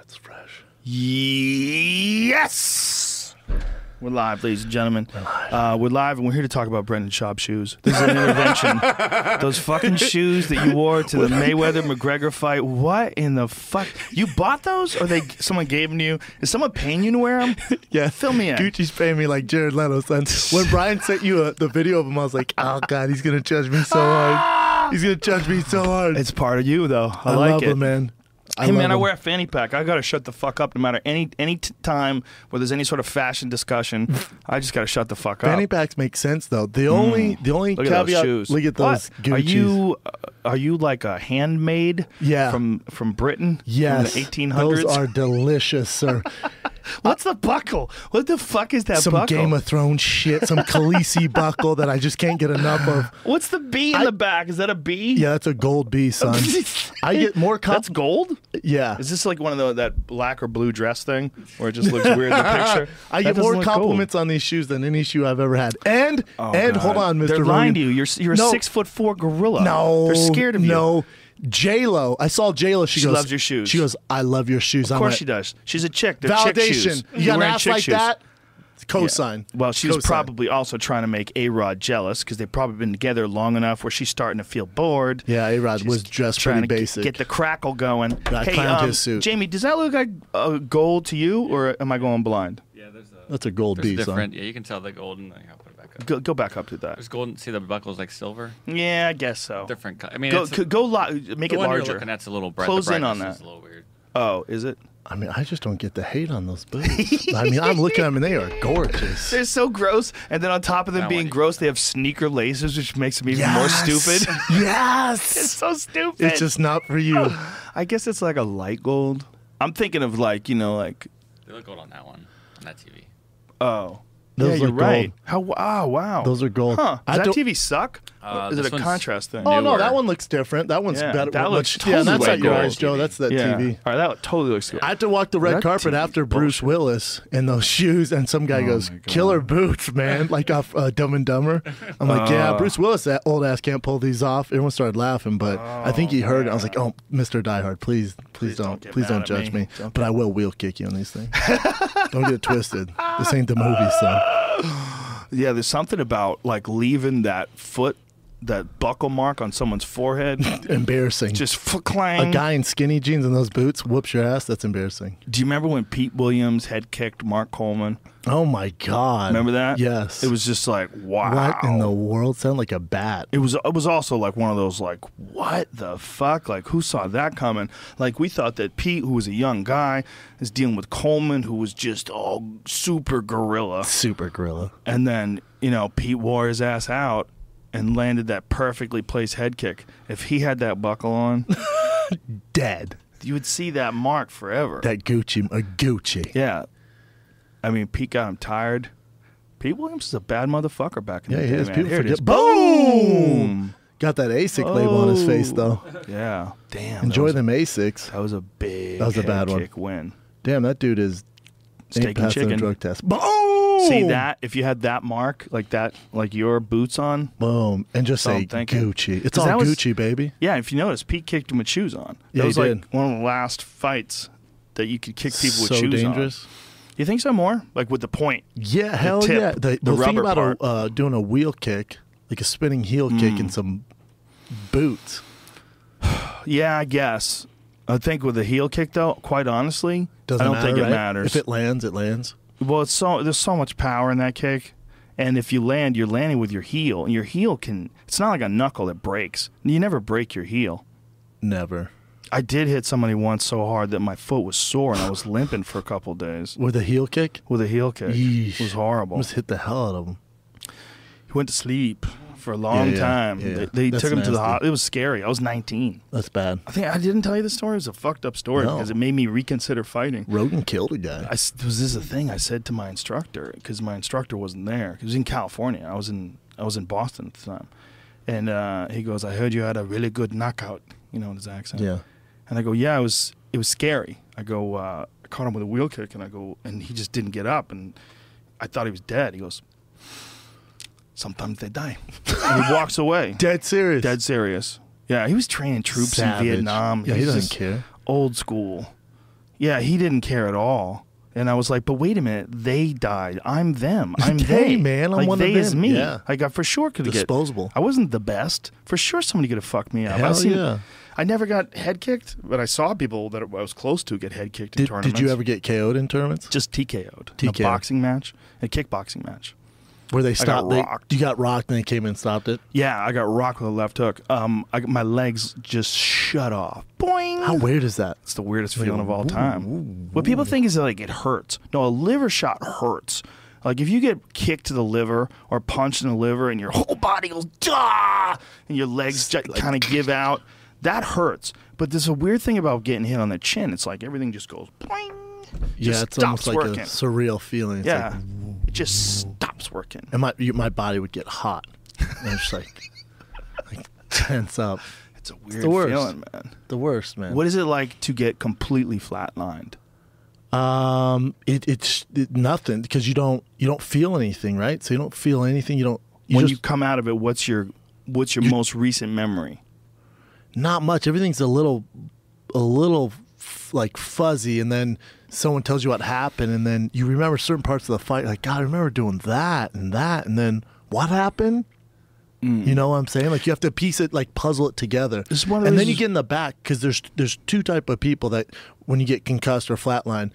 It's fresh. Yes! We're live, ladies and gentlemen. Uh, we're live, and we're here to talk about Brendan Schaub shoes. This is an intervention. Those fucking shoes that you wore to the Mayweather McGregor fight. What in the fuck? You bought those, or they someone gave them to you? Is someone paying you to wear them? Yeah, Fill me in. Gucci's paying me like Jared Leno. Son. When Brian sent you uh the video of him, I was like, oh god, he's gonna judge me so Ah! hard. He's gonna judge me so hard. It's part of you, though. I, I, like love it, him, man. I hey love man, I him. wear a fanny pack. I gotta shut the fuck up no matter any any t- time where there's any sort of fashion discussion. I just gotta shut the fuck up. fanny packs make sense though. The only the only Mm. Look caveat. at those shoes. Look at those. What? Are Gucci's. you uh, are you like a handmaid? Yeah. From from Britain. Yes. From the eighteen Those hundreds. are delicious, sir. What's the buckle? What the fuck is that some buckle? Game of Thrones shit. Some Khaleesi buckle that I just can't get enough of. What's the bee in the back? Is that a bee? Yeah, that's a gold bee, son. I get more That's compliments. gold. Yeah. Is this like one of the, that black or blue dress thing, where it just looks weird in the picture? I That get doesn't more look compliments on these shoes than any shoe I've ever had. And cool. Oh, and God. hold on, mister They're lying to you. You're you're No. a six foot four gorilla. No, they're scared of you. No, J Lo. I saw J Lo. She, She goes, loves your shoes. She goes, I love your shoes. Of course she does. She's a chick. They're Validation. chick shoes. You You're got an wearing ass chick like shoes. that. It's cosign. Well, she was Cosign. probably also trying to make A Rod jealous because they've probably been together long enough where she's starting to feel bored. Yeah, A-Rod She's was dressed trying pretty to g- basic. Get the crackle going. I hey, clowned um, his suit. Jamie, does that look like a gold to you, or am I going blind? Yeah, there's a That's a gold there's a bee, son. different. Yeah, you can tell the golden. Like, I'll put it back up. Go, go back up to that. There's golden. See the buckles like silver. Yeah, I guess so. Different. co- I mean, Go, it's, c- go, lo- make the it one larger. you're looking at's a little bright. Close the in on brightness that. Is a little weird. Oh, is it? I mean, I just don't get the hate on those boots. I mean, I'm looking at them and they are gorgeous. They're so gross, and then on top of them I being want it. gross, they have sneaker laces, which makes them even more stupid. it's Yes. so stupid. it's just not for you. I guess it's like a light gold. I'm thinking of like you know like They look gold on that one on that TV. oh Those yeah you're look right. gold. How wow wow Those are gold. Huh? I Does that don't- TV suck? Uh, Is it this a one's- contrast thing? Oh no, Newer. that one looks different. That one's Yeah, better. that much, looks yeah, totally that's not like your gold. eyes, Joe. That's that yeah. TV. All right, that totally looks good. I had to walk the red That carpet TV after Bruce Willis in those shoes, and some Oh guy goes, "Killer boots, man!" Like off uh, Dumb and Dumber. I'm like, Uh. "Yeah, Bruce Willis, that old ass can't pull these off." Everyone started laughing, but I think he heard. it. I was like, "Oh, Mr. Die Hard, please, please, don't, get please mad don't at judge me. me." But I will wheel kick you on these things. don't get it twisted. This ain't the movie, so yeah, there's something about like leaving that foot, that buckle mark on someone's forehead. embarrassing. just f- clang. a guy in skinny jeans and those boots whoops your ass. That's embarrassing. Do you remember when Pete Williams head kicked Mark Coleman? Oh my god. Remember that? Yes. It was just like wow. What in the world? Sound like a bat. it was it was also like one of those like what the fuck like who saw that coming like we thought that Pete who was a young guy is dealing with Coleman who was just all super gorilla Super gorilla. and then you know Pete wore his ass out and landed that perfectly placed head kick if he had that buckle on Dead. you would see that mark forever That Gucci, a Gucci. yeah I mean Pete got him tired Pete Williams is a bad motherfucker back in Yeah, the he day is. man People Here it forget- is. boom Oh. Got that ASIC label on his face though. yeah damn that Enjoy was- them ASICs. That was a big. That was a bad head one. Kick win. Damn, that dude is ain't Steak and passing a chicken. drug test. Boom. See that? If you had that mark, like that, like your boots on. Boom. And just That's what say I'm thinking. Gucci. It's 'Cause all that was- Gucci, baby. Yeah, if you notice, Pete kicked him with shoes on. That Yeah, he was like did. one of the last fights that you could kick people so with shoes dangerous. on. You think so more? Like with the point. Yeah, hell tip, yeah. the well, think rubber about a, part. Mm. uh, doing a wheel kick, like a spinning heel kick, and some boots. Yeah, I guess. I think with the heel kick though, quite honestly, Doesn't I don't matter, think it right? matters. If it lands, it lands. well, it's so there's so much power in that kick. And if you land, you're landing with your heel, and your heel can. It's not like a knuckle that breaks. You never break your heel. Never. I did hit somebody once so hard that my foot was sore and I was limping for a couple days With a heel kick? with a heel kick. Yeesh. It was horrible. Almost hit the hell out of him. he went to sleep for a long Yeah, yeah, time. yeah. They, they That's took him to the nasty. hospital. It was scary. I was 19. That's bad. I think I didn't tell you the story. It was a fucked up story No. because it made me reconsider fighting. Rogan killed a guy. I s was this a thing I said to my instructor because my instructor wasn't there. He was in California. I was in I was in Boston at the time, and uh, he goes, "I heard you had a really good knockout." You know, in his accent. Yeah. And I go, "Yeah, it was it was scary." I go, uh, "I caught him with a wheel kick," and I go, and he just didn't get up, and I thought he was dead. He goes, "Sometimes they die," and he walks away. Dead serious. Dead serious. Yeah, he was training troops Savage. in Vietnam. Yeah, he He's doesn't just care. Old school. Yeah, he didn't care at all. And I was like, but wait a minute, they died. I'm them. I'm Hey, they, man, I'm like, one of they is them. me. Yeah. Like I for sure could Disposable. Get, I wasn't the best. For sure, somebody could have fucked me up. Hell I seen, yeah. I never got head kicked, but I saw people that I was close to get head kicked in Did, tournaments. did you ever get KO'd in tournaments? just TKO'd in a TKO'd. boxing match, a kickboxing match? Where they stopped? they- rocked. you got rocked and they came in and stopped it. Yeah, I got rocked with a left hook. Um, I, my legs just shut off. Boing. How weird is that? It's the weirdest feeling of all time. what people think is that, like it hurts. No, a liver shot hurts. Like if you get kicked to the liver or punched in the liver and your whole body goes "Dah!" and your legs just kind of give out, that hurts. But there's a weird thing about getting hit on the chin. It's like everything just goes boing. yeah, just it's almost stops like working. a surreal feeling. It's yeah, like, it just stops working. and my you, my body would get hot and it's like, like tense up. It's a weird the worst. feeling, man. The worst, man. What is it like to get completely flatlined? Um, it, it's it, nothing because you don't you don't feel anything, right? So you don't feel anything. You don't. You when just, you come out of it, what's your what's your most recent memory? not much. Everything's a little, a little f- like fuzzy, and then someone tells you what happened, and then you remember certain parts of the fight. Like God, I remember doing that and that, and then what happened? You know what I'm saying? Like you have to piece it, like puzzle it together. It's Mm. one of and those- then you get in the back because there's there's two type of people that when you get concussed or flatline,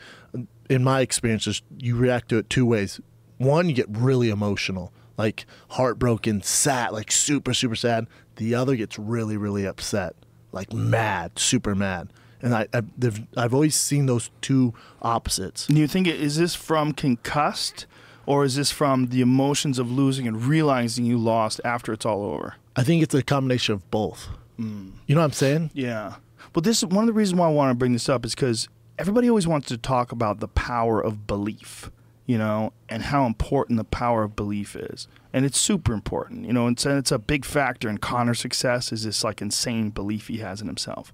in my experiences, you react to it two ways. One, you get really emotional, like heartbroken, sad, like super super sad. The other gets really really upset, like mad, super mad. And I, I they've, I've always seen those two opposites. Do you think it- is this from concussed, or is this from the emotions of losing and realizing you lost after it's all over? I think it's a combination of both. You know what I'm saying? Yeah. Well, this is one of the reasons why I want to bring this up is because everybody always wants to talk about the power of belief, you know, and how important the power of belief is. And it's super important, you know, and so it's a big factor in Connor's success is this like insane belief he has in himself.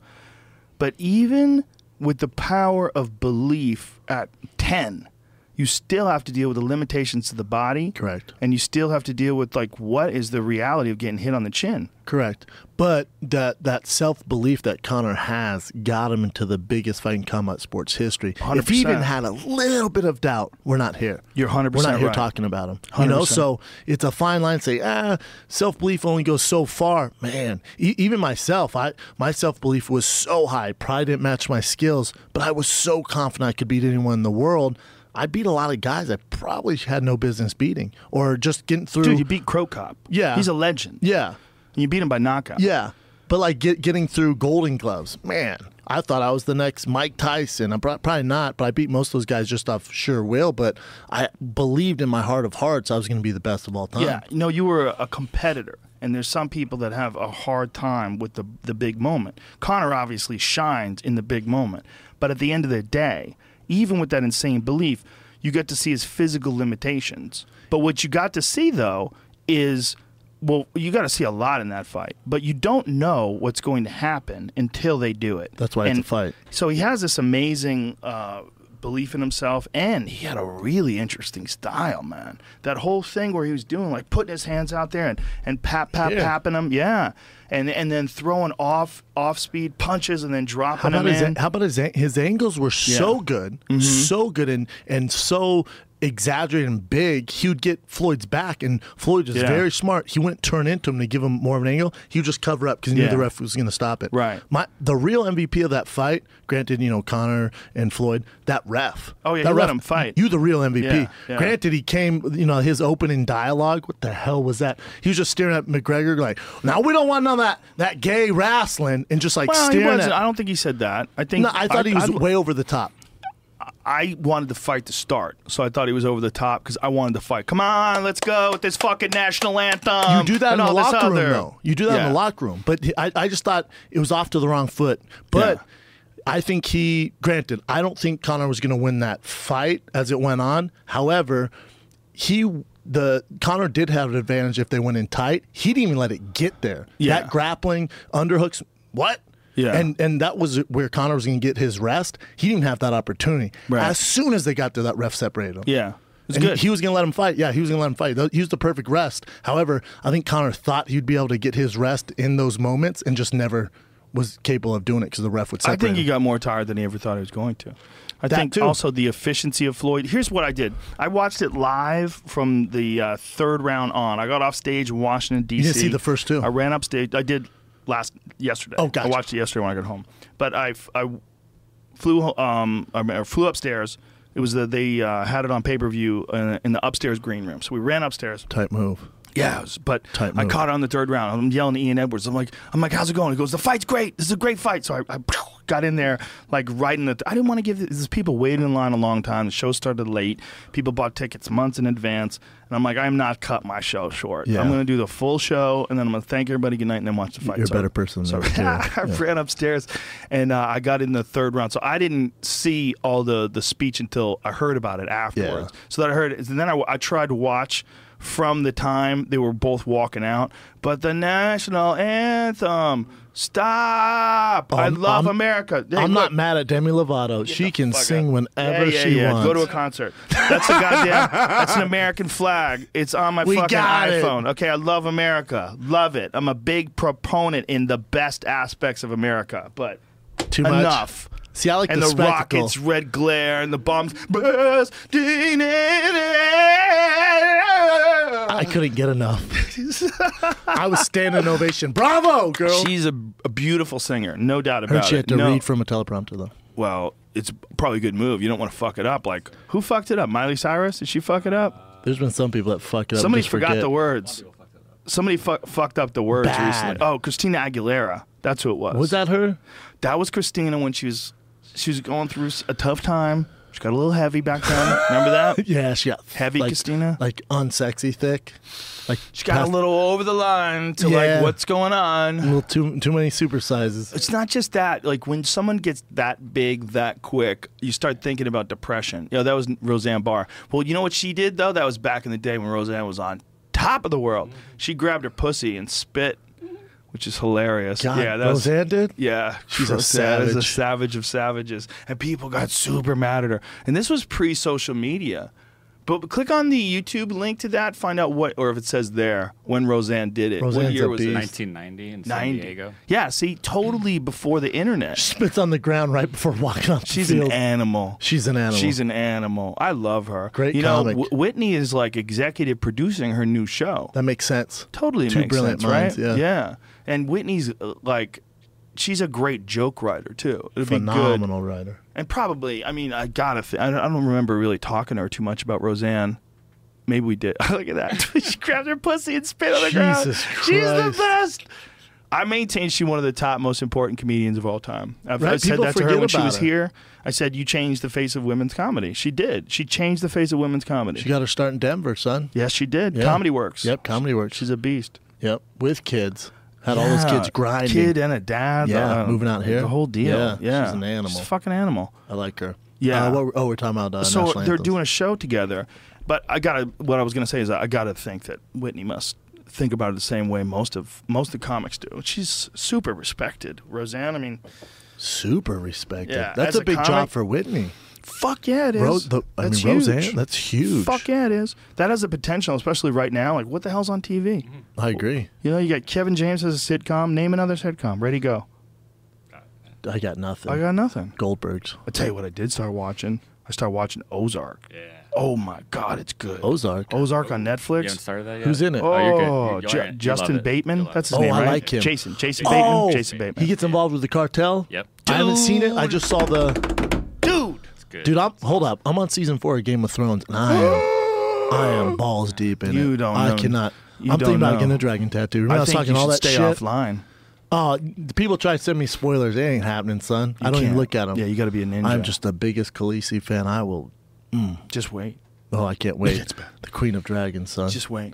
But even with the power of belief at 10, you still have to deal with the limitations to the body. Correct. And you still have to deal with like what is the reality of getting hit on the chin. Correct. But that that self belief that Connor has got him into the biggest fighting combat sports history. If he 100%. even had a little bit of doubt, we're not here. You're 100% We're not here right. talking about him. You know, 100%. so it's a fine line. to Say, ah, self belief only goes so far, man. E- even myself, I my self belief was so high. Pride didn't match my skills, but I was so confident I could beat anyone in the world. I beat a lot of guys I probably had no business beating, or just getting through. Dude, you beat Crow Cop. Yeah. He's a legend. yeah. And you beat him by knockout. Yeah. But like get, getting through Golden Gloves, man, I thought I was the next Mike Tyson. I'm pro- probably not, but I beat most of those guys just off sure will. But I believed in my heart of hearts I was going to be the best of all time. Yeah. You know, you were a competitor. And there's some people that have a hard time with the, the big moment. Connor obviously shines in the big moment. But at the end of the day, even with that insane belief, you got to see his physical limitations. But what you got to see, though, is well, you got to see a lot in that fight. But you don't know what's going to happen until they do it. That's why it's a fight. So he has this amazing uh, belief in himself, and he had a really interesting style, man. That whole thing where he was doing like putting his hands out there and and pap pap Yeah. papping him, yeah, and and then throwing off off speed punches and then How dropping about, him his, in. how about his an- his angles were so good, Mm-hmm. so good, and and so exaggerated and big. He would get Floyd's back, and Floyd was Yeah. very smart. He wouldn't turn into him to give him more of an angle. He would just cover up because he Yeah. knew the ref was going to stop it. Right. My the real MVP of that fight, granted, you know Connor and Floyd, that ref. Oh, yeah, that he let him fight. You the real MVP. Yeah, yeah. Granted, he came. You know his opening dialogue. What the hell was that? He was just staring at McGregor like, now we don't want none of that that gay wrestling, and just like well, he staring wasn't. at. I don't think he said that. I think No, I thought he was way over the top. I wanted the fight to start, so I thought he was over the top because I wanted the fight. Come on, let's go with this fucking national anthem. You do that in and the all this locker other. room, though. You do that in Yeah. the locker room. But he- I, I just thought it was off to the wrong foot. But I think he, granted, I don't think Connor was going to win that fight as it went on. However, he. The Connor did have an advantage if they went in tight. He didn't even let it get there. Yeah. That grappling, underhooks, what? Yeah. And and that was where Connor was going to get his rest. He didn't even have that opportunity. Right. As soon as they got there, that ref separated him. Yeah, it's And he- good. He, was going to let him fight. Yeah, he was going to let him fight. Tho- He was the perfect rest. However, I think Connor thought he'd be able to get his rest in those moments and just never was capable of doing it because the ref would I separate. think he him. got more tired than he ever thought he was going to. I That think too. also the efficiency of Floyd. Here's what I did. I watched it live from the uh, third round on. I got off stage in Washington D.C. You didn't see the first two? I ran upstage. I did last yesterday. Oh, gotcha. I watched it yesterday when I got home. But I, f- I flew ho- um I mean, I flew upstairs. It was the, they uh, had it on pay per view in, in the upstairs green room. So we ran upstairs. type move. Yeah, it was- but Tight I move. caught it on the third round. I'm yelling at Ian Edwards. I'm like, I'm like, how's it going? He goes, the fight's great. This is a great fight. So I, I got in there, like right in the. I didn't want to give this. There's people waiting in line a long time. The show started late. People bought tickets months in advance, and I'm like, I'm not cut my show short. Yeah. I'm going to do the full show, and then I'm going to thank everybody good night, and then watch the fight. You're a So- better person So than I that, too. Yeah. ran upstairs, and uh, I got in the third round. So I didn't see all the the speech until I heard about it afterwards. So that I heard, it. and then I, I tried to watch from the time they were both walking out. But the national anthem, stop! I I'm- love I'm- America. Hey, I'm look. not mad at Demi Lovato. She can fuck sing up. whenever Yeah, yeah, she yeah. wants. Go to a concert. That's a goddamn. that's an American flag. It's on my We fucking got it. iPhone. Okay, I love America. Love it. I'm a big proponent in the best aspects of America, but Too much? enough. See, I like and the the, spectacle. rockets, red glare, and the bombs. Burst dignity. I couldn't get enough. I was standing ovation. Bravo, girl. She's a, a beautiful singer, no doubt about Heard she it. had to No- read from a teleprompter though. well, it's probably a good move. You don't want to fuck it up. Like, who fucked it up? Miley Cyrus? Did she fuck it up? There's been some people that fuck it up. Somebody and just forgot forget. the words. Somebody fu- fucked up the words Bad. recently. Oh, Christina Aguilera. That's who it was. Was that her? That was Christina when she was she was going through s- a tough time. She got a little heavy back then. Remember that? Yeah, she got Heavy like, Christina? like unsexy thick, like She got a little over the line to Yeah. like what's going on. little too too many supersizes. It's not just that. Like when someone gets that big that quick, you start thinking about depression. You know, that was Roseanne Barr. Well, you know what she did though? That was back in the day when Roseanne was on top of the world. She grabbed her pussy and spit, which is hilarious. God, yeah, that was Roseanne did. Yeah, she's So a savage. a savage. savage of savages, and people got super mad at her. And this was pre-social media. But click on the YouTube link to that, find out what, or if it says there when Roseanne did it. what Roseanne's year a was beast. it? 1990 in San 90. Diego. Yeah, see, totally before the internet. Spits on the ground right before walking off She's the an field. animal. She's an animal. She's an animal. I love her. Great You comic. know, Wh- Whitney is like executive producing her new show. that makes sense. totally Two makes brilliant sense, minds, right? yeah. And Whitney's uh, like, she's a great joke writer too. It'd be good. Phenomenal writer. And probably, I mean, I gotta. Th- I don't- I don't remember really talking to her too much about Roseanne. Maybe we did. Look at that. she grabbed her pussy and spit on the ground. Jesus She's the Christ. best. I maintain she's one of the top most important comedians of all time. I've, Right, I said people that to her forget when she about was her. here. I said, You changed the face of women's comedy. She did. She changed the face of women's comedy. She got her start in Denver, son. yes, she did. Yeah. Comedy works. Yep, comedy works. She's a beast. Yep, with kids. Had all those Yeah, kids grinding. Kid and a dad. Yeah, uh, moving out here. The whole deal. Yeah, Yeah, she's an animal. She's a fucking animal. I like her. Yeah. Uh, what were- oh, we're talking about. Uh, so national they're anthems. doing a show together. But I gotta. What I was gonna say is I gotta think that Whitney must think about it the same way most of most of the comics do. She's super respected. Roseanne. I mean, super respected. Yeah, that's as a a big job comic- for Whitney. fuck yeah, it is. Rose, the, I mean, that's huge. Roseanne. That's huge. Fuck yeah, it is. That has the potential, especially right now. Like, what the hell's on TV? Mm-hmm. I agree. You know, you got Kevin James as a sitcom. Name another sitcom. Ready, go. I got nothing. I got nothing. Goldbergs, I tell you what, I did start watching. I started watching Ozark. Yeah. Oh my god, it's good. Ozark. Ozark on You Netflix. haven't started that yet? Who's in it? Oh, Oh, you're good. You- you'll Ju- like it. You'll Justin love it. Bateman. You'll love That's his it. Oh, name, I right? like him. Jason. Jason Bateman. Oh! Jason Bateman. He gets involved with the cartel. Yep. I haven't seen it. I just saw the Dude. It's good. dude. I'm hold up. I'm on season four of Game of Thrones, and I am I am balls deep in it. You don't I know. cannot. You I'm thinking don't about know. getting a dragon tattoo. Remember I, I was think talking you all should that stay shit. offline. Oh, the people try to send me spoilers. It ain't happening, son. I You don't even can't. look at them. Yeah, you got to be a ninja. I'm just the biggest Khaleesi fan. I will. just wait. Oh, I can't wait. The Queen of Dragons, son. Just wait.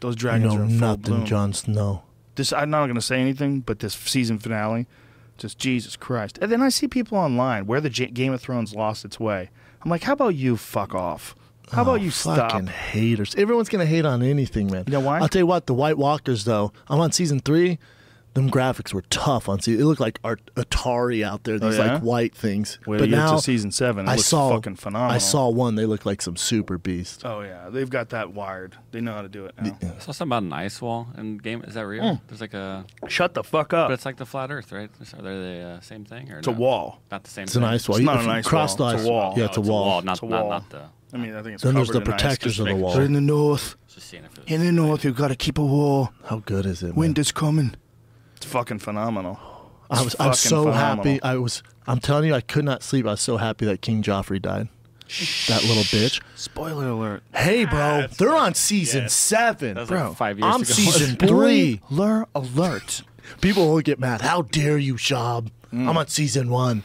Those I dragons know are in full nothing, bloom. Jon Snow. This I'm not going to say anything, but this season finale, just Jesus Christ. And then I see people online where the J- Game of Thrones lost its way. I'm like, how about you fuck off? How about Oh, you stop? fucking haters? Everyone's gonna hate on anything, man. You know why? I'll tell you what. The White Walkers, though. I'm on season three. them graphics were tough on see. It looked like art, Atari out there. These Oh, yeah? like white things. Wait but till you get now to season seven. It I looks saw fucking phenomenal. I saw one. They look like some super beast. Oh yeah, they've got that wired. They know how to do it now. I saw something about an ice wall in game. Is that real? There's like a, Shut the fuck but up. it's like the flat Earth, right? Are they the uh, same thing or It's a no? wall. Not the same. It's an ice wall. It's not If an you ice cross wall, the it's ice a wall. Yeah, No, it's, a, wall. Not, It's a not- wall. Not, the. I mean, I think it's Then there's covered the in ice. protectors of the Just wall. They're in the north. Just seeing if it was In the north, you've got to keep a wall. How good is it? Man? Winter's coming. It's fucking phenomenal. I was It's I'm fucking so phenomenal. happy. I was. I'm telling you, I could not sleep. I was so happy that King Joffrey died. That little bitch. Spoiler alert. Hey, Ah, bro, they're on season seven. That was bro, like five years I'm ago. season three. Spoiler alert. People will get mad. How dare you, Shab? Mm. I'm on season one.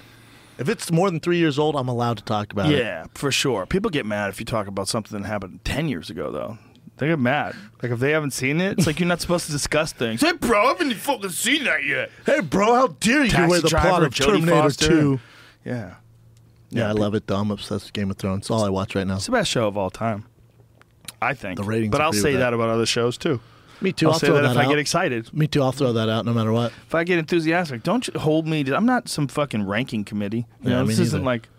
If it's more than three years old, I'm allowed to talk about it. yeah, for sure. People get mad if you talk about something that happened 10 years ago, though. They get mad. Like, if they haven't seen it, it's like you're not supposed to discuss things. Hey, bro, I haven't fucking seen that yet. Hey, bro, how dare you Taxi wear the driver, plot of Jodie Terminator Foster. 2? Yeah. Yeah, I love it, though. I'm obsessed with Game of Thrones. It's all I watch right now. It's the best show of all time. I think. The ratings But I'll agree say with that. that. about other shows, too. Me too. I'll, I'll, say throw that, that, if out. I get excited. Me too. I'll throw that out no matter what. If I get enthusiastic, don't you hold me to. I'm not some fucking ranking committee. You Yeah, know, me this isn't neither. like.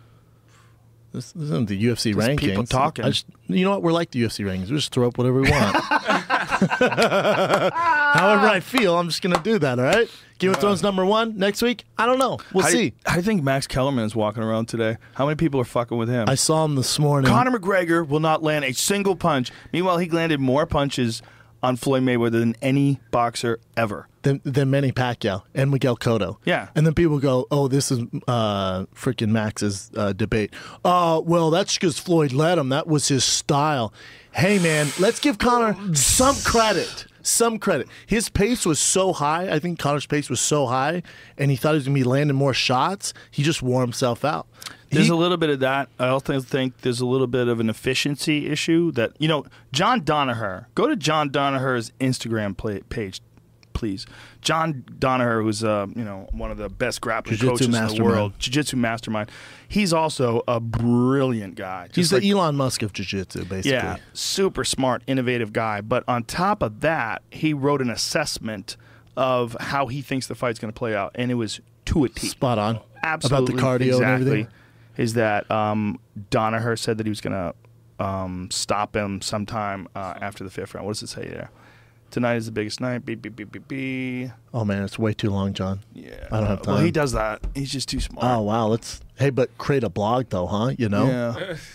This, this isn't the UFC rankings. people talking. I just, you know what? We're like the UFC rankings. We just throw up whatever we want. However I feel, I'm just going to do that, all right? Game of Thrones number one next week? I don't know. We'll How do you- see. how do you think Max Kellerman is walking around today? How many people are fucking with him? I saw him this morning. Conor McGregor will not land a single punch. Meanwhile, he landed more punches on Floyd Mayweather than any boxer ever. than, than Manny Pacquiao and Miguel Cotto. Yeah. And then people go, oh, this is uh, freaking Max's uh, debate. Oh, well, that's because Floyd led him. That was his style. Hey, man, let's give Connor some credit. Some credit. His pace was so high. I think Connor's pace was so high, and he thought he was going to be landing more shots. He just wore himself out. He- There's a little bit of that. I also think there's a little bit of an efficiency issue that you know. John Donaher, go to John Donaher's Instagram pla page, please. John Donaher, who's uh, you know one of the best grappling Jiu-jitsu coaches in the mastermind. world, jiu-jitsu mastermind. He's also a brilliant guy. he's Just like- the Elon Musk of jiu-jitsu, basically. Yeah, super smart, innovative guy. But on top of that, he wrote an assessment of how he thinks the fight's going to play out, and it was to a T. Spot on. Absolutely, About the cardio exactly. and everything. Is that um, Donaher said that he was going to um, stop him sometime uh, after the fifth round? What does it say there? Tonight is the biggest night. Beep beep beep beep beep. Oh, man, it's way too long, John. Yeah, I don't have time. Well, he does that. He's just too smart. Oh wow, let's hey, but create a blog though, huh? You know, Yeah.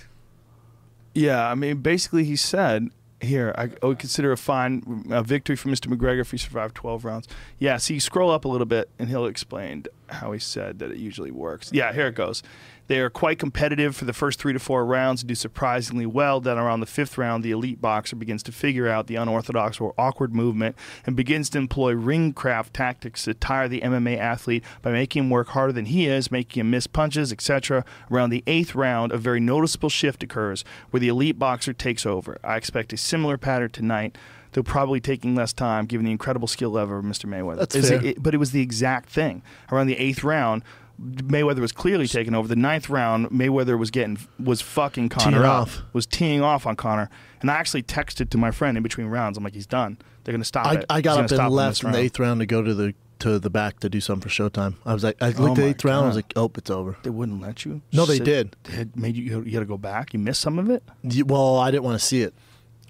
yeah, I mean, basically, he said, here, I, I would consider a fine a victory for Mr. McGregor if he survived 12 rounds. Yeah, see, scroll up a little bit, and he'll explain how he said that it usually works. Yeah, here it goes. They are quite competitive for the first three to four rounds and do surprisingly well. Then, around the fifth round, the elite boxer begins to figure out the unorthodox or awkward movement and begins to employ ring craft tactics to tire the MMA athlete by making him work harder than he is, making him miss punches, etc. Around the eighth round, a very noticeable shift occurs where the elite boxer takes over. I expect a similar pattern tonight, though probably taking less time given the incredible skill level of Mr. Mayweather. That's Is it- fair. it- but it was the exact thing. Around the eighth round, Mayweather was clearly taking over. The ninth round, Mayweather was getting was fucking Connor Teeing up, off. was teeing off on Connor, and I actually texted to my friend in between rounds. I'm like, he's done. They're gonna stop I, it. I got He's gonna up stop and him left this in the round." eighth round to go to the to the back to do something for Showtime. I was like, I looked my at eighth round. I was God. like, oh, it's over. They wouldn't let you. No, they did. They had made you. You had to go back. You missed some of it. Y- Well, I didn't want to see it.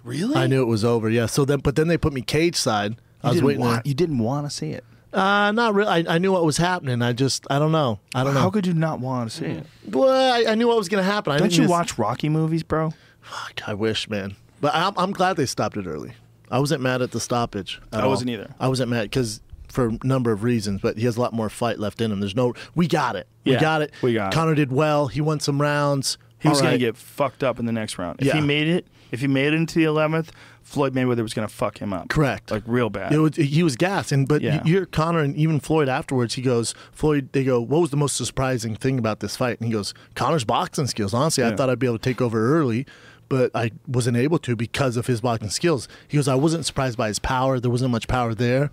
Really? I knew it was over. Yeah. So then, but then they put me cage side. I was waiting. Want, there. you didn't want to see it. Uh, not really. I, I knew what was happening. I just, I don't know. I don't know. How could you not want to see it? well, I, I knew what was gonna happen. I Don't didn't you just- watch Rocky movies, bro? Fuck, I wish, man. But I'm, I'm glad they stopped it early. I wasn't mad at the stoppage. at I all. wasn't either. I wasn't mad because for a number of reasons, but he has a lot more fight left in him. There's no, we got it. Yeah, we got it. we got it. Connor did well. He won some rounds. He was All going right. to get fucked up in the next round. If he Yeah. made it, if he made it into the eleventh, Floyd Mayweather was going to fuck him up. Correct. Like real bad. It was, he was gassed, and but Yeah. you hear Connor and even Floyd afterwards. He goes, Floyd. They go, what was the most surprising thing about this fight? And he goes, Connor's boxing skills. Honestly, Yeah. I thought I'd be able to take over early, but I wasn't able to because of his boxing skills. He goes, I wasn't surprised by his power. There wasn't much power there.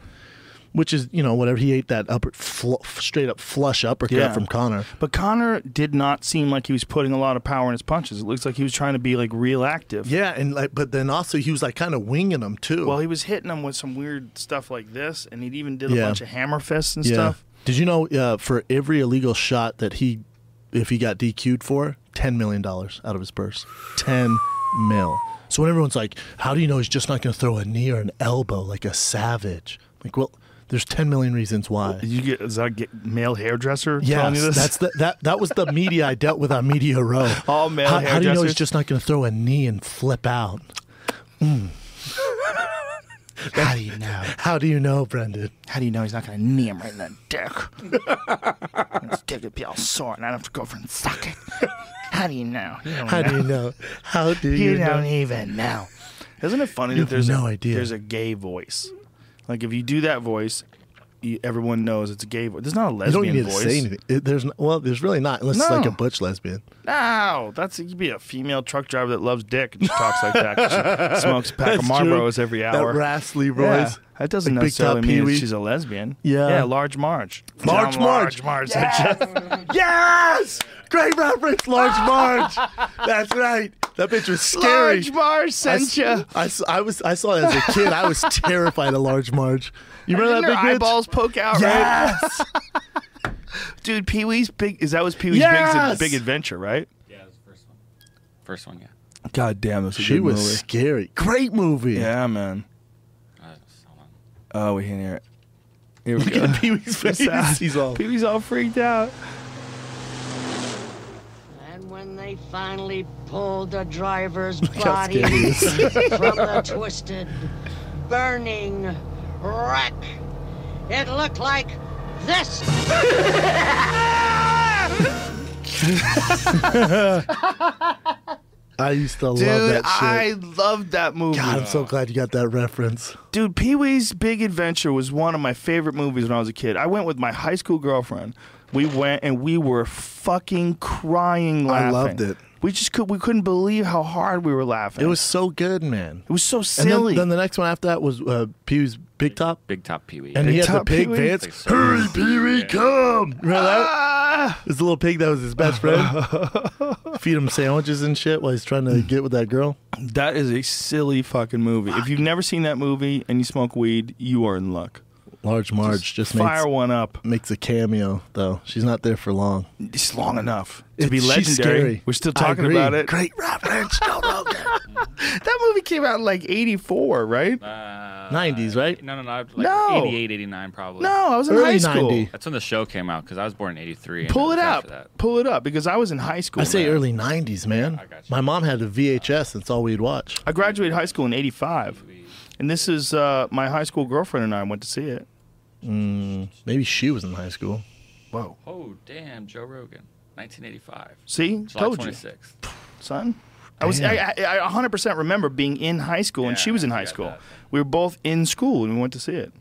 which is you know whatever he ate that upper fl- straight up flush uppercut Yeah. from Connor. But Connor did not seem like he was putting a lot of power in his punches. It looks like he was trying to be like real active. Yeah, and like, but then also he was like kind of winging them too. Well, he was hitting him with some weird stuff like this, and he even did a Yeah. bunch of hammer fists and yeah. stuff. Did you know uh, for every illegal shot that he, if he got DQ'd for, ten million dollars out of his purse, ten mil. So when everyone's like, "How do you know he's just not going to throw a knee or an elbow like a savage?" Like, well, there's ten million reasons why. Did you get is that a ge- male hairdresser telling you Yes, this? that's the, that. That was the media I dealt with on Media Row. All male How, how do you know hairdressers? he's just not going to throw a knee and flip out? Mm. how do you know? How do you know, Brendan? How do you know he's not gonna knee him right in the dick? His dick would be all sore, and I'd have to go over and suck it. How do you know? You don't How know. do you know? How do you, You know? don't even know. Isn't it funny You that have there's no a, idea. There's a gay voice. Like if you do that voice, you, everyone knows it's a gay voice. There's not a You lesbian don't even need voice. to say anything. It- there's n- well, there's really not unless it's like No. a butch lesbian. No, that's you'd be a female truck driver that loves dick and just talks like that. 'cause She smokes a pack of Marlboros every hour. That raspy Yeah, voice. That doesn't Like Big Top necessarily mean Pee-wee. she's a lesbian. Yeah. Yeah, large Marge. Large Down Marge. Large Marge. Yes, great reference, Large Marge. That's right. That bitch was scary. Large Marge sent I, you. s- I s- I was I saw it as a kid. I was terrified of Large Marge. You remember that big bitch? eyeballs poke out, right? Yes. Dude, Pee Wee's big. Is that was Pee Wee's Yes! big, big adventure, right? Yeah, it was the first one. First one, yeah. God damn, that's a she was scary. Great movie. Yeah, man. Uh, so long. Oh, we can hear it. Here we Look go. at Pee Wee's face. He's all. Pee Wee's all freaked out. And when they finally pulled the driver's how body skinny he from the twisted, burning wreck, it looked like this. I used to Dude, love that shit. I loved that movie. God, I'm so glad you got that reference. Dude, Pee Wee's Big Adventure was one of my favorite movies when I was a kid. I went with my high school girlfriend. We went and we were fucking crying laughing. I loved it. We just could we couldn't believe how hard we were laughing. It was so good, man. it was so And then, silly. then the next one after that was uh, Pee Wee's Big Top, Big Top Pee Wee. and Big he had Top the pig Pee Wee? Vance. Like so- Hurry, Pee Wee, come! Remember that? Ah! It was the little pig that was his best friend. Feed him sandwiches and shit while he's trying Hmm. to get with that girl. that is a silly fucking movie. If you've never seen that movie and you smoke weed, you are in luck. Large Marge just, Fire makes one up. makes a cameo though. She's not there for long. It's long enough to It- be she's legendary. scary. We're still I talking agree. about it. Great reference, Joe Rogan. That movie came out in like '84, right? Uh, 90s, right? No, no, no. Like No. 88, 89 probably. No, I was in Early high school. 90. That's when the show came out because I was born in 83. and Pull it was up. after that. Pull it up because I was in high school. I say man. early '90s, man. I got you. My mom had a VHS. That's all we'd watch. I graduated high school in '85, and this is uh, my high school girlfriend and I went to see it. Maybe she was in high school. Whoa! Oh, damn. Joe Rogan. 1985. See, July told 26th. you, son. I was I, I, I 100% remember being in high school and Yeah, she was in I high got school. that. We were both in school and we went to see it.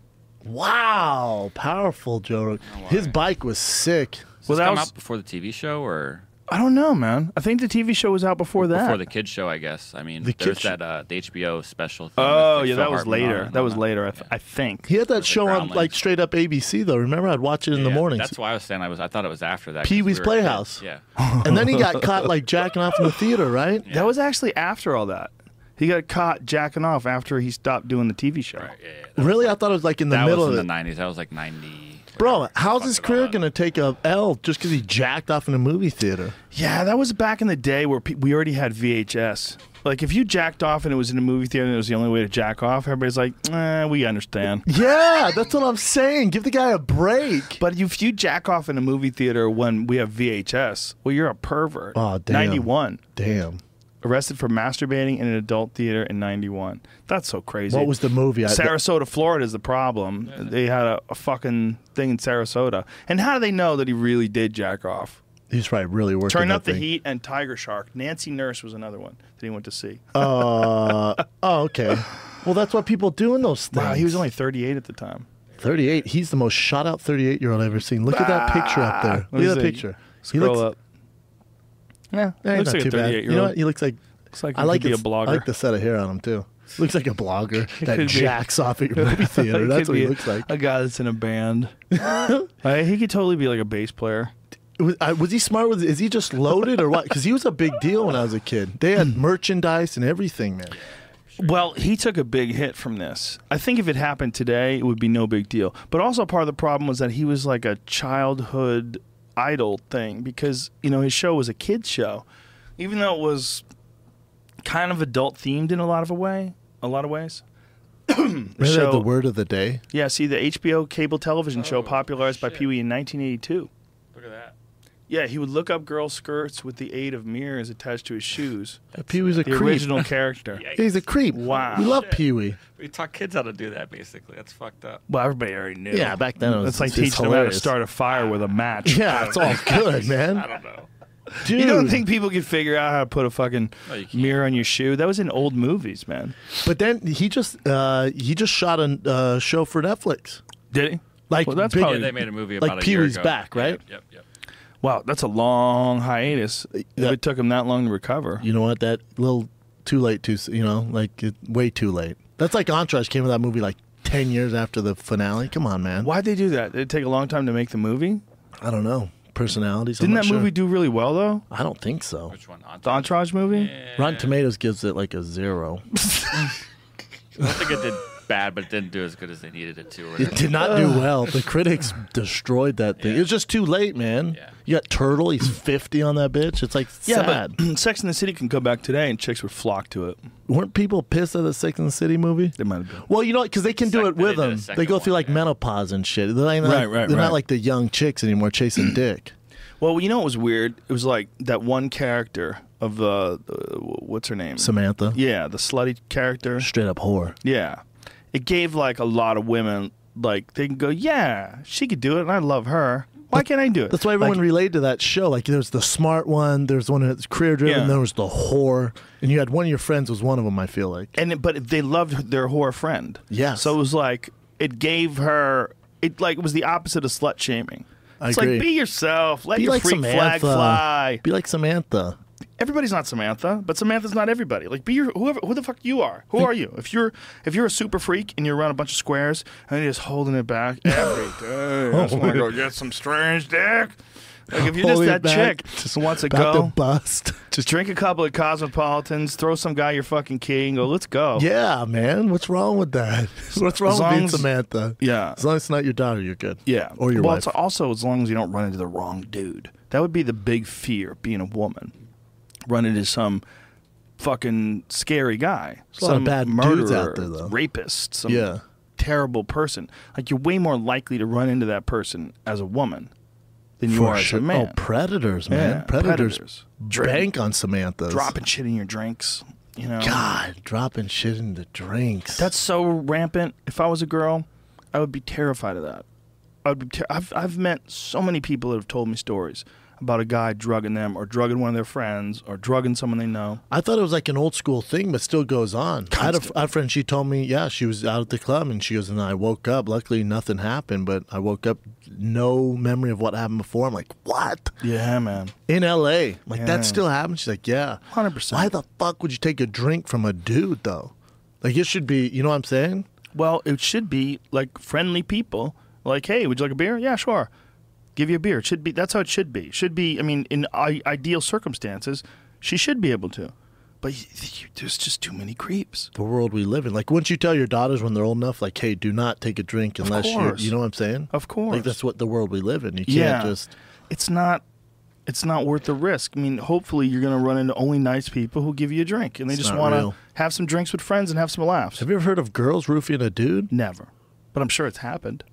Wow, powerful Joe Rogan. His bike was sick. Does Well, this that come was- out before the TV show or I don't know, man. I think the TV show was out before that. before the kids show? I guess. I mean, The kid there's sh- that uh, the HBO special. Thing oh with, like, yeah, Phil that was Hartman on it later. and That all was later. I, th- I think. He had that the show on Groundlings. like straight up ABC though. Remember, I'd watch it in the Yeah, mornings. That's why I was saying I was. I thought it was after that. 'cause Pee Wee's were- Playhouse. Yeah. and then he got caught like jacking off in the theater, right? That was actually after all that. He got caught jacking off after he stopped doing the TV show. Right, yeah, yeah. That, Really, I thought it was like in the that middle was in of the it. 90s. That was like 90. Bro, whatever. how's Fuck his it all career up. gonna take a L just because he jacked off in a movie theater? Yeah, that was back in the day where pe- we already had VHS. Like, if you jacked off and it was in a movie theater and it was the only way to jack off, everybody's like, eh, we understand. Yeah, that's what I'm saying. Give the guy a break. But if you jack off in a movie theater when we have VHS, well, you're a pervert. Aw, damn. 91. Damn. Arrested for masturbating in an adult theater in 91. That's so crazy. What was the movie? I, Sarasota, Florida is the problem. They had a, a fucking thing in Sarasota. And how do they know that he really did jack off? he's probably really working. Turn that Up the thing. Heat and Tiger Shark. Nancy Nurse was another one that he went to see. Uh, oh, okay. Well, that's what people do in those things. Wow, he was only 38 at the time. 38. He's the most shot out 38 year old I've ever seen. Look at that picture up there. Let Look me at that see. picture. Scroll he looks, up. Yeah, eh, not looks like too a bad. 38 You year know old. what? He looks like. Looks like he I like could be a his- I blogger. like the set of hair on him too. Looks like a blogger that could be. jacks off at your movie theater. That's could what he be looks like. A guy that's in a band. Uh, he could totally be like a bass player. Was, I- was he smart? with? Is he just loaded or what? Because he was a big deal when I was a kid. They had merchandise and everything, man. Well, he took a big hit from this. I think if it happened today, it would be no big deal. But also part of the problem was that he was like a childhood idol thing because, you know, his show was a kid's show. Even though it was kind of adult themed in a lot of a way, a lot of ways. Remember show- the word of the day? Yeah, see the HBO cable television show popularized by Pee-wee in 1982. Oh, Look at that. Yeah, he would look up girls' skirts with the aid of mirrors attached to his shoes. Pee Wee's a The creep. original character. He's a creep. Wow. We love Pee Wee. We taught kids how to do that basically. That's fucked up. Well, everybody already knew. Yeah, back then it was That's like it's teaching them how to hilarious. start a fire with a match. Yeah, it's all good, I man. don't know. Dude, You don't think people could figure out how to put a fucking No, you can't. mirror on your shoe? That was in old movies, man. But then he just uh, he just shot a uh, show for Netflix. Did he? Like Well, that's big- probably- Yeah, they made a movie Like about a Pee year Wee's ago. back, right? Yep, yep. yep. Wow, that's a long hiatus. Yeah. If it took him that long to recover. you know what? That little too late, too s- you know, like it, way too late. That's like Entourage came with that movie like ten years after the finale. Come on, man. Why'd they do that? Did it take a long time to make the movie? I don't know personalities. I'm Didn't not that sure. movie do really well though? I don't think so. Which one? The Entourage? Entourage movie? Rotten Tomatoes gives it like a zero. I don't think it did bad, but it didn't do as good as they needed it to. Or It whatever. did not do well. The critics destroyed that thing. It was just too late, man. Yeah. You got Turtle. He's fifty on that bitch. It's like Yeah, sad. but Sex in the City can come back today and chicks would flock to it. Weren't people pissed at the Sex and the City movie? They might have been. Well, you know, because they can do Sec- it with they did a them. They second go through one, like yeah. menopause and shit. They're, like, they're Right, not- right, they're right. not like the young chicks anymore chasing dick. Well, you know what was weird? It was like that one character of uh, the what's her name? Samantha, Yeah, the slutty character. straight up whore. Yeah. It gave like a lot of women like they can go, Yeah, she could do it and I love her. Why can't I do it? That's why everyone Like, related to that show. Like, there's the smart one, there's one that's career driven, Yeah. there was the whore, and you had one of your friends was one of them. I feel like and it, but they loved their whore friend. Yes. So it was like it gave her it like it was the opposite of slut shaming. I it's agree. like be yourself, let be your like freak flag Samantha. fly. Be like Samantha. Everybody's not Samantha, but Samantha's not everybody. Like be your whoever who the fuck you are. Who are you? If you're if you're a super freak and you're around a bunch of squares and you're just holding it back eh, every day, I just want to go get some strange dick. Like if you're just Holding that it back, chick, just wants to About go, to bust. just drink a couple of cosmopolitans, throw some guy your fucking key, and go. Let's go. Yeah, man. What's wrong with that? What's wrong with As long being as- Samantha? Yeah. As long as it's not your daughter, you're good. Yeah. Or your well, wife. it's also as long as you don't run into the wrong dude. That would be the big fear being a woman. Run into some fucking scary guy. a lot of some bad murderer, dudes out there, though. rapist, some Yeah. terrible person. Like you're way more likely to run into that person as a woman than you For are sure. as a man. Oh, predators, Yeah, man. predators, predators. bank on Samantha's. dropping shit in your drinks, you know. God, dropping shit in the drinks. That's so rampant. If I was a girl, I would be terrified of that. I'd be ter- I've I've met so many people that have told me stories about a guy drugging them or drugging one of their friends or drugging someone they know. I thought it was like an old school thing, but still goes on. I had a, f- a friend. She told me, yeah, she was out at the club, and she goes, and I woke up. Luckily, nothing happened, but I woke up, no memory of what happened before. I'm like, what? Yeah, man. In L.A., I'm like Yeah. that still happened? She's like, yeah, 100%. Why the fuck would you take a drink from a dude though? Like it should be, you know what I'm saying? Well, it should be like friendly people. Like, hey, would you like a beer? Yeah, sure. Give you a beer. It should be that's how it should be. It should be. I mean, in I- ideal circumstances, she should be able to. But y y there's just too many creeps. The world we live in. Like, wouldn't you tell your daughters when they're old enough, like, hey, do not take a drink unless you, course. you know what I'm saying? Of course. Like that's what the world we live in. You can't just. it's not it's not worth the risk. I mean, hopefully you're going to run into only nice people who give you a drink and they It's just not want real. to have some drinks with friends and have some laughs. Have you ever heard of girls roofing a dude? Never. But I'm sure it's happened.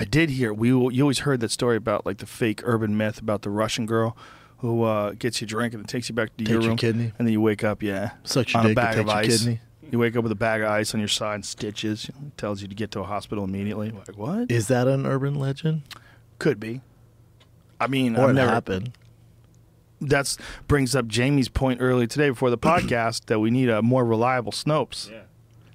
I did hear we you always heard that story about like the fake urban myth about the Russian girl who uh, gets you a drink and then takes you back to your your room kidney. and then you wake up, yeah, Sucks your on dick a and bag takes of your ice. kidney. You wake up with a bag of ice on your side, stitches, you know, tells you to get to a hospital immediately. Like what? Is that an urban legend? could be. I mean, Or I've it never happened? that's brings up Jamie's point earlier today before the podcast that we need a more reliable Snopes. Yeah.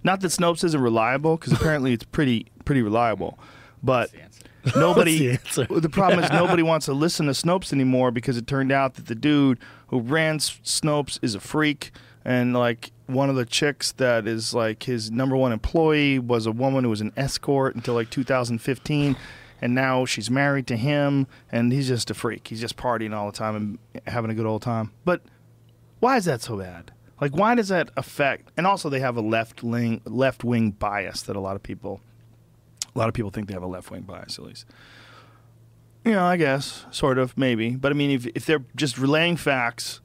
Not that Snopes isn't reliable because apparently it's pretty pretty reliable, but That's the answer. nobody. That's the answer. the problem is nobody wants to listen to Snopes anymore because it turned out that the dude who ran S- Snopes is a freak. and like one of the chicks that is like his number one employee was a woman who was an escort until like 2015 and now she's married to him and he's just a freak he's just partying all the time and having a good old time but why is that so bad like why does that affect and also they have a left wing left wing bias that a lot of people a lot of people think they have a left wing bias at least you know, I guess, sort of, maybe. But I mean, if, if they're just relaying facts,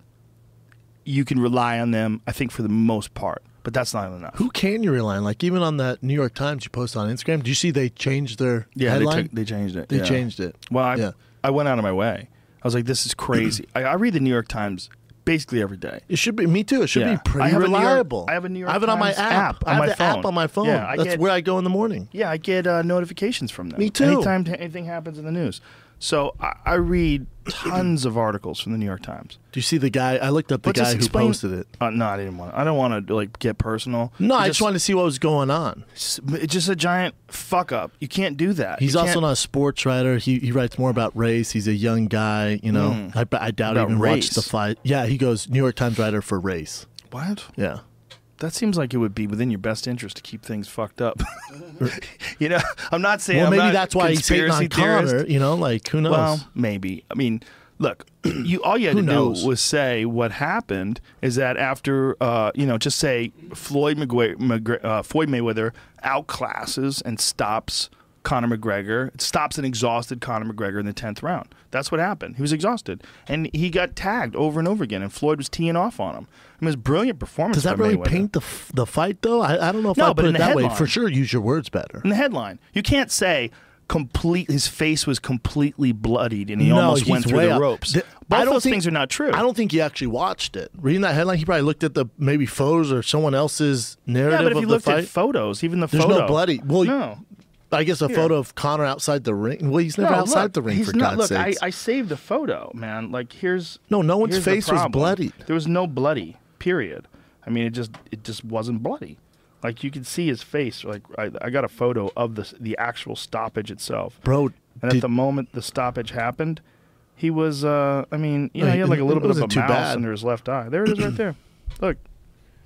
you can rely on them, I think, for the most part. But that's not enough. Who can you rely on? Like even on that New York Times you post on Instagram, do you see they changed their yeah, they, headline? took, they changed it. They yeah. changed it. Well, I, yeah. I went out of my way. I was like, this is crazy. I, I read the New York Times basically every day. It should be me too. It should Yeah. be pretty I have a New York- reliable. I have a New York I have it on my Times app. app I on have my the app phone. on my phone. Yeah, I That's get- where I go in the morning. Yeah, I get uh, notifications from them. Me too. Anytime t- anything happens in the news. So I, I read tons of articles from the New York Times. Do you see the guy? I looked up the But guy just who explain- posted it. Uh, no, I didn't want. I don't want to like get personal. No, It I just wanted to see what was going on. S- It's just a giant fuck up. You can't do that. He's You also can't- not a sports writer. He he writes more about race. He's a young guy. You know, I, I doubt he Mm. About even race. watched the fight. Yeah, he goes New York Times writer for race. What? Yeah. That seems like it would be within your best interest to keep things fucked up. you know, I'm not saying. Well, I'm maybe not that's why he's hating on conspiracy theorist. Connor. You know, like who knows? Well, maybe. I mean, look, you all you had Who to knows? do was say what happened is that after uh, you know, just say Floyd McGwe- McGre- uh, Floyd Mayweather outclasses and stops Conor McGregor, stops an exhausted Conor McGregor in the tenth round. That's what happened. He was exhausted, and he got tagged over and over again, and Floyd was teeing off on him. I mean, it was a brilliant performance. Does that by really Mayweather. paint the f- the fight though? I, I don't know if No, I but put in it the that way. headline. For sure, use your words better. in the headline. You can't say complete. His face was completely bloodied, and he no, almost he's went through way the up. ropes. Th- I Both don't those think- things are not true. I don't think he actually watched it. Reading that headline, he probably looked at the maybe photos or someone else's narrative Yeah, but if of you the looked fight. at photos, even the There's photo, no bloody. Well, no. I guess a photo of Connor outside the ring. Well, he's never No, outside look, the ring he's for not, God's look, sake. I, I saved the photo, man. Like here's No, no one's here's the face was problem. bloodied. There was no bloody. Period. I mean, it just it just wasn't bloody. Like you could see his face. Like I, I got a photo of the s- the actual stoppage itself, Bro, And at did- the moment the stoppage happened, he was. uh I mean, you No, know, he- he had like a little it bit of a wasn't mouse too bad. under his left eye. There it is, right there. Look,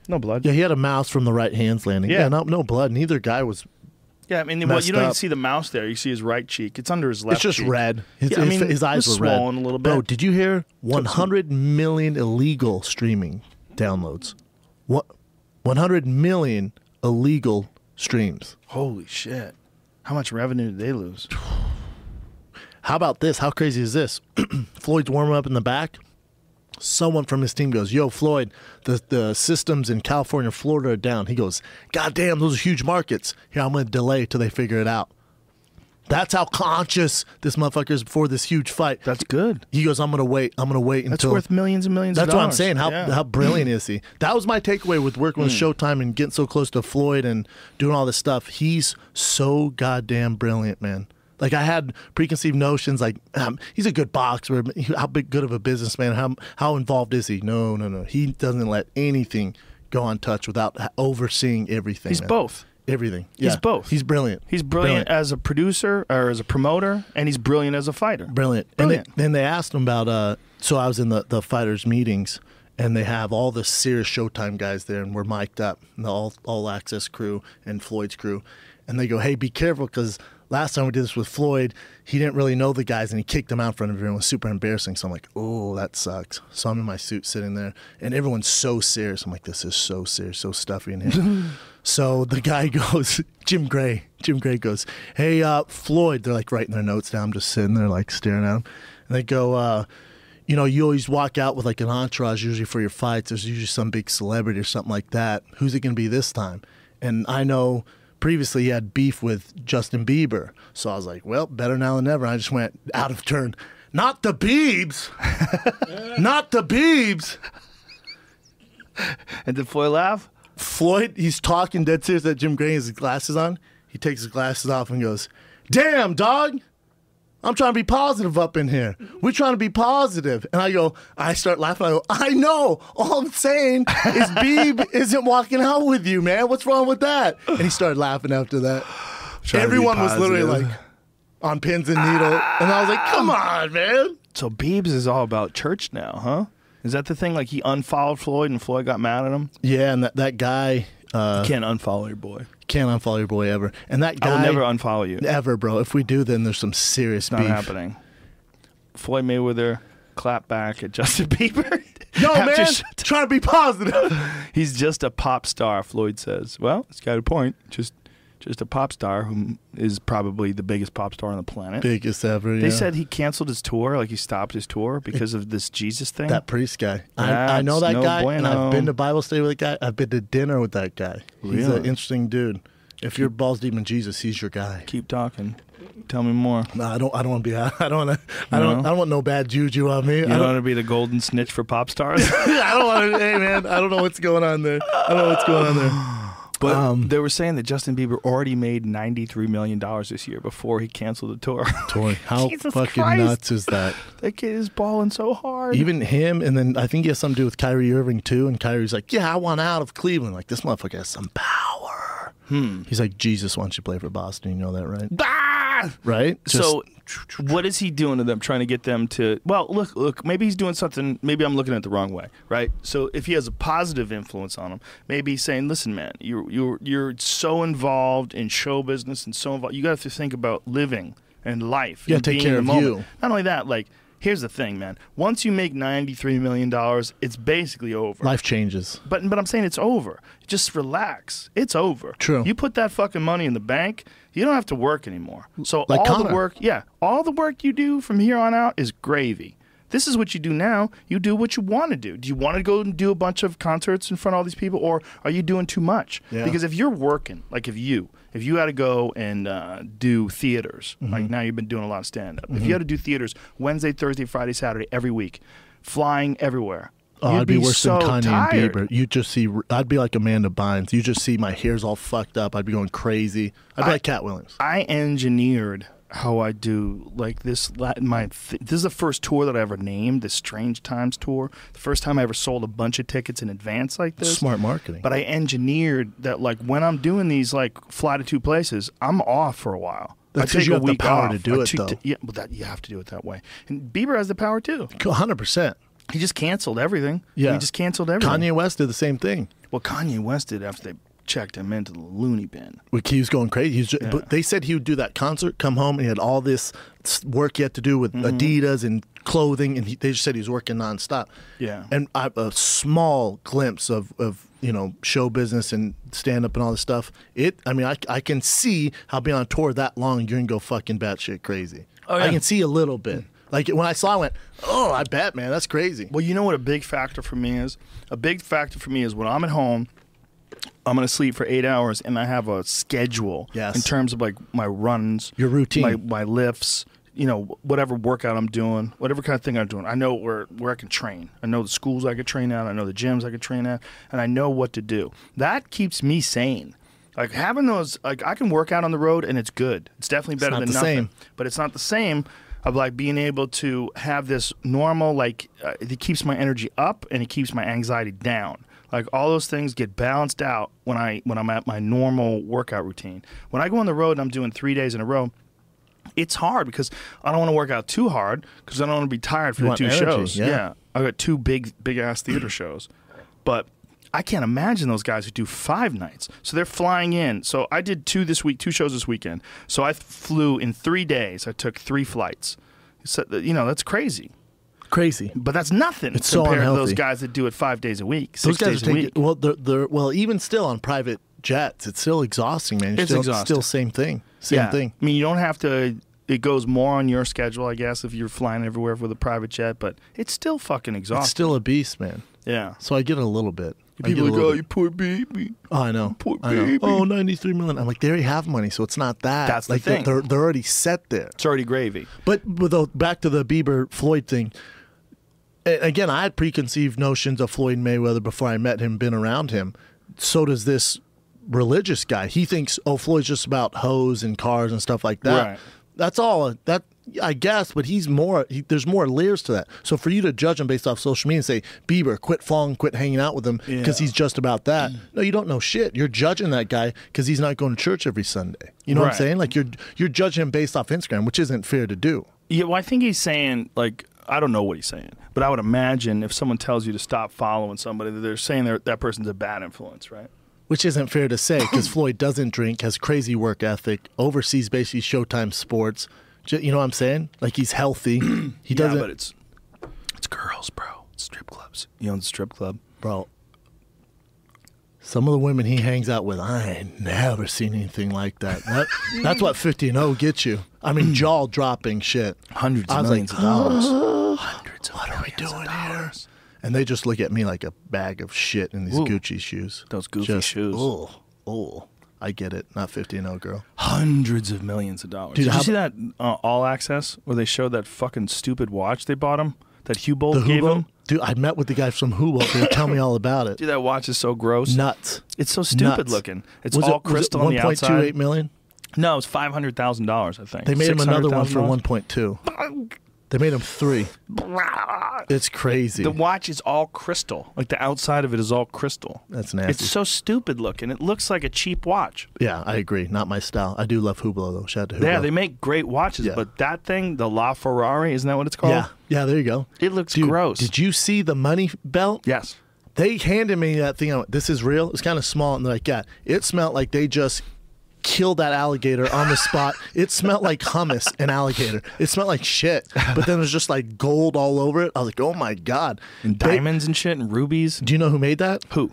no blood. yeah, he had a mouse from the right hand's landing. Yeah, Yeah. no, no blood. Neither guy was. Yeah, I mean, well, messed you don't even up. see the mouse there. You see his right cheek. It's under his left. It's just cheek. red. His, Yeah, I his, mean, his eyes it's were red. swollen a little Bro, bit. did you hear? 100 million illegal streaming downloads. What? 100 million illegal streams. Holy shit! How much revenue did they lose? How about this? How crazy is this? Floyd's warming up in the back. Someone from his team goes, "Yo, Floyd, the the systems in California, and Florida are down." He goes, "God damn, those are huge markets. Here, I'm going to delay till they figure it out." That's how conscious this motherfucker is before this huge fight. That's good. He goes, "I'm going to wait. I'm going to wait That's until." worth millions and millions. That's of what I'm dollars. saying. How Yeah. Hmm. how brilliant is he? That was my takeaway with working with Showtime and getting so close to Floyd and doing all this stuff. He's so goddamn brilliant, man. Like I had preconceived notions, like um, he's a good boxer. but he- How big, good of a businessman? How how involved is he? No, no, no. He doesn't let anything go untouched without ha- overseeing everything. he's man. both. Everything. He's Yeah. both. He's brilliant. He's brilliant, as a producer or as a promoter, and he's brilliant as a fighter. Brilliant. Brilliant. And they, then they asked him about. Uh, so I was in the, the fighters meetings, and they have all the serious Showtime guys there, and we're mic'd up, and the all all access crew and Floyd's crew, and they go, "Hey, be careful, because last time we did this with Floyd, he didn't really know the guys, and he kicked them out in front of everyone. It was super embarrassing." So I'm like, "Oh, that sucks." So I'm in my suit sitting there, and everyone's so serious. I'm like, "This is so serious, so stuffy in here." So the guy goes, Jim Gray. Jim Gray goes, Hey, uh, Floyd. They're like writing their notes down. I'm just sitting there, like staring at him. And they go, uh, You know, you always walk out with like an entourage usually for your fights. There's usually some big celebrity or something like that. Who's it going to be this time? And I know previously he had beef with Justin Bieber. So I was like, Well, better now than never. I just went out of turn. Not the Biebs. Not the Biebs. And did Foy laugh? Floyd, he's talking dead serious that Jim Gray has his glasses on. He takes his glasses off and goes, Damn, dog. I'm trying to be positive up in here. We're trying to be positive. And I go, I start laughing. I go, I know. All I'm saying is Beeb isn't walking out with you, man. What's wrong with that? And he started laughing after that. to be Everyone was literally positive. like on Ah. pins and needle. And I was like, come on, man. So Biebs is all about church now, huh? Is that the thing? Like he unfollowed Floyd and Floyd got mad at him? Yeah, and that that guy uh, Can't unfollow your boy. can't unfollow your boy ever, and that I guy will never unfollow you. ever, bro. If we do, then there's some serious Not beef. happening. Floyd Mayweather clap back at Justin Bieber. Yo, After man, sh- try to be positive. he's just a pop star. Floyd says. Well, it's got a point. Just, just a pop star who is probably the biggest pop star on the planet. Biggest ever. They yeah. said he canceled his tour, like he stopped his tour because of this Jesus thing. that priest guy. I, I know that That's no guy, and bueno. I've been to Bible study with that guy. I've been to dinner with that guy. He's an Really? interesting dude. If you're balls deep in Jesus, he's your guy. Keep talking. Tell me more. No, I don't. I don't want to be. I don't. want to. I don't. No? I don't want no bad juju on me. You I don't don't. want to be the golden snitch for pop stars. I don't want to. Hey, man. I don't know what's going on there. I don't know what's going on there. But Um, they were saying that Justin Bieber already made ninety three million dollars this year before he canceled the tour. Toy, how Jesus fucking Christ. nuts is that? that kid is balling so hard. Even him, and then I think he has something to do with Kyrie Irving too. And Kyrie's like, "Yeah, I want out of Cleveland. Like this motherfucker has some power." Hmm. He's like, "Jesus wants you to play for Boston. You know that, right? Ah! Right? so, what is he doing to them? Trying to get them to well, look, look. Maybe he's doing something. Maybe I'm looking at it the wrong way, right? So, if he has a positive influence on them, maybe he's saying, "Listen, man, you're you're you're so involved in show business and so involved. You got to think about living and life. Yeah, and take being care in the of you. moment. Not only that, like." Here's the thing, man. Once you make ninety-three million dollars, it's basically over. life changes. But but I'm saying it's over. Just relax. It's over. True. You put that fucking money in the bank. You don't have to work anymore. So Like all Connor. the work, yeah, all the work you do from here on out is gravy. This is what you do now. You do what you want to do. Do you want to go and do a bunch of concerts in front of all these people, or are you doing too much? Yeah. Because if you're working, like if you, if you had to go and uh, do theaters, Mm-hmm. like now you've been doing a lot of stand up. If you had to do theaters Wednesday, Thursday, Friday, Saturday every week, flying everywhere, Oh, you'd I'd be, worse so than Kanye tired. and Bieber. You just see, I'd be like Amanda Bynes. You just see my hair's all fucked up. I'd be going crazy. I'd be like Cat Williams. I engineered how I do like this. la- My th- this is the first tour that I ever named the Strange Times tour. The first time I ever sold a bunch of tickets in advance like this. Smart marketing. But I engineered that like when I'm doing these like fly to two places, I'm off for a while. That's 'cause I take you a have the week power off. to do I it, took- though. yeah, but that you have to do it that way. And Bieber has the power too. 100%. He just canceled everything. Yeah. he just canceled everything. Kanye West did the same thing. Well, Kanye West did after they checked him into the loony bin. Like, He was going crazy. He was ju- but they said he would do that concert, come home, and he had all this s- work he had to do with Mm-hmm. Adidas and clothing, and he, they just said he was working nonstop. Yeah. and I, a small glimpse of, of you know show business and stand up and all this stuff. It, I mean, I, I can see how being on tour that long, you're gonna go fucking batshit crazy. Oh, yeah. I can see a little bit. Like when I saw, it, I went, "Oh, I bet, man, that's crazy." Well, you know what a big factor for me is? A big factor for me is when I'm at home, I'm going to sleep for eight hours and I have a schedule Yes. in terms of like my runs, Your routine. my, my lifts, you know, whatever workout I'm doing, whatever kind of thing I'm doing. I know where, where I can train. I know the schools I could train at, I know the gyms I could train at, and I know what to do. That keeps me sane. Like having those, like I can work out on the road and it's good. It's definitely better not than the nothing same. but it's not the same of like being able to have this normal like uh, it keeps my energy up and it keeps my anxiety down like all those things get balanced out when i when i'm at my normal workout routine when i go on the road and i'm doing three days in a row it's hard because i don't want to work out too hard because i don't want to be tired for the want two energy, shows yeah. i got two big big ass theater shows but I can't imagine those guys who do five nights. So they're flying in. So I did two this week, two shows this weekend. So I flew in three days. I took three flights. So you know that's crazy, Crazy. but that's nothing It's so compared to those unhealthy. guys that do it five days a week, Those six guys days are a taking week. well, they're, they're well, even still on private jets, it's still exhausting, man. You're It's still, exhausting. Still same thing. Same yeah. thing. I mean, you don't have to. It goes more on your schedule, I guess, if you're flying everywhere with a private jet. But it's still fucking exhausting. It's still a beast, man. yeah. So I get it a little bit. I get People a are like, little oh, bit. you poor baby. Oh, I know. Poor I know. baby. Oh, 93 million. I'm like, they already have money, so it's not that. That's the like, they're- thing. They're, they're already set there. It's already gravy. But, but though, back to the Bieber Floyd thing. A- Again, I had preconceived notions of Floyd Mayweather before I met him, been around him. So does this religious guy. He thinks, oh, Floyd's just about hoes and cars and stuff like that. Right. That's all. That I guess, but he's more. He, there's more layers to that. So for you to judge him based off social media and say Bieber, quit following, quit hanging out with him because Yeah. Mm. he's just about that. No, you don't know shit. You're judging that guy because he's not going to church every Sunday. You know what Right. I'm saying? Like you're you're judging him based off Instagram, which isn't fair to do. Yeah, well, I think he's saying like I don't know what he's saying, but I would imagine if someone tells you to stop following somebody, that they're saying they're, that person's a bad influence, right? Which isn't fair to say because Floyd doesn't drink, has crazy work ethic, oversees basically Showtime Sports. Ju- You know what I'm saying? Like he's healthy. He doesn't. Yeah, but it's it's girls, bro. Strip clubs. He owns a strip club. bro. Some of the women he hangs out with, I ain't never seen anything like that. That- that's what 50 and 0 gets you. I mean, jaw dropping shit. Mm. Hundreds I of was millions like, of dollars. Hundreds what are we doing here? And they just look at me like a bag of shit in these Ooh. Gucci shoes. Those goofy Just, shoes. Oh, oh. I get it. Not 50 and 0 girl. Hundreds of millions of dollars. Dude, Did how- you see that uh, All Access where they showed that fucking stupid watch they bought him? That Hubold The gave Hubo? him? Dude, I met with the guy from Hubo. They tell me all about it. Dude, that watch is so gross. Nuts. It's so stupid Nuts. looking. It's Was all it- was it crystal on the outside. 1.28 million? No, it's five hundred thousand dollars. I think They made him another one for $600,000. 1.2. They made him three. It's crazy. The watch is all crystal. Like the outside of it is all crystal. That's nasty. It's so stupid looking. It looks like a cheap watch. yeah, I agree. Not my style. I do love Hublot though. Shout out to Hublot. Yeah, they make great watches, Yeah. but that thing, the La Ferrari, isn't that what it's called? yeah, yeah. There you go. It looks Dude, gross. Did you see the money belt? Yes. They handed me that thing. I went, this is real. It's kind of small, and they're like, yeah. It smelled like they just killed that alligator on the spot. it smelled like hummus and alligator. It smelled like shit. But then there's just like gold all over it. I was like, oh my god. And They- diamonds and shit and rubies. do you know who made that? Who?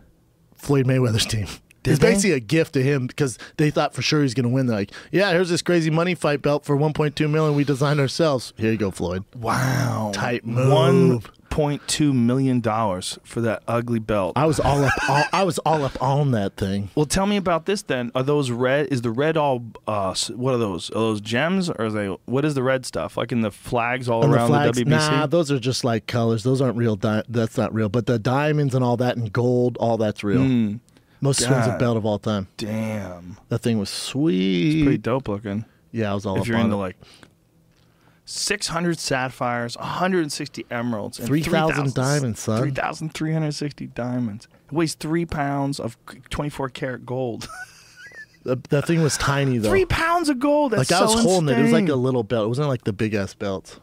Floyd Mayweather's team. it's they? basically a gift to him because they thought for sure he's going to win. They're like, yeah, here's this crazy money fight belt for 1.2 million we designed ourselves. Here you go, Floyd. Wow. Tight One move. point two million dollars for that ugly belt. I was all up. All, I was all up on that thing. well, tell me about this then. Are those red? Is the red all? Uh, s- what are those? Are those gems or are they? What is the red stuff? Like in the flags all And around the flags, the WBC? nah, those are just like colors. Those aren't real. Di- that's not real. But the diamonds and all that and gold, all that's real. Most expensive Hmm. God. belt of all time. Damn. That thing was sweet. Pretty dope looking. yeah, I was all if up you're on into it. like 600 sapphires, 160 emeralds, and 3,000 3,000 diamonds, son. 3,360 diamonds. It weighs three pounds of 24 karat gold. That- that thing was tiny though. three pounds of gold. like That's I was so holding it. It was like a insane. little belt. It wasn't like the big ass belt.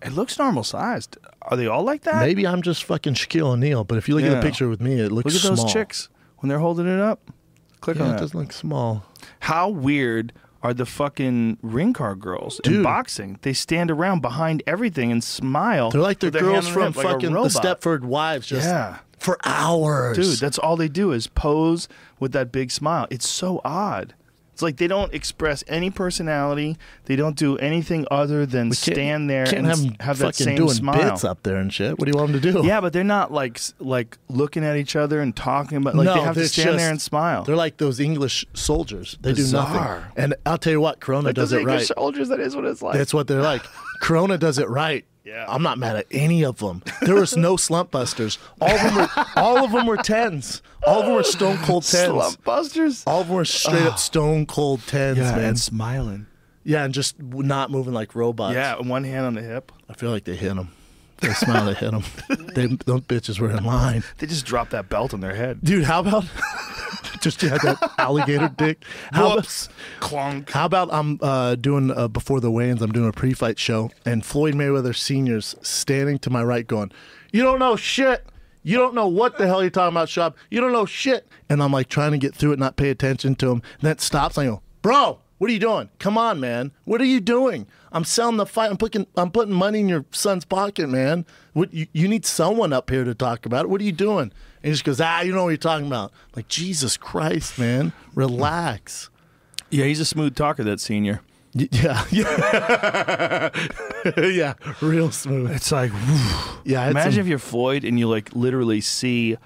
It looks normal sized. Are they all like that? Maybe I'm just fucking Shaquille O'Neal, but if you look at Yeah. the picture with me, it looks Look at small. those chicks when they're holding it up. Click Yeah, on it that. does look small. How weird are the fucking ring car girls in Dude. boxing? They stand around behind everything and smile. They're like the with their girls hand on from hip like a fucking the robot. Stepford Wives, just Yeah. for hours. Dude, that's all they do is pose with that big smile. It's so odd. It's like they don't express any personality. They don't do anything other than We can't- stand there can't and have s- 'em have that fucking same doing smile. bits up there and shit. What do you want them to do? Yeah, but they're not like s- like looking at each other and talking about like no, they have to they're stand just- there and smile. They're like those English soldiers. They do nothing. Bizarre. And I'll tell you what, Corona like does those it right. English soldiers. That is what it's like. That's what they're like. Corona does it right. Yeah. I'm not mad at any of them. There was no slump busters. All of them were all of them were tens. All of them were stone cold tens. Slump busters. All of them were straight up stone cold tens, yeah, man. and smiling. Yeah, and just w- not moving like robots. Yeah, one hand on the hip. I feel like they hit them. They smile, they hit them. They, those bitches were in line. They just drop that belt on their head. Dude, how about just you had that alligator dick? How about- Whoops. Clunk. How about I'm uh, doing uh, before the weigh-ins? I'm doing a pre-fight show, and Floyd Mayweather Senior's standing to my right, going, "You don't know shit. You don't know what the hell you're talking about, Shop. You don't know shit." And I'm like trying to get through it, not pay attention to him. And that stops. And I go, "Bro, what are you doing? Come on, man. What are you doing? I'm selling the fight. I'm putting I'm putting money in your son's pocket, man. What you, you need someone up here to talk about it. What are you doing?" And he just goes, "Ah, you know what you're talking about." I'm like Jesus Christ, man, relax. Yeah, he's a smooth talker. That senior. Y- Yeah, yeah, yeah. Real smooth. It's like. Yeah. I had Imagine some- if you're Floyd and you like literally see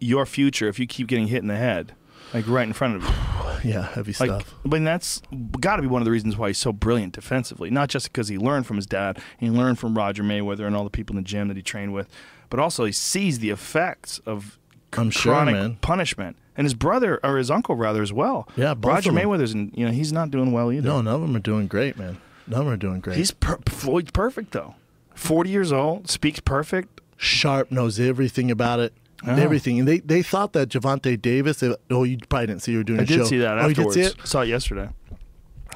your future if you keep getting hit in the head, like right in front of you. yeah, heavy Like, stuff. I mean, that's got to be one of the reasons why he's so brilliant defensively. Not just because he learned from his dad and he learned from Roger Mayweather and all the people in the gym that he trained with, but also he sees the effects of I'm sure, chronic man. punishment. And his brother or his uncle rather as well. Yeah, both Roger of them. Mayweather's and you know he's not doing well either. No, none of them are doing great, man. None of them are doing great. he's per- Floyd's perfect though. Forty years old, speaks perfect. sharp, knows everything about it. Oh. Everything. And they they thought that Javante Davis. they- oh, you probably didn't see you were doing. I a did show. see that Oh, you did afterwards. see it? Saw it yesterday.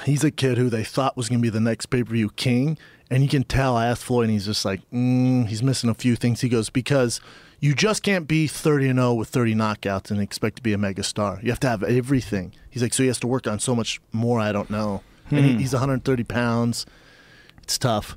He's a kid who they thought was going to be the next pay per view king, And you can tell. I asked Floyd, and he's just like, mm, he's missing a few things. He goes because you just can't be 30 and 0 with 30 knockouts and expect to be a mega star. You have to have everything. He's like, so he has to work on so much more. I don't know. And Hmm. he, he's 130 pounds. It's tough.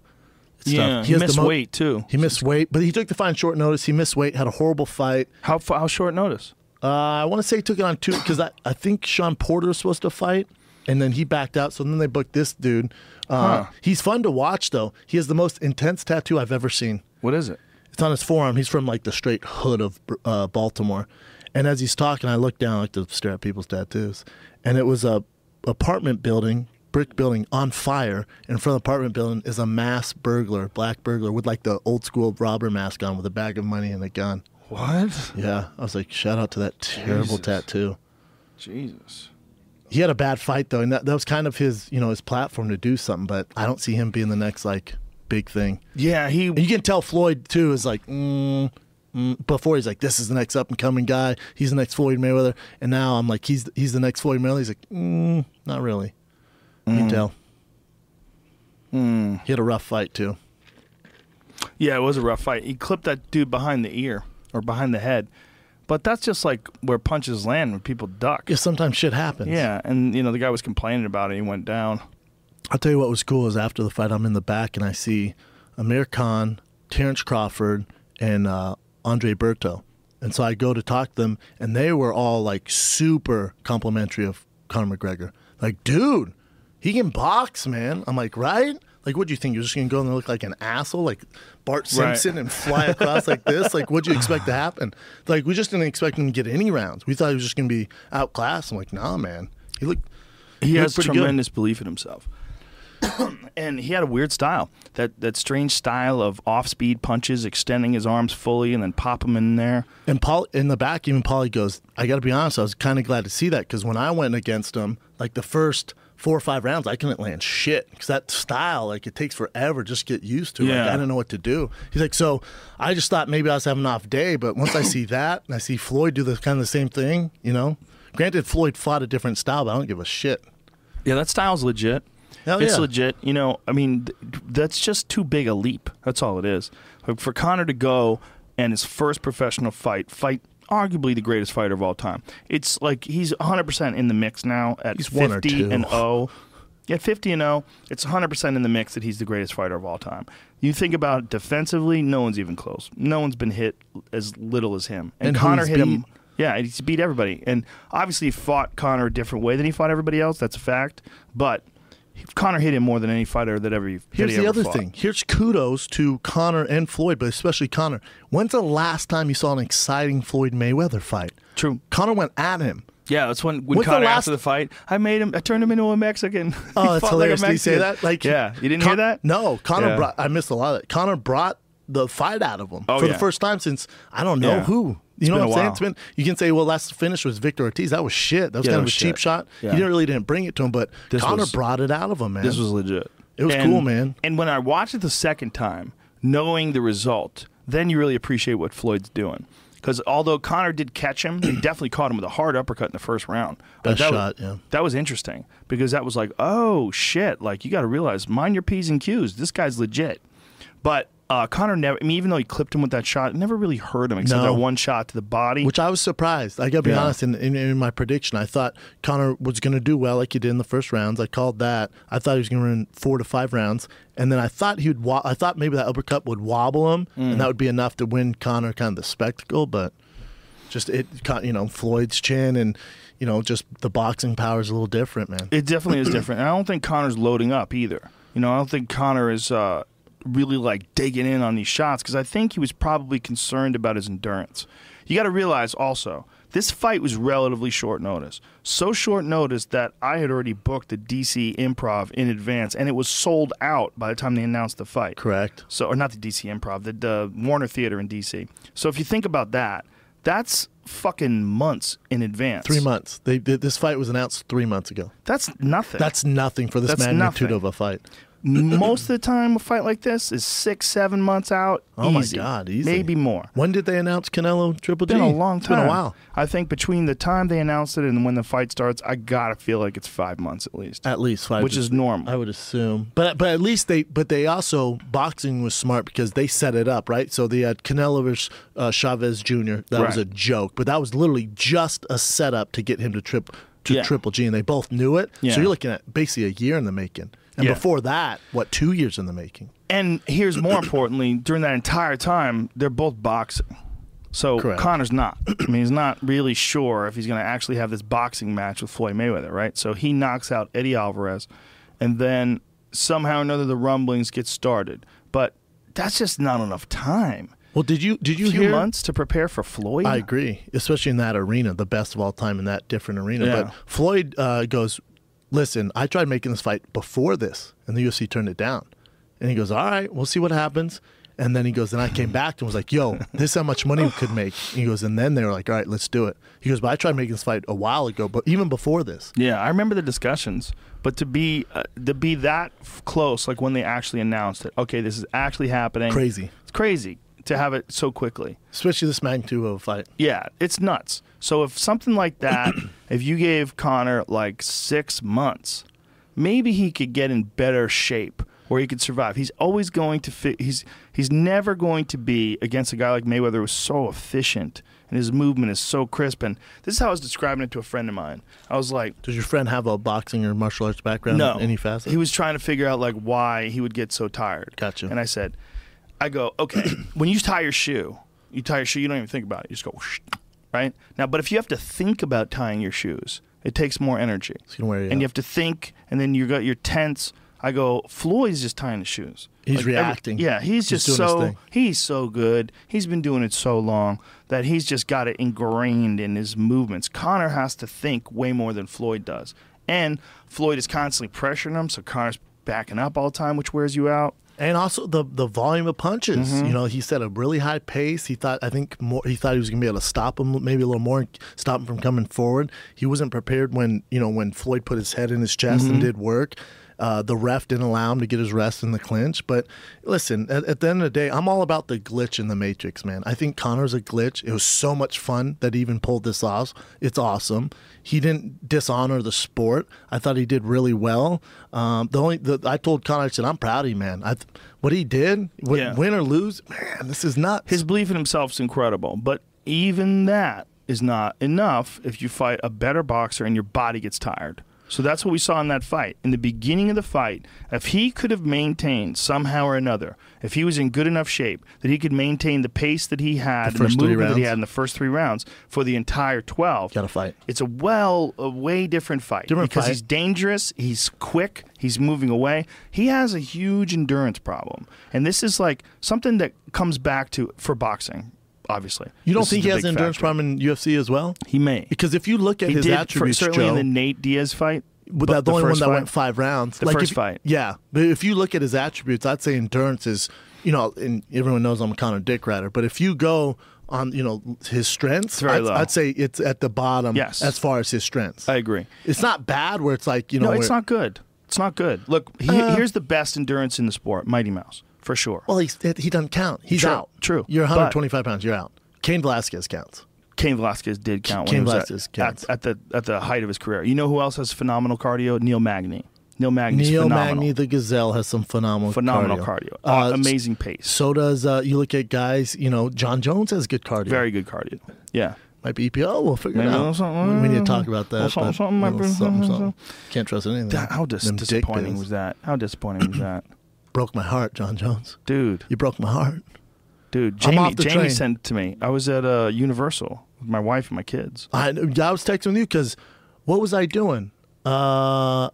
It's Yeah, tough. he has the missed mo- weight too. He missed weight, but he took the fine short notice. He missed weight, had a horrible fight. How fa- how short notice? Uh, I want to say he took it on two because I, I think Sean Porter was supposed to fight, and then he backed out. So then they booked this dude. Uh, Huh. He's fun to watch though. He has the most intense tattoo I've ever seen. What is it? It's on his forearm. He's from like the straight hood of uh, Baltimore. And as he's talking, I look down, I like to stare at people's tattoos. And it was a apartment building, brick building on fire. In front of the apartment building is a mass burglar, black burglar, with like the old school robber mask on with a bag of money and a gun. What? Yeah. I was like, shout out to that terrible Jesus. tattoo. Jesus. He had a bad fight though, and that, that was kind of his, you know, his platform to do something, but I don't see him being the next like big thing. Yeah, he. And you can tell Floyd too is like mm, mm, before he's like this is the next up and coming guy. He's the next Floyd Mayweather, and now I'm like he's he's the next Floyd Mayweather. He's like mm, not really. Mm. You can tell. He had a rough fight too. Yeah, it was a rough fight. He clipped that dude behind the ear or behind the head, but that's just like where punches land when people duck. Yeah, sometimes shit happens. Yeah, and you know the guy was complaining about it. He went down. I'll tell you what was cool is after the fight, I'm in the back and I see Amir Khan, Terrence Crawford, and uh, Andre Berto. And so I go to talk to them, and they were all like super complimentary of Conor McGregor. Like, dude, he can box, man. I'm like, right? Like, what do you think? You're just gonna go and look like an asshole, like Bart Right. Simpson, and fly across like this? Like, what'd you expect to happen? They're Like, we just didn't expect him to get any rounds. We thought he was just gonna be outclassed. I'm like, nah, man. He looked. He looked has pretty good. tremendous belief in himself. and he had a weird style that that strange style of off-speed punches, extending his arms fully and then pop them in there. And Paul in the back, even Paulie goes, I got to be honest, I was kind of glad to see that because when I went against him, like the first four or five rounds, I couldn't land shit because that style, like it takes forever just to get used to. it. Like, Yeah. I didn't know what to do. He's like, so I just thought maybe I was having an off day, but once I see that and I see Floyd do the kind of the same thing, you know. Granted, Floyd fought a different style, but I don't give a shit. Yeah, that style's legit. Hell it's yeah. legit. You know, I mean, th- that's just too big a leap. That's all it is. Like, for Connor to go and his first professional fight, fight arguably the greatest fighter of all time. It's like he's 100% in the mix now at He's 50 one or two. and 0. Yeah, 50 and 0. It's 100% in the mix that he's the greatest fighter of all time. You think about defensively, no one's even close. No one's been hit as little as him. And, And who Connor he's hit him beat. yeah, and he's beat everybody. And obviously, he fought Connor a different way than he fought everybody else. That's a fact. But he- Connor hit him more than any fighter that ever. that Here's he the ever other fought. thing. Here's kudos to Connor and Floyd, but especially Connor. When's the last time you saw an exciting Floyd Mayweather fight? True. Connor went at him. Yeah, that's when when What's the Connor last- after the fight, I made him. I turned him into a Mexican. He Oh, that's fought hilarious! Like a Did he say Mexican. that? Like, yeah, you didn't hear Con- that? No, Connor Yeah. brought. I missed a lot of that. Connor brought the fight out of him Oh, for yeah. the first time since I don't know Yeah. who. You know what been a I'm saying? while. It's been. You can say, well, last finish was Victor Ortiz. That was shit. That was Yeah, kind that of a was cheap shit. shot. Yeah. He didn't really didn't bring it to him, but This Connor was- brought it out of him, man. This was legit. It was And- cool, man. And when I watched it the second time, knowing the result, then you really appreciate what Floyd's doing. Because although Connor did catch him, he definitely caught him with a hard uppercut in the first round. Best that shot, was, yeah. That was interesting because that was like, oh shit! Like you got to realize, mind your p's and q's. This guy's legit. But uh, Connor never. I mean, even though he clipped him with that shot, it never really hurt him except No. that one shot to the body. Which I was surprised. I gotta be Yeah. honest. In, in in my prediction, I thought Connor was gonna do well, like he did in the first rounds. I called that. I thought he was gonna run four to five rounds, and then I thought he would. Wa- I thought maybe that uppercut would wobble him, and that would be enough to win Connor kind of the spectacle. But just it, caught, you know, Floyd's chin and you know, just the boxing power is a little different, man. It definitely is different. And I don't think Connor's loading up either. You know, I don't think Connor is uh, really like digging in on these shots because I think he was probably concerned about his endurance. You got to realize also, this fight was relatively short notice. So short notice that I had already booked the DC improv in advance and it was sold out by the time they announced the fight. Correct. So, or not the DC Improv, the, the Warner Theater in DC. So, if you think about that, that's fucking months in advance. Three months. They, th- this fight was announced three months ago. That's nothing. That's nothing for this That's magnitude nothing. of a fight. Most of the time, a fight like this is six, seven months out. Oh my easy. God, easy. Maybe more. When did they announce Canelo Triple G? It's been a long It's time. been a while. I think between the time they announced it and when the fight starts, I gotta feel like it's five months at least, At least five. which is normal. I would assume, but but at least they but they also boxing was smart because they set it up right. So they had Canelo versus uh, Chavez Jr. That was Right. a joke, but that was literally just a setup to get him to trip to Yeah. Triple G, and they both knew it. Yeah. So you're looking at basically a year in the making, and Yeah. before that, what two years in the making? And here's more importantly, during that entire time, they're both boxing. So Correct. Connor's not. I mean, he's not really sure if he's going to actually have this boxing match with Floyd Mayweather, right? So he knocks out Eddie Alvarez, and then somehow or another the rumblings get started. But that's just not enough time. Well, did you did you A few hear? months to prepare for Floyd. I agree, especially in that arena, the best of all time in that different arena. Yeah. But Floyd uh, goes, "Listen, I tried making this fight before this, and the UFC turned it down." And he goes, "All right, we'll see what happens." And then he goes, and I came back and was like, "Yo, this is how much money we could make." And he goes, and then they were like, "All right, let's do it." He goes, "But I tried making this fight a while ago, but even before this." Yeah, I remember the discussions, but to be uh, to be that f- close, like when they actually announced it. Okay, this is actually happening. Crazy. It's crazy to have it so quickly. Especially this magnitude of a fight. Yeah, it's nuts. So if something like that, if you gave Connor like six months, maybe he could get in better shape where he could survive. He's always going to fit. He's he's never going to be against a guy like Mayweather who's so efficient and his movement is so crisp. And this is how I was describing it to a friend of mine. I was like, Does your friend have a boxing or martial arts background? no, in any facet? He was trying to figure out like why he would get so tired. Gotcha. And I said, I go, okay. when you tie your shoe, you tie your shoe. You don't even think about it. You just go, whoosh, right now. But if you have to think about tying your shoes, it takes more energy. It's gonna wear you and out. you have to think, and then you got your tense. I go, Floyd's just tying his shoes. He's every- reacting. yeah, he's He's just doing his so thing. he's so good. He's been doing it so long that he's just got it ingrained in his movements. Connor has to think way more than Floyd does. And Floyd is constantly pressuring him, so Connor's backing up all the time, which wears you out. and also the the volume of punches. You know, he set a really high pace. He thought I think more. He thought he was gonna be able to stop him maybe a little more, stop him from coming forward. He wasn't prepared when you know when Floyd put his head in his chest and did work. Uh, the ref didn't allow him to get his rest in the clinch. But listen, at, at the end of the day, I'm all about the glitch in the matrix, man. I think Connor's a glitch. It was so much fun that he even pulled this off. It's awesome. He didn't dishonor the sport. I thought he did really well. Um, the only the, I told Connor, I said, I'm proud of you, man. I, th- what he did, wh- Yeah. win or lose, man, this is nuts. His belief in himself is incredible, but even that is not enough if you fight a better boxer and your body gets tired. So that's what we saw in that fight. In the beginning of the fight, if he could have maintained somehow or another, if he was in good enough shape that he could maintain the pace that he had, The and first the three movement that he rounds. had in the first three rounds for the entire twelve, Gotta fight. It's a well, a way different fight Different because fight. he's dangerous. He's quick. He's moving away. He has a huge endurance problem, and this is like something that comes back to for boxing. Obviously, you don't This think is he the has big an endurance factor. problem in UFC as well? He may. Because if you look at He his did for- attributes, certainly Joe, in the Nate Diaz fight. But bu- that the, the only one first that went fight. five rounds. The first if- fight. Yeah, but if you look at his attributes, I'd say endurance is. You know, and everyone knows I'm a kind of dick rider, but if you go on, you know, his strengths, very I'd, low. I'd say it's at the bottom. Yes. as far as his strengths, I agree. it's not bad. Where it's like you know, No, it's where- not good. It's not good. Look, he, here's the best endurance in the sport: Mighty Mouse, for sure. Uh, Well, he's, he doesn't count. He's True, out. true. You're But- 125 pounds. You're out. Kane Velasquez counts. Cain Velasquez did count. Cain when he was Velasquez at, counts. at, at the at the height of his career. You know who else has phenomenal cardio? Neil Magny. Neil Magny's Neil phenomenal. Magny the Gazelle has some phenomenal phenomenal cardio. cardio. Uh, Uh, amazing pace. So does uh, you look at guys. You know, John Jones has good cardio. Very good cardio. Yeah. Might be E EPO. Oh, We'll figure Maybe it a out. little something. uh, we need to talk about that. Little something, but something, might little be something, something, something. Can't trust anything. That- how dis- Them dick disappointing pills. was that? How disappointing was that? Broke my heart, John Jones. Dude, You broke my heart. dude. I'm Jamie, off the Jamie train. sent it to me. I was at uh, Universal with my wife and my kids. I, I was texting you because what was I doing? Uh,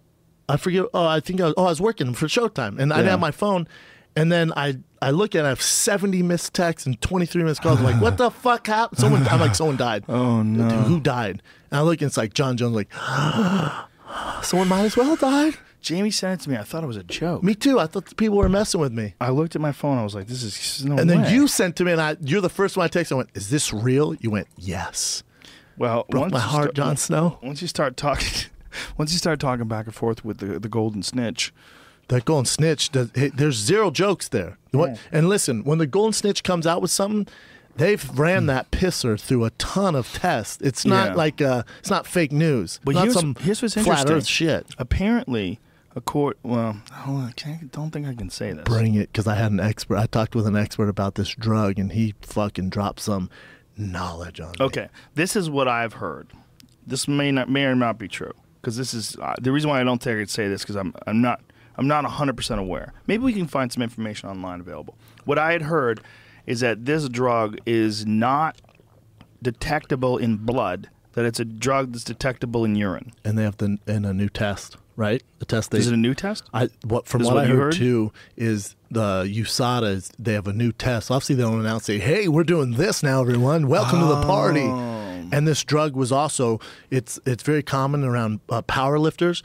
I forget. Oh, I think I was, oh, I was working for Showtime and I didn't Yeah. have my phone. And then I, I look and I have 70 missed texts and 23 missed calls. I'm like, what the fuck happened? Someone, I'm like, someone died. Oh, no. who died? And I look and it's like John Jones, like, someone might as well died. Jamie sent it to me. I thought it was a joke. Me too. I thought the people were messing with me. I looked at my phone. I was like, this is, this is no And then way. you sent to me, and I, you're the first one I texted. I went, "Is this real?" You went, "Yes." well, once My you heart, start- Jon Snow. Once you start talking, once you start talking back and forth with the the golden snitch, that Golden Snitch does. Hey, there's zero jokes there. You want- And listen, when the Golden Snitch comes out with something, they've ran that pisser through a ton of tests. It's not Yeah. like uh, it's not fake news. But not here's- some here's what's flat interesting. Earth shit. Apparently, a court. Well, hold on, can I, don't think I can say this. Bring it, because I had an expert. I talked with an expert about this drug, and he fucking dropped some knowledge on me. Okay, this is what I've heard. This may not may or not be true because this is uh, the reason why I don't think I could say this because I'm I'm not I'm not 100 percent aware. Maybe we can find some information online available. What I had heard is that this drug is not detectable in blood. That it's a drug that's detectable in urine. And they have the in a new test, right? A test they Is it a new test? I what from This is what, what I you heard, heard? too is the USADA is they have a new test. Obviously, they don't announce it. Hey, we're doing this now, everyone. Welcome to the party. Oh. And this drug was also it's it's very common around uh, power lifters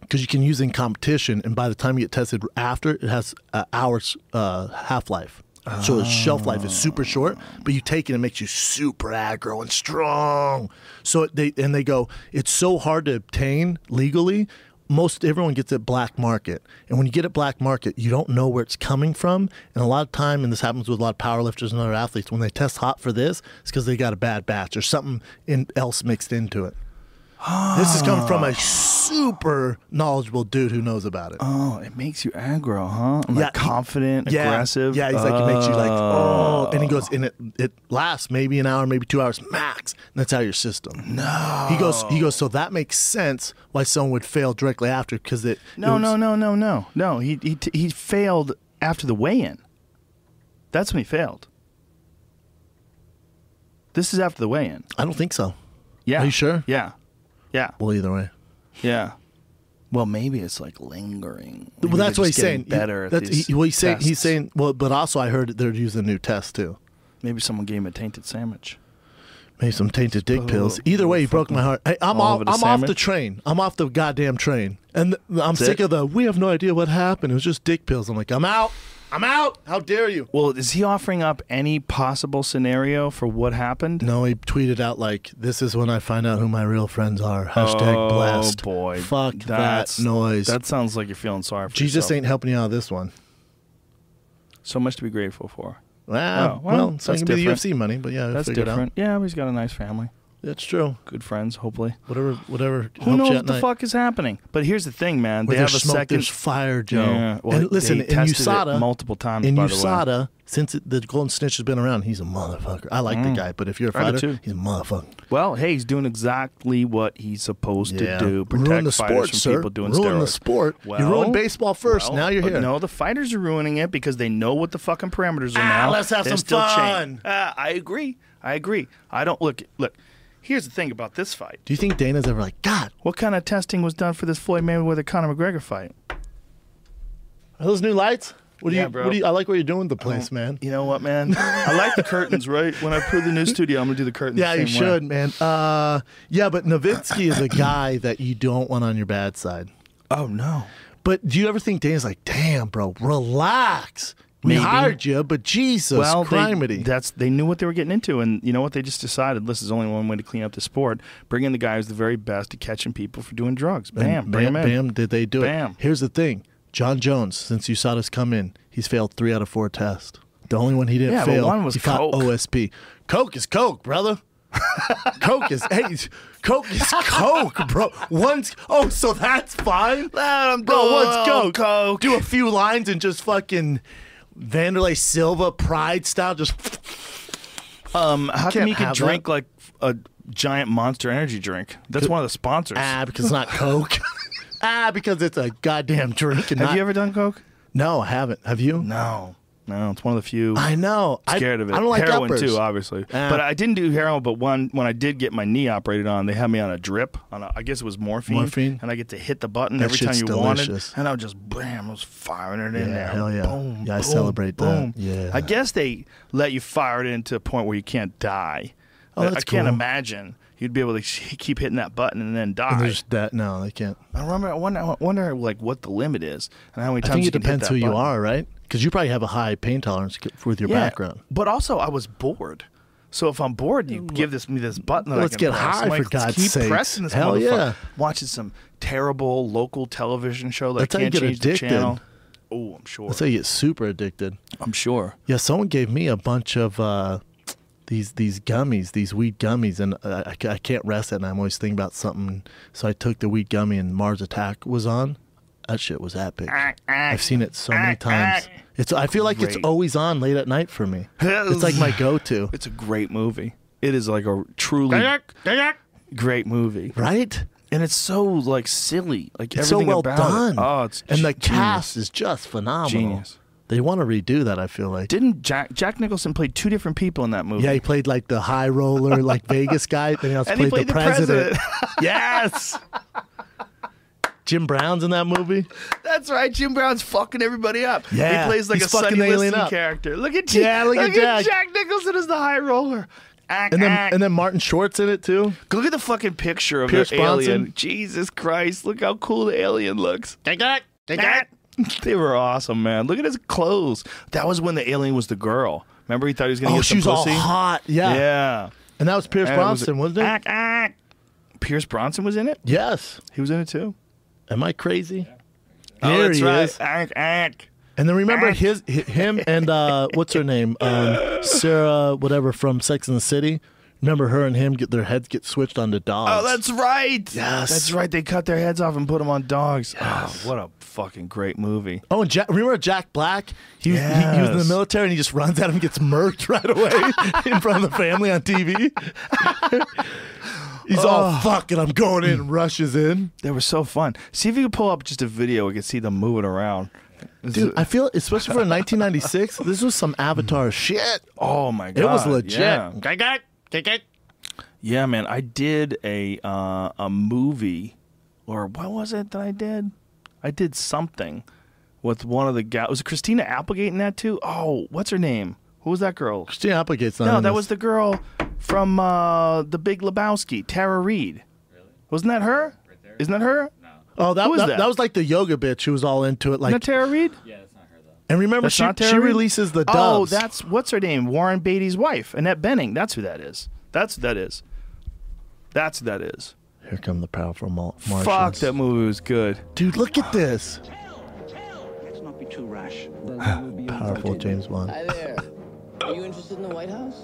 because you can use it in competition, and by the time you get tested after, it has uh, hours uh, half life. So its shelf life is super short, but you take it, it makes you super aggro and strong. So it, they and they go, it's so hard to obtain legally. Most everyone gets it black market, and when you get it black market, you don't know where it's coming from. And a lot of time, and this happens with a lot of powerlifters and other athletes, when they test hot for this, it's because they got a bad batch or something in, else mixed into it. This is coming from a super knowledgeable dude who knows about it. Oh, it makes you aggro, huh? I'm like Yeah. confident, yeah, aggressive. Yeah, he's like it makes you like oh, and he goes and it it lasts maybe an hour, maybe two hours max. And that's out of your system. No, he goes he goes. So that makes sense why someone would fail directly after because it No, it was- no, no, no, no, no. He he t- he failed after the weigh-in. That's when he failed. This is after the weigh-in. I don't think so. Yeah. Are you sure? Yeah. Yeah. Well, either way. Yeah. Well, maybe it's like lingering. Maybe Well, that's they're what he's just saying. getting Better. at That's- these he- well, he's saying he's tests. saying. Well, but also I heard they're using a new test too. maybe someone gave him a tainted sandwich. Maybe some tainted dick Oh, pills. Either way, you broke my heart. Hey, I'm all off. over the I'm off the sandwich? train. I'm off the goddamn train. And th- I'm sick it? of the. We have no idea what happened. It was just dick pills. I'm like, I'm out. I'm out. How dare you? Well, is he offering up any possible scenario for what happened? No, he tweeted out like, "This is when I find out who my real friends are." Hashtag oh blessed. boy! Fuck That's- that noise. That sounds like you're feeling sorry for Jesus yourself. ain't helping you out of this one. so much to be grateful for. Wow. Oh, well, well, so it that's can be the different. UFC money, but yeah, That's figure different. Yeah, but he's got a nice family, it out. That's true. good friends, hopefully. Whatever, whatever. Who helps knows you what at the night. fuck is happening? But here's the thing, man. Where they have there's a smoke, second. there's fire, Joe. Yeah, well, and listen, they in tested it USADA, multiple times. in by the way. USADA, since it, the Golden Snitch has been around, he's a motherfucker. I like the guy, but if you're a Mm. I do fighter, too. he's a motherfucker. Well, hey, he's doing exactly what he's supposed Yeah. to do: protect ruin the fighters sport, from sir. people doing ruin steroids. the sport. you Well, ruined baseball first. well, now you're but here. No, the fighters are ruining it because they know what the fucking parameters are Ah, now. let's have They're some still fun. chained. Ah, I agree. I agree. I don't look. Look, here's the thing about this fight. Do you think Dana's ever like, God, What kind of testing was done for this Floyd Mayweather Conor McGregor fight? are those new lights? What do Yeah, you? bro. What do you? I like what you're doing with the place, man. You know what, man? I like the curtains, right? When I put the new studio, I'm gonna do the curtains. Yeah, the you same way. should, man. Uh, yeah, but Nowitzki is a guy that you don't want on your bad side. Oh no. But do you ever think Dana's like, damn, bro, relax? We Maybe. hired you, but Jesus, Well, they, criminy. that's they knew what they were getting into, and you know what? They just decided this is only one way to clean up the sport. Bring in the guy who's the very best at catching people for doing drugs. Bam, And bring him bam, in. bam, did they do Bam. it? Here's the thing John Jones, since you saw this come in, he's failed three out of four tests. The only one he didn't Yeah, but fail, one was he fought coke. OSP. Coke is Coke, brother. coke is hey, Coke is Coke, bro. One's oh, so that's fine. bro, one's go, Coke. Do a few lines and just fucking Vanderlei Silva pride style. Just Um, how come Can't you can have drink that. like a giant Monster Energy drink? That's one of the sponsors. ah, because it's not Coke. ah, because it's a goddamn drink. And Have not- you ever done coke? No, I haven't. Have you? No, no. It's one of the few. I know. I- scared of it. I don't like heroin uppers. too, obviously. Ah. But I didn't do heroin. But one when I did get my knee operated on, they had me on a drip. On a, I guess it was morphine. Morphine? And I get to hit the button That every time shit's you delicious. wanted, and I was just bam, I was firing it in Yeah, there. hell yeah. Boom, Yeah, I boom, celebrate that. boom. Yeah. I guess they let you fire it in to a point where you can't die. Oh, I- I that's can't cool. imagine you'd be able to sh- keep hitting that button and then die. And There's that. No, they can't. I remember. I wonder, I wonder like what the limit is and how many I times think you it can hit depends who that you button. are, right? Because you probably have a high pain tolerance c- with your background. But also, I was bored. So if I'm bored, you give this me this button. That I Let's can get press. high, I'm like, for "Let's God's keep sakes." pressing this Hell motherfucker. yeah. Watching some terrible local television show that That's I how you can't get change addicted. the channel. Oh, I'm sure. That's how you get super addicted. I'm sure. Yeah, someone gave me a bunch of uh, these these gummies, these weed gummies, and I, I ca- I can't rest it, and I'm always thinking about something. So I took the weed gummy, and Mars Attack was on. That shit was epic. I've seen it so many times. It's I feel like it's Great. always on late at night for me. It's like my go-to, It's a great movie. It is like a truly great movie, right? and it's so like silly. Like It's so everything well about done. It. Oh, it's and the ge- genius. cast is just phenomenal. Genius. They want to redo that. I feel like. Didn't Jack Jack Nicholson play two different people in that movie? yeah, he played like the high roller, like Vegas guy. Then he also and he played, played the, president. yes, Jim Brown's in that movie. that's right. Jim Brown's fucking everybody up. Yeah, he plays like he's a Sonny fucking the alien Liston up. character. Look at Yeah, look at Jack. Nicholson as the high roller. Ack, And then ack. and then Martin Short's in it too. look at the fucking picture of Pierce the Bronson. alien. Jesus Christ! Look how cool the alien looks. Take that. Take that. They were awesome, man. Look at his clothes. That was when the alien was the girl. Remember, he thought he was gonna Oh, get she some was all pussy. hot. Yeah. Yeah, And that was Pierce And it was- Bronson, was, not it? Ack, ack. Pierce Bronson was in it. Yes. He was in it too. Am I crazy? oh, There that's he right. is. Ack, ack. And then remember his hi- him and uh, what's her name? Um, Sarah whatever from Sex and the City. Remember her and him get their heads get switched onto dogs. Oh, that's right. Yes. That's right. They cut their heads off and put them on dogs. Oh, what a fucking great movie. Oh, and Jack, remember Jack Black? He was, he, he was in the Yes. military and he just runs at him and gets murked right away in front of the family on TV. He's all Oh. fucking, I'm going in, rushes in. They were so fun. See if you could pull up just a video. We could see them moving around. This Dude, is- I feel, especially for 1996, this was some Avatar shit. oh my god. It was legit. Yeah. Take that. Take it. Yeah, man. I did a uh, a movie, or what was it that I did? I did something with one of the guys. Was Christina Applegate in that too? Oh, what's her name? Who was that girl? Christina Applegate's not No, in that this. was the girl from uh, the Big Lebowski, Tara Reid. Wasn't that her? Isn't that her? Oh, that Who was is that, that? that was like the yoga bitch who was all into it. Like, Isn't that Tara Reid? and remember That's she, not Tara she Reid? releases the Oh, doves. that's what's her name? Warren Beatty's wife, Annette Benning. That's who that is. That's who that is. That's who that is. Here come the powerful Mar- Martians. Fuck, that movie was good. dude! Look at this Let's not be too rash. powerful James Bond. Hi there. Are you interested in the White House?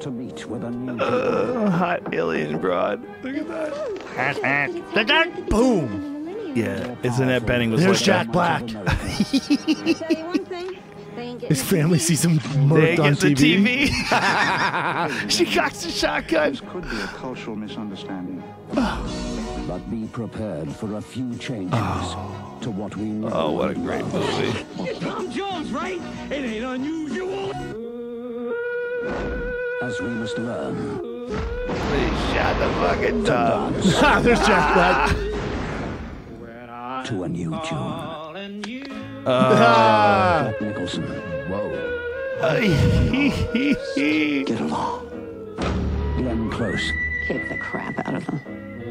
To meet with a new A hot alien broad. Look at that. Boom. Yeah, it's Annette Benning was There's like Jack that. Black. His His family sees him They murked on get the TV. TV. she cocks a shotgun. This could be a cultural misunderstanding. but be prepared for a few changes to what we know. Oh, what a great movie. As we must learn. They shot the fucking dog. Ah, There's Jack Black. To a new tune. Ah. Jack Nicholson. Whoa. Get along. Glenn Close. Kick the crap out of them.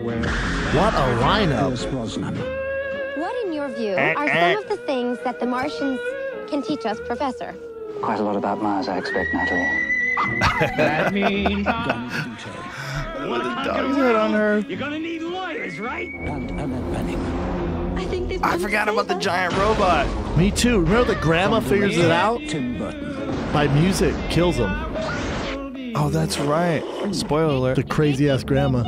What a lineup! Pierce Brosnan. What, in your view, are some of the things that the Martians can teach us, Professor? Quite a lot about Mars, I expect, Natalie. With the dog's head on her. And Annette Benning. I think they've I forgot about the giant robot. Me too. Remember the Oh, grandma figures it out Tim Burton. by music, kills him. Oh, that's right. Spoiler alert. The crazy ass grandma.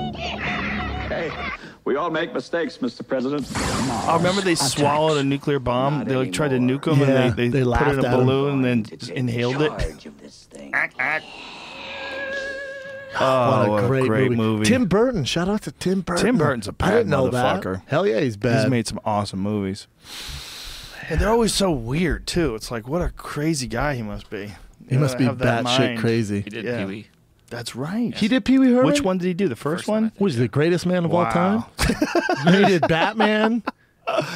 We all make mistakes, Mr. President. I remember they swallowed a nuclear bomb. They like tried to nuke them, Yeah, and they, they they, put laughed it in a at 'em. balloon and then just inhaled it. Charge of this thing. Oh, What a great, movie. Tim Burton. Shout out to Tim Burton. Burton's a I didn't bad know that. motherfucker. Hell yeah, he's bad. He's made some awesome movies, and they're always so weird too. It's like what a crazy guy he must be. he must be have that batshit mind. crazy. He did Yeah. Pee Wee. That's right. He did Pee Wee Herman. Which one did he do? The first, one, one. I think. Was he the greatest man of all Wow. time? he did Batman.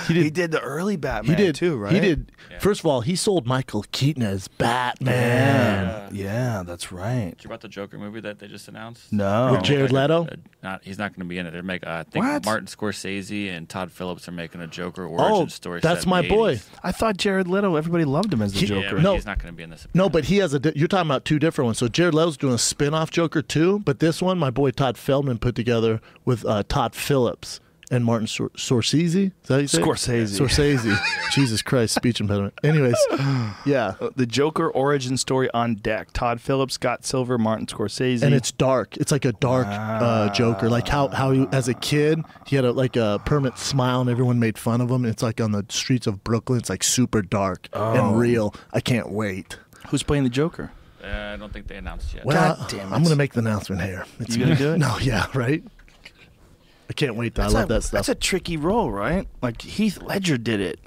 He did, the early Batman He did too, right? He did. First of all, he sold Michael Keaton as Batman. Yeah, that's right. Did you about the Joker movie that they just announced? No. With Jared Leto? Uh, not, he's not going to be in it. They're making. Uh, I think What? Martin Scorsese and Todd Phillips are making a Joker origin Oh, story. set that's in my the boy. 80s. I thought Jared Leto. Everybody loved him as the He- Yeah, Joker. but No. he's not going to be in this. No, but he has a. Di- you're talking about two different ones. So Jared Leto's doing a spin-off Joker too, but this one, my boy Todd Feldman put together with uh, Todd Phillips and Martin Sor- Scorsese. Is that how you say it? Scorsese. Scorsese. Jesus Christ, speech impediment. Anyways, yeah, The Joker origin story on deck. Todd Phillips, Scott Silver, Martin Scorsese. and it's dark. It's like a dark uh, Joker. Like how how he, as a kid he had a, like a permanent smile and everyone made fun of him. It's like on the streets of Brooklyn. It's like super dark and real. I can't wait. who's playing the Joker? Uh, I don't think they announced yet. Well, God damn I'm it. gonna make the announcement here. It's You gonna me. do it? No, yeah, right. I can't wait. though. I love that stuff. That's a tricky role, right? Like Heath Ledger did it.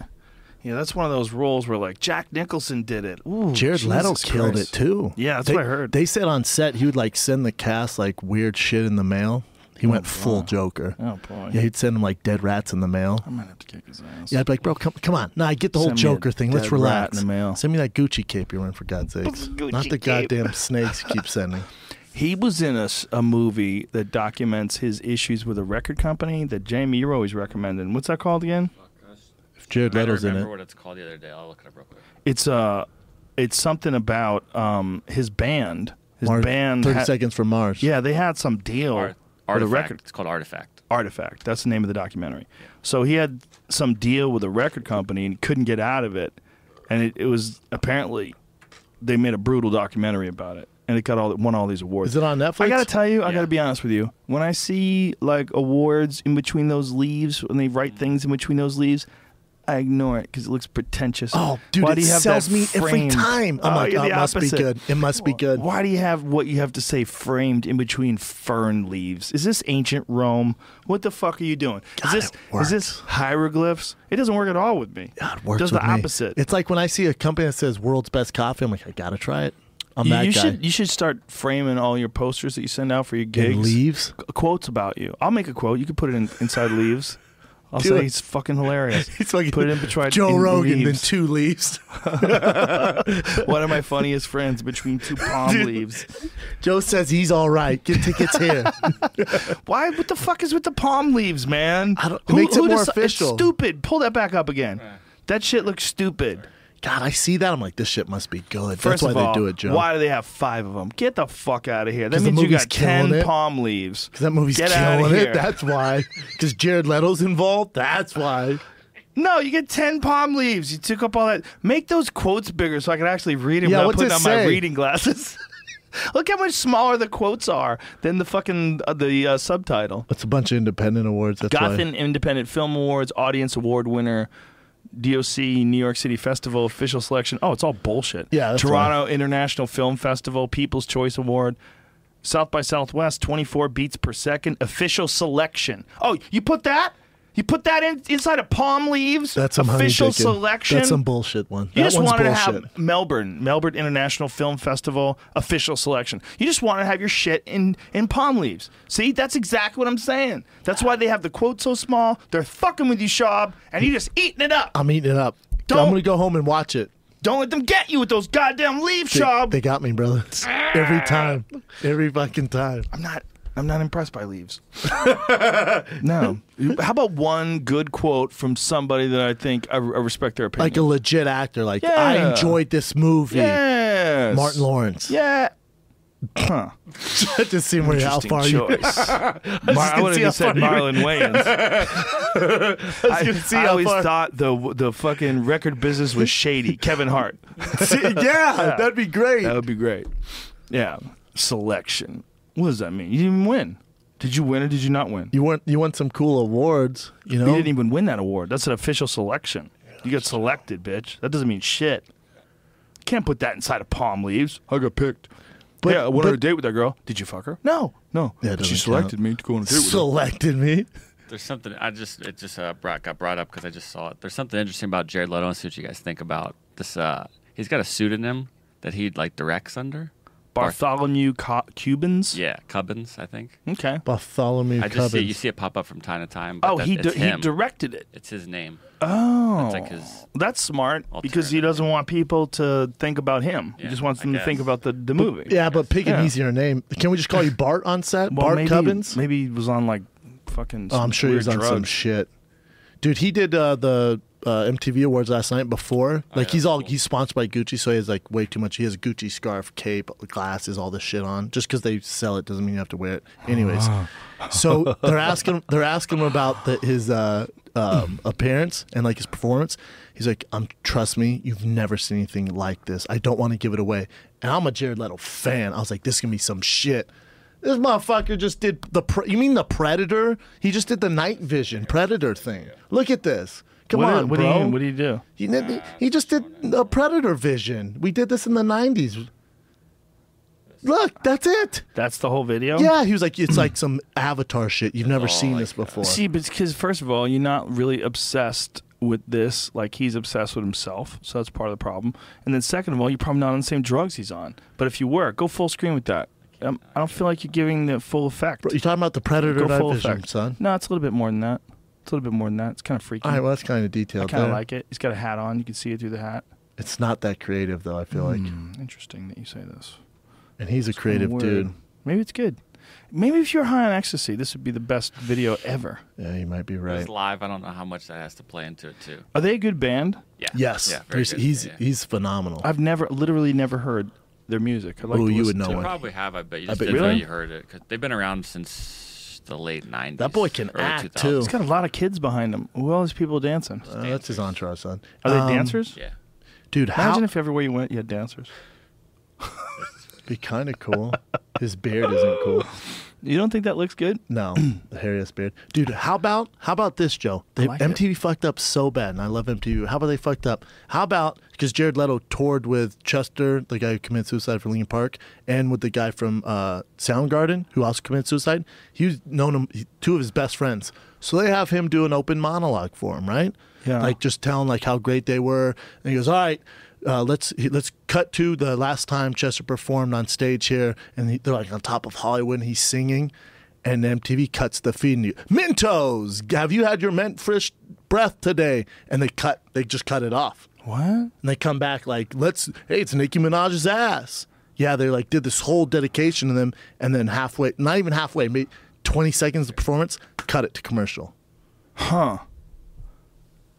Yeah, that's one of those roles where like Jack Nicholson did it. Ooh, Jared Leto Jesus killed Christ. it too. Yeah, that's They- what I heard. They said on set he would like send the cast like weird shit in the mail. He went full Joker. Oh, boy. Yeah, he'd send them like dead rats in the mail. I'm gonna have to kick his ass. Yeah, I'd be like, bro, come, come on. Nah, get the whole Send me a Joker thing. Let's dead rat relax. in the mail. Send me that Gucci cape you're wearing for God's sakes. Not the cape. goddamn snakes you keep sending. He was in a, s- a movie that documents his issues with a record company that Jamie, you're always recommending. What's that called again? If Jared I Leto's in remember it, what it's called the other day. I'll look it up real quick. It's uh, it's something about um his band. His Mars- band. Thirty had- Seconds from Mars. Yeah, they had some deal Oh, Ar- with a Artifact. record It's called Artifact. artifact. That's the name of the documentary. So he had some deal with a record company and couldn't get out of it, and it, it was apparently they made a brutal documentary about it, and it got all won all these awards. Is it on Netflix? I gotta tell you, I Yeah. gotta be honest with you. When I see like awards in between those leaves, when they Mm. write things in between those leaves, I ignore it because it looks pretentious. Oh, dude, Why it do you have sells that me every framed? time. I'm Oh, like, you're oh, the it must be opposite. good. It must be good. Why do you have what you have to say framed in between fern leaves? Is this ancient Rome? What the fuck are you doing? God, is this it is this hieroglyphs? It doesn't work at all with me. God, it works Does with the me. opposite. It's like when I see a company that says "World's Best Coffee," I'm like, I gotta try it. I'm you, that you guy. should you should start framing all your posters that you send out for your gigs. and leaves. Qu- Quotes about you. I'll make a quote. You can put it in, inside leaves. I'll Do say it. it's fucking hilarious. It's like put it in between Joe in Rogan and leaves. two leaves. One of my funniest friends between two palm leaves. Joe says he's all right. Get tickets here. Why? What the fuck is with the palm leaves, man? I don't- it makes it more deci- it's official. stupid. Pull that back up again. That shit looks stupid. God, I see that. I'm like, this shit must be good. That's First why of all, they do it, Joe. why do they have five of them? Get the fuck out of here. That 'Cause the means you movie's got ten killing it. palm leaves. 'Cause that movie's Get outta killing here. it. That's why. Because Jared Leto's involved. That's why. no, you get ten palm leaves. You took up all that. Make those quotes bigger so I can actually read them Yeah, without what's putting it on my say? reading glasses. Look how much smaller the quotes are than the fucking uh, the uh, subtitle. It's a bunch of independent awards. That's why. Gotham Independent Film Awards, Audience Award winner, DOC New York City Festival official selection. Oh, it's all bullshit. Yeah, that's Toronto International Film Festival, People's Choice Award, South by Southwest, 24 beats per second, official selection. Oh, you put that? You put that in inside of palm leaves? That's some honey official digging. selection. That's some bullshit one. You that just one's wanted bullshit. to have Melbourne, Melbourne International Film Festival official selection. You just want to have your shit in in palm leaves. See, that's exactly what I'm saying. That's why they have the quote so small. They're fucking with you, Shaw, and you're just eating it up. I'm eating it up. Don't- I'm gonna go home and watch it. Don't let them get you with those goddamn leaves, They, Shaw. they got me, brother. Every time. Every fucking time. I'm not. I'm not impressed by leaves. no. How about one good quote from somebody that I think I, I respect their opinion? Like a legit actor. Like, I Yeah. enjoyed this movie. yes. Martin Lawrence. Yeah. just seeing where how Interesting far you choice. Mar- I would have just said Marlon Wayans. I, I always thought the the fucking record business was shady. Kevin Hart. yeah, that'd be great. That would be great. Yeah. Selection. What does that mean? You didn't even win. Did you win or did you not win? you want you want some cool awards, you know? You didn't even win that award. That's an official selection. You got selected, bitch. That doesn't mean shit. Can't put that inside of palm leaves. I got picked. But- yeah, I went on but- a date with that girl. Did you fuck her? No, no. Yeah, it she doesn't selected count. me to go on a date with her. Selected me. There's something I just it just uh, brought got brought up because I just saw it. There's something interesting about Jared Leto. and see what you guys think about this. Uh, he's got a pseudonym that he like directs under. Bartholomew Co- Cubans. Yeah, Cubbins, I think. Okay. Bartholomew I just see you Cubbins. see it pop up from time to time. But Oh, that- he it's di- he him. directed it. It's his name. Oh, It's like his. that's smart because he Alternative. doesn't want people to think about him. he Yeah, just wants I them to think guess. about the, the movie. Yeah, but pick an Yeah. easier name. Can we just call you Bart on set? Well, Bart maybe, Cubbins? Maybe he was on like fucking. Oh, I'm some sure he was on weird some drugs. shit. Dude, he did uh, the uh, MTV Awards last night before. Like Oh, yeah, he's that's all cool. he's sponsored by Gucci, so he has like way too much. He has a Gucci scarf, cape, glasses, all this shit on. Just because they sell it doesn't mean you have to wear it. Anyways, Oh, so they're asking they're asking him about the, his uh, um, appearance and like his performance. He's like, um, trust me, you've never seen anything like this. I don't want to give it away. And I'm a Jared Leto fan. I was like, this is gonna be some shit. This motherfucker just did the. Pre- you mean the Predator? He just did the night vision Predator thing. Look at this. Come What, on, what bro. do you? What do you do? He, did- he just did a Predator vision. We did this in the 90s. Look, that's it. That's the whole video. Yeah, he was like, it's like some Avatar shit. You've never seen this before. Oh, See, but because first of all, you're not really obsessed with this. Like he's obsessed with himself, so that's part of the problem. And then second of all, you're probably not on the same drugs he's on. But if you were, go full screen with that. Um, I don't feel like you're giving the full effect. Bro, you're talking about the Predator go night full vision, effect, son. No, it's a little bit more than that. It's a little bit more than that. It's kind of freaky. All right, well, that's kind of I detailed. kind of there. like it. He's got a hat on. You can see it through the hat. It's not that creative, though, I feel like. Hmm. Interesting that you say this. And he's a creative Word. dude. Maybe it's good. Maybe if you're high on ecstasy, this would be the best video ever. Yeah, you might be right. It's live. I don't know how much that has to play into it too. Are they a good band? Yeah. Yes, Yeah. very there's- good. he's Yeah, yeah. he's phenomenal. I've never, literally, never heard their music. I'd like Ooh, to you would listen know to They one. probably have. I bet you I just bet- didn't know Really? you heard it 'cause they've been around since the late '90s. That boy can early act, 2000s. It's got a lot of kids behind him. Who all these people dancing? Uh, that's his entourage, son. Are they Um, dancers? Yeah. Dude, how? Imagine if everywhere you went, you had dancers. be kind of cool. His beard isn't cool. You don't think that looks good? No, the hairiest beard, dude. How about how about this, Joe? They, like it. MTV fucked up so bad, and I love MTV. How about they fucked up? How about because Jared Leto toured with Chester, the guy who committed suicide from Linkin Park, and with the guy from uh, Soundgarden who also committed suicide. He was known him, he- two of his best friends, so they have him do an open monologue for him, right? Yeah. like just telling like how great they were, and he goes, "All right." Uh, let's he- let's cut to the last time Chester performed on stage here, and he, they're like on top of Hollywood, and he's singing, and MTV cuts the feed and you Mentos. Have you had your mint fresh breath today? And they cut. They just cut it off. What? And they come back like, let's. Hey, it's Nicki Minaj's ass. Yeah, they like did this whole dedication to them, and then halfway, not even halfway, maybe twenty seconds of performance, cut it to commercial. Huh?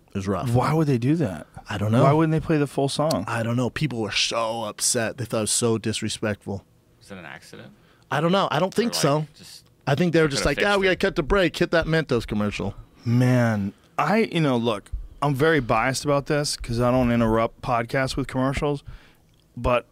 It was rough. Why would they do that? I don't know. Why wouldn't they play the full song? I don't know. People were so upset. They thought it was so disrespectful. Was it an accident? I don't know. I don't think Or, like, so. Just I think they were They just could've like, ah, fixed we got to it." cut the break, hit that Mentos commercial. Man, I you know, look, I'm very biased about this because I don't interrupt podcasts with commercials, but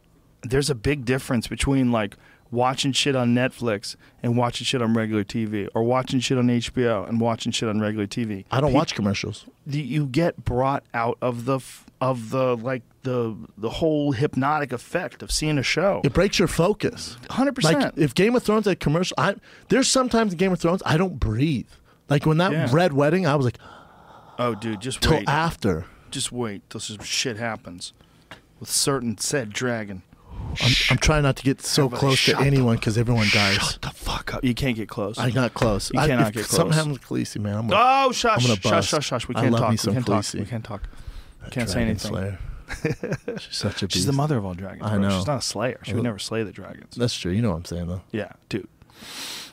there's a big difference between like watching shit on Netflix and watching shit on regular TV, or watching shit on HBO and watching shit on regular TV. I don't Pe- watch commercials. the- You get brought out of the f- of the like the the whole hypnotic effect of seeing a show. It breaks your focus. 100%. Like if Game of Thrones had commercial, I there's sometimes in Game of Thrones I don't breathe. Like when that Yeah. red wedding, I was like oh, dude, just till wait, after. just wait till some shit happens with certain said dragon. I'm, I'm trying not to get so Everybody close to shut the- anyone because everyone dies. the fuck up. You can't get close. I got close. You I, cannot if get Something close. happens to Khaleesi, man. I'm gonna oh, shush, I'm gonna shush, bust. shush, shush. We I can't love talk. me We some can't talk. Khaleesi. We can't talk. Can't say Dragon anything. Slayer. She's such a beast. She's the mother of all dragons. I bro. know. She's not a slayer. She would never slay the dragons. That's true. You know what I'm saying though. Yeah, dude.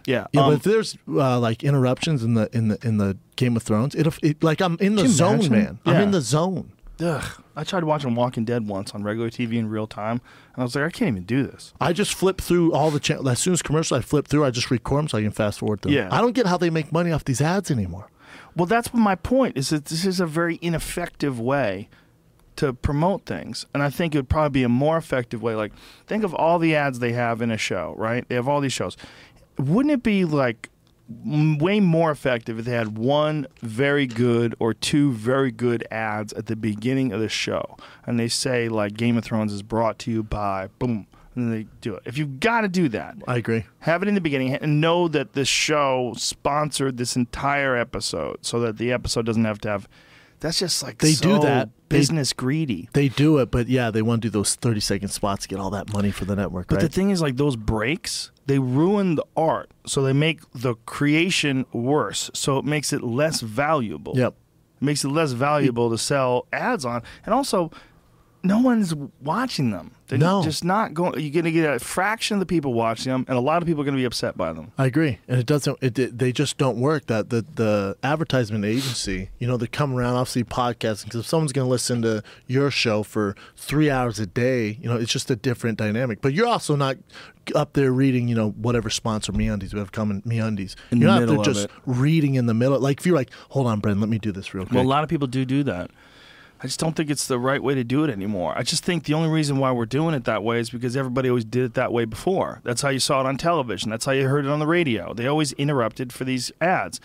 Yeah. Yeah, um, but if there's uh, like interruptions in the in the in the Game of Thrones, it, it like I'm in the Can you zone, imagine? man. I'm Yeah. in the zone. um, ugh, I tried watching Walking Dead once on regular TV in real time, and I was like, I can't even do this. I just flip through all the channels. As soon as commercial, I flip through. I just record them so I can fast forward them. Yeah. I don't get how they make money off these ads anymore. Well, that's what my point is that this is a very ineffective way to promote things. And I think it would probably be a more effective way. Like, think of all the ads they have in a show, right? They have all these shows. Wouldn't it be like m- way more effective if they had one very good or two very good ads at the beginning of the show? And they say, like, Game of Thrones is brought to you by boom. And then they do it. If you've got to do that, I agree. have it in the beginning and know that this show sponsored this entire episode so that the episode doesn't have to have That's just like They do so that. They- business greedy. They do it, but yeah, they want to do those 30 second spots to get all that money for the network, But right? the thing is, like those breaks, they ruin the art, so they make the creation worse. So it makes it less valuable. Yep. It makes it less valuable to sell ads on, and also, no one's watching them. They're No. just not going. You're going to get a fraction of the people watching them, and a lot of people are going to be upset by them. I agree, and it doesn't. It, it- they just don't work. That the the advertisement agency, you know, they come around obviously podcasting because if someone's going to listen to your show for three hours a day, you know, it's just a different dynamic. But you're also not up there reading, you know, whatever sponsor MeUndies we have coming MeUndies. In the you're not up middle of there just it. reading in the middle. Like if you're like, hold on, Bren, let me do this real quick. Well, a lot of people do do that. I just don't think it's the right way to do it anymore. I just think the only reason why we're doing it that way is because everybody always did it that way before. That's how you saw it on television. That's how you heard it on the radio. They always interrupted for these ads.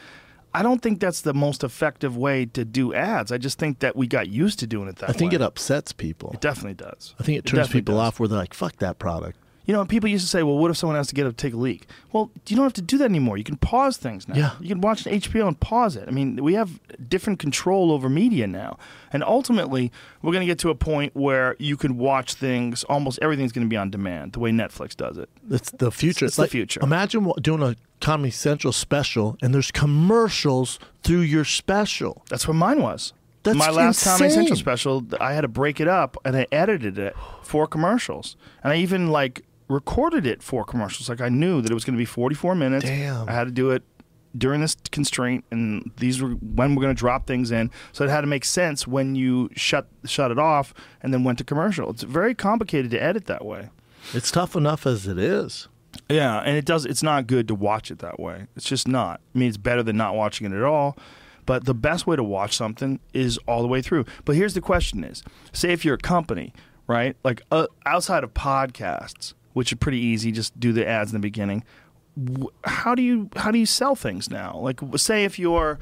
I don't think that's the most effective way to do ads. I just think that we got used to doing it that way. I think it upsets people. It definitely does. I think it turns definitely people does. off where they're like, fuck that product. You know, people used to say, "Well, what if someone has to get up to take a leak?" Well, you don't have to do that anymore. You can pause things now. Yeah. You can watch HBO and pause it. I mean, we have different control over media now, and ultimately, we're going to get to a point where you can watch things. Almost everything's going to be on demand, the way Netflix does it. It's the future. It's the future. Imagine what, doing a Comedy Central special and there's commercials through your special. That's where mine was. That's My last Comedy insane. Central special, I had to break it up and I edited it for commercials. And I even like recorded it for commercials. Like I knew that it was going to be 44 minutes. Damn. I had to do it during this constraint and these were when we're going to drop things in. So it had to make sense when you shut shut it off and then went to commercial. It's very complicated to edit that way. It's tough enough as it is. Yeah, and it does. It's not good to watch it that way. It's just not. I mean, it's better than not watching it at all. But the best way to watch something is all the way through. But here's the question: Is say if you're a company, right? Like uh, outside of podcasts, which are pretty easy, just do the ads in the beginning. wh- How do you how do you sell things now? Like w- say if you're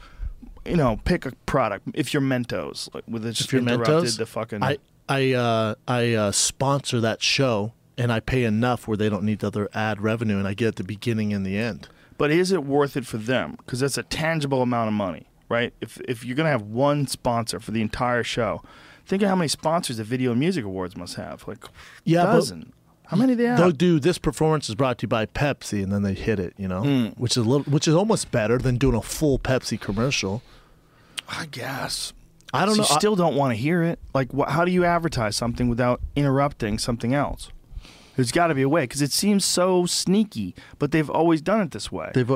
you know, pick a product. If you're Mentos, like with it's If you're interrupted Mentos, the fucking I I uh, I uh, sponsor that show and I pay enough where they don't need the other ad revenue and I get at the beginning and the end. but is it worth it for them? Because that's a tangible amount of money, right? If if you're gonna have one sponsor for the entire show, think of how many sponsors the Video and Music Awards must have, like Yeah, but- dozen. How many they have? They'll do this performance is brought to you by Pepsi and then they hit it, you know, Hmm. which is a little, which is almost better than doing a full Pepsi commercial. I guess. I don't So know. you I- still don't want to hear it. Like, wh- how do you advertise something without interrupting something else? There's got to be a way because it seems so sneaky, but they've always done it this way. they've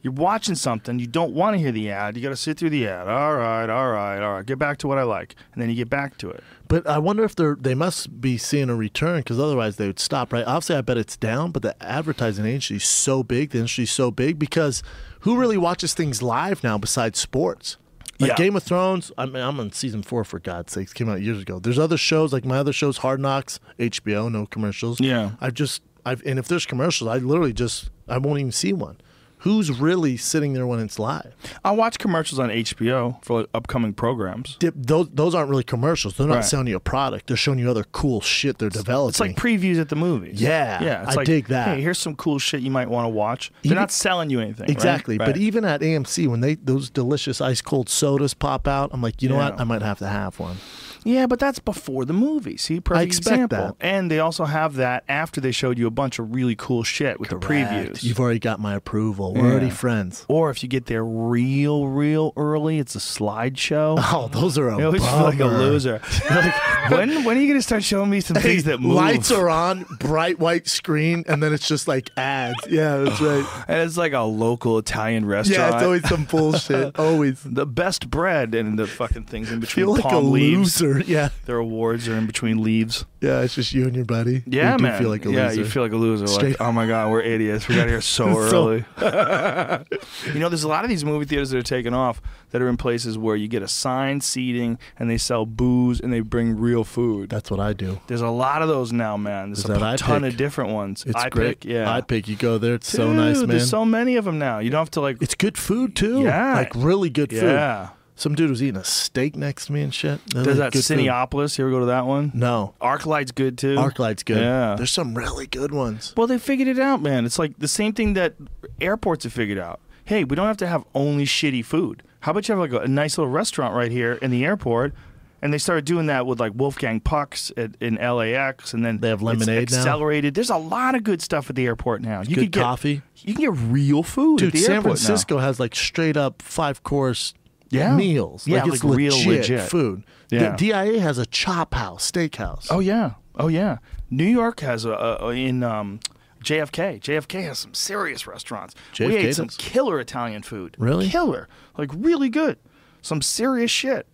You're watching something, you don't want to hear the ad, you got to sit through the ad. All right, all right, all right. Get back to what I like. And then you get back to it. But I wonder if they're they must be seeing a return because otherwise they would stop, right? Obviously, I bet it's down, but the advertising industry is so big, the industry is so big because who really watches things live now besides sports? Like Yeah. Game of Thrones, I mean, I'm on season four for God's sakes, came out years ago. There's other shows like my other shows, Hard Knocks, HBO, no commercials. Yeah. I've just I've and if there's commercials, I literally just I won't even see one. Who's really sitting there when it's live? I watch commercials on HBO for like, upcoming programs. Dip, those those aren't really commercials. They're not Right. selling you a product. They're showing you other cool shit they're developing. It's like previews at the movies. Yeah, yeah. It's I like, dig that. Hey, here's some cool shit you might want to watch. They're Even- not selling you anything. right? Exactly. Right. But even at AMC, when they those delicious ice cold sodas pop out, I'm like, you know what? Yeah. I might have to have one. yeah, but that's before the movie. See, perfect I expect example. that. And they also have that after they showed you a bunch of really cool shit with the previews. You've already got my approval. We're already friends. or if you get there real, real early, it's a slideshow. Oh, those are a I always feel like a bummer. loser. like, when when are you gonna start showing me some things that move? Lights are on, bright white screen, and then it's just like ads. Yeah, that's right. and it's like a local Italian restaurant. Yeah, it's always some bullshit. Always. the best bread and the fucking things in between Feel like palm a leaves. loser. Yeah, Their awards are in between leaves. yeah. It's just you and your buddy. Yeah, you do man. Feel like a yeah, loser. you feel like a loser. Straight- Like, oh my god, we're idiots. We got here so So- early. you know, there's a lot of these movie theaters that are taking off that are in places where you get assigned seating and they sell booze and they bring real food. that's what I do. There's a lot of those now, man. There's Is a that I ton pick? of different ones. It's I great. pick, yeah. I pick. You go there. It's so nice, Dude, man. There's so many of them now. You don't have to like. It's good food too. Yeah. like really good food. yeah. Some dude was eating a steak next to me and shit. They're There's like that good food. Cineopolis. You ever go to that one? No, ArcLight's good too. ArcLight's good. Oh, Yeah. there's some really good ones. Well, they figured it out, man. It's like the same thing that airports have figured out. Hey, we don't have to have only shitty food. how about you have like a, a nice little restaurant right here in the airport? And they started doing that with like Wolfgang Pucks at, in LAX, and then They have it's lemonade now? accelerated. There's a lot of good stuff at the airport now. good you can get coffee. You can get real food at Dude, the San airport now. Francisco has like straight up five course Yeah. meals. Yeah, like it's like real legit, legit. food. The Yeah. DIA has a chop house, steakhouse. Oh yeah, oh yeah. New York has a, a a- in um, JFK. JFK has some serious restaurants. we JFK ate some does? killer Italian food. Really? killer, like really good. Some serious shit.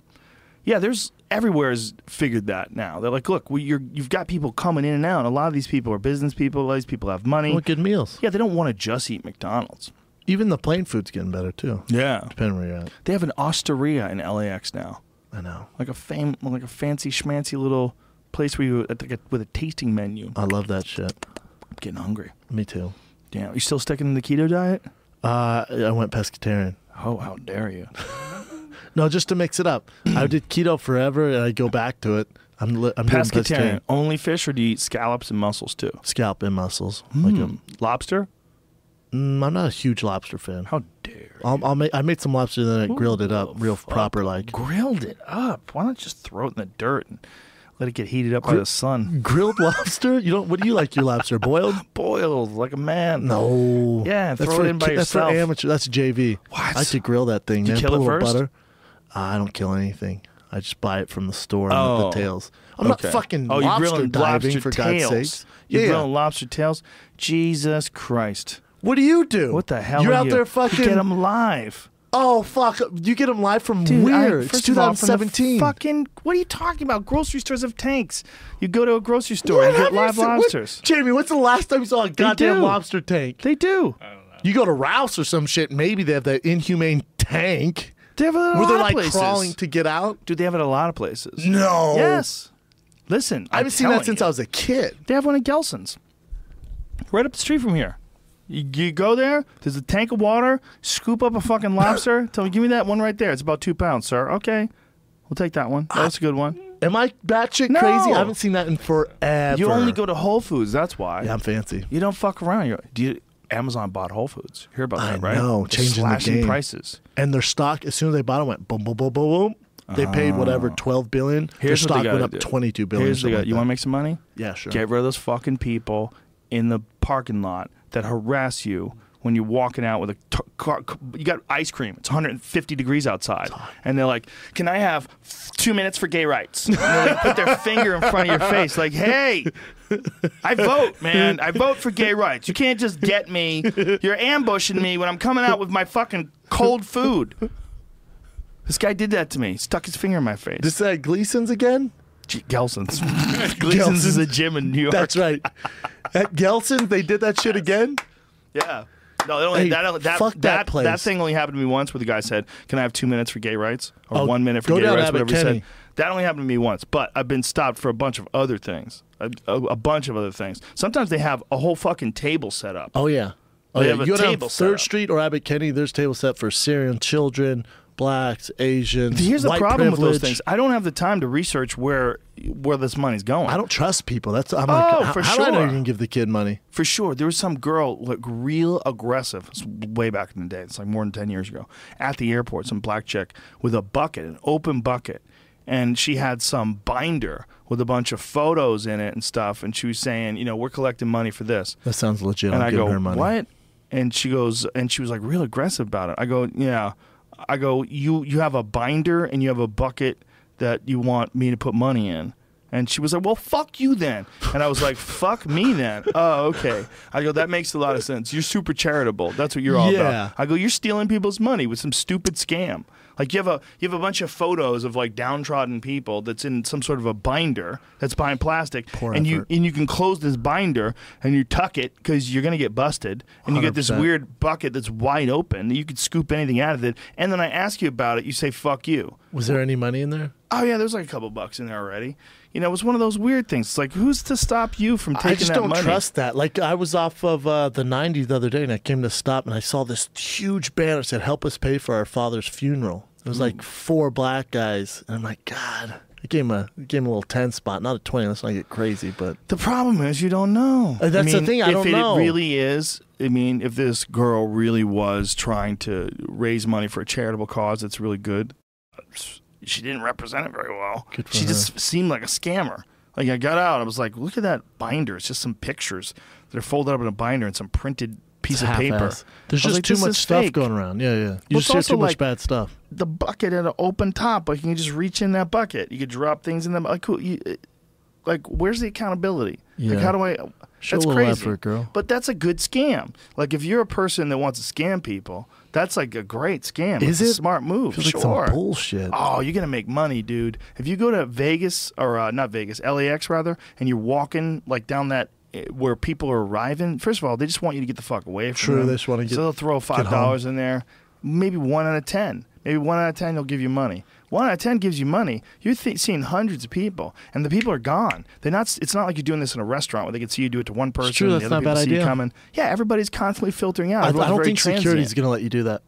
Yeah, there's everywhere's figured that now. They're like, look, we, you're, you've got people coming in and out. A lot of these people are business people. A lot of these people have money. Well, good meals. Yeah, they don't want to just eat McDonald's. Even the plain food's getting better too. Yeah, Depending where you're at. they have an osteria in LAX now. I know. like a fam, like a fancy schmancy little place where you like a, with a tasting menu. I love that shit. I'm getting hungry. Me too. Damn, you still sticking to the keto diet? Uh, I went pescatarian. Oh, how dare you! No, just to mix it up. I did keto forever, and I go back to it. I'm li- I'm doing Pescatarian, only fish, or do you eat scallops and mussels too? Scalp and muscles. Like Mm. Lobster? a, mm, I'm not a huge lobster fan. How dare! I'll, I'll make, I made some lobster, then I grilled it up the real fuck? proper like. Grilled it up. Why not just throw it in the dirt and let it get heated up by the sun? Grilled lobster? You don't? What do you like your lobster boiled? Boiled like a man. No. Yeah, that's throw it for in by ki- That's for yourself. amateur. That's JV. What? I like to grill that thing. Do you man. kill Put it a little first? butter. I don't kill anything. I just buy it from the store and Oh, with the tails. I'm Okay. not fucking oh, you're lobster grilling diving lobster for tails. God's sakes. You're Yeah. grilling lobster tails. Jesus Christ! What do you do? What the hell? You're are out you? there you fucking. get them live. Oh fuck! You get them live from Dude, I- Weird. it's first of all, from the 2017. fucking, what are you talking about? Grocery stores have tanks. You go to a grocery store What and get have you live seen- what- lobsters. Jamie, what's the last time you saw a goddamn do. lobster tank? They do. you go to Rouse or some shit. Maybe they have that inhumane tank. They have it at a Were lot they of like places. crawling to get out? Dude, they have it at a lot of places. No. Yes. Listen, I haven't seen that since I was a kid. They have one at Gelson's, right up the street from here. You, you go there. There's a tank of water. Scoop up a fucking lobster. Tell me, give me that one right there. It's about two pounds, sir. Okay, we'll take that one. That's a good one. Am I batshit No. crazy? I haven't seen that in forever. You only go to Whole Foods. That's why. Yeah, I'm fancy. You don't fuck around. You're, do you, Amazon bought Whole Foods. Hear about I that, right? know, They're changing the slashing game. prices. And their stock, as soon as they bought it, went boom, boom, boom, boom, boom. They paid whatever twelve billion. Ah. Here's their what they stock went gotta up do. twenty-two billion. Here's the something guy. like You want to that. make some money? Yeah, sure. Get rid of those fucking people in the parking lot that harass you when you're walking out with a t- car. c- You got ice cream. It's 150 degrees outside, and they're like, "Can I have two minutes for gay rights?" And they like, put their finger in front of your face, like, "Hey." I vote, man. I vote for gay rights. You can't just get me. You're ambushing me when I'm coming out with my fucking cold food. This guy did that to me. Stuck his finger in my face. This is at Gleason's again. G- Gelson's. Gelson's is a gym in New York. That's right. At Gelson's, they did that shit again. yeah. No, it only, Hey, that, that, fuck that that, place. that thing only happened to me once where the guy said, Can I have two minutes for gay rights? Or Oh, one minute for go gay down rights, Abbott whatever he said. Kinney. That only happened to me once, but I've been stopped for a bunch of other things. A, a, a bunch of other things. Sometimes they have a whole fucking table set up. Oh yeah. Oh They yeah. have a you go down table set Third up. Street or Abbott Kenny. There's table set for Syrian children, blacks, Asians. Here's the white problem with those privilege. things. I don't have the time to research where where this money's going. I don't trust people. That's I'm Oh, like, how, for how do I know sure. you can give the kid money? for sure. There was some girl, like real aggressive, it's way back in the day. It's like more than ten years ago, at the airport. Some black chick with a bucket, an open bucket, and she had some binder with a bunch of photos in it and stuff. And she was saying, you know, we're collecting money for this. That sounds legit. And I'll I give go, her money. what? And she goes, and she was like real aggressive about it. I go, yeah. I go, you you have a binder and you have a bucket that you want me to put money in. And she was like, well, fuck you then. And I was like, fuck me then. Oh, okay. I go, that makes a lot of sense. You're super charitable. That's what you're all Yeah. about. I go, you're stealing people's money with some stupid scam. Like you have a you have a bunch of photos of like downtrodden people that's in some sort of a binder that's behind plastic, Poor and effort. you and you can close this binder and you tuck it because you're gonna get busted, and you get this 100%. weird bucket that's wide open that you could scoop anything out of it. And then I ask you about it, you say fuck you. Was there any money in there? Oh yeah, there's like a couple bucks in there already. You know, it was one of those weird things. It's like who's to stop you from taking I just that don't money? trust that. Like I was off of uh, the 90 the other day, and I came to stop, and I saw this huge banner Hmm. that said "Help us pay for our father's funeral." It was like four black guys, and I'm like, God, I It gave him a it gave him a little ten spot, not a twenty. Let's not get crazy, but The problem is you don't know. Uh, that's the thing, I if don't it know. really is, I mean, if this girl really was trying to raise money for a charitable cause that's really good, she didn't represent it very well. Good for she her. just seemed like a scammer. Like I got out, I was like, look at that binder. It's just some pictures that are folded up in a binder and some printed piece of paper. half-ass. There's I just was like, too this much is stuff fake. going around. Yeah, yeah. Well, You just it's hear also too much like- bad stuff. The bucket had an open top, like you can just reach in that bucket. You could drop things in them. Like, who- you, like where's the accountability? Yeah. Like, how do I? Show that's a little crazy, effort, girl. But that's a good scam. Like, if you're a person that wants to scam people, that's like a great scam. Is it's it? a smart move? Feels like sure. some bullshit. Oh, you're gonna make money, dude. If you go to Vegas or uh, not Vegas, LAX rather, and you're walking like down that eh, where people are arriving. First of all, they just want you to get the fuck away from True, them. they just wanna get- So they'll throw get five dollars in there. Maybe one out of ten. Maybe one out of ten, they'll give you money. One out of ten gives you money. You're th- seeing hundreds of people, and the people are gone. They're not. s- It's not like you're doing this in a restaurant where they can see you do it to one person. true, and that's the not a other people bad see you idea. coming. Yeah, everybody's constantly filtering out. I, I Everyone's don't very think transient. security's going to let you do that.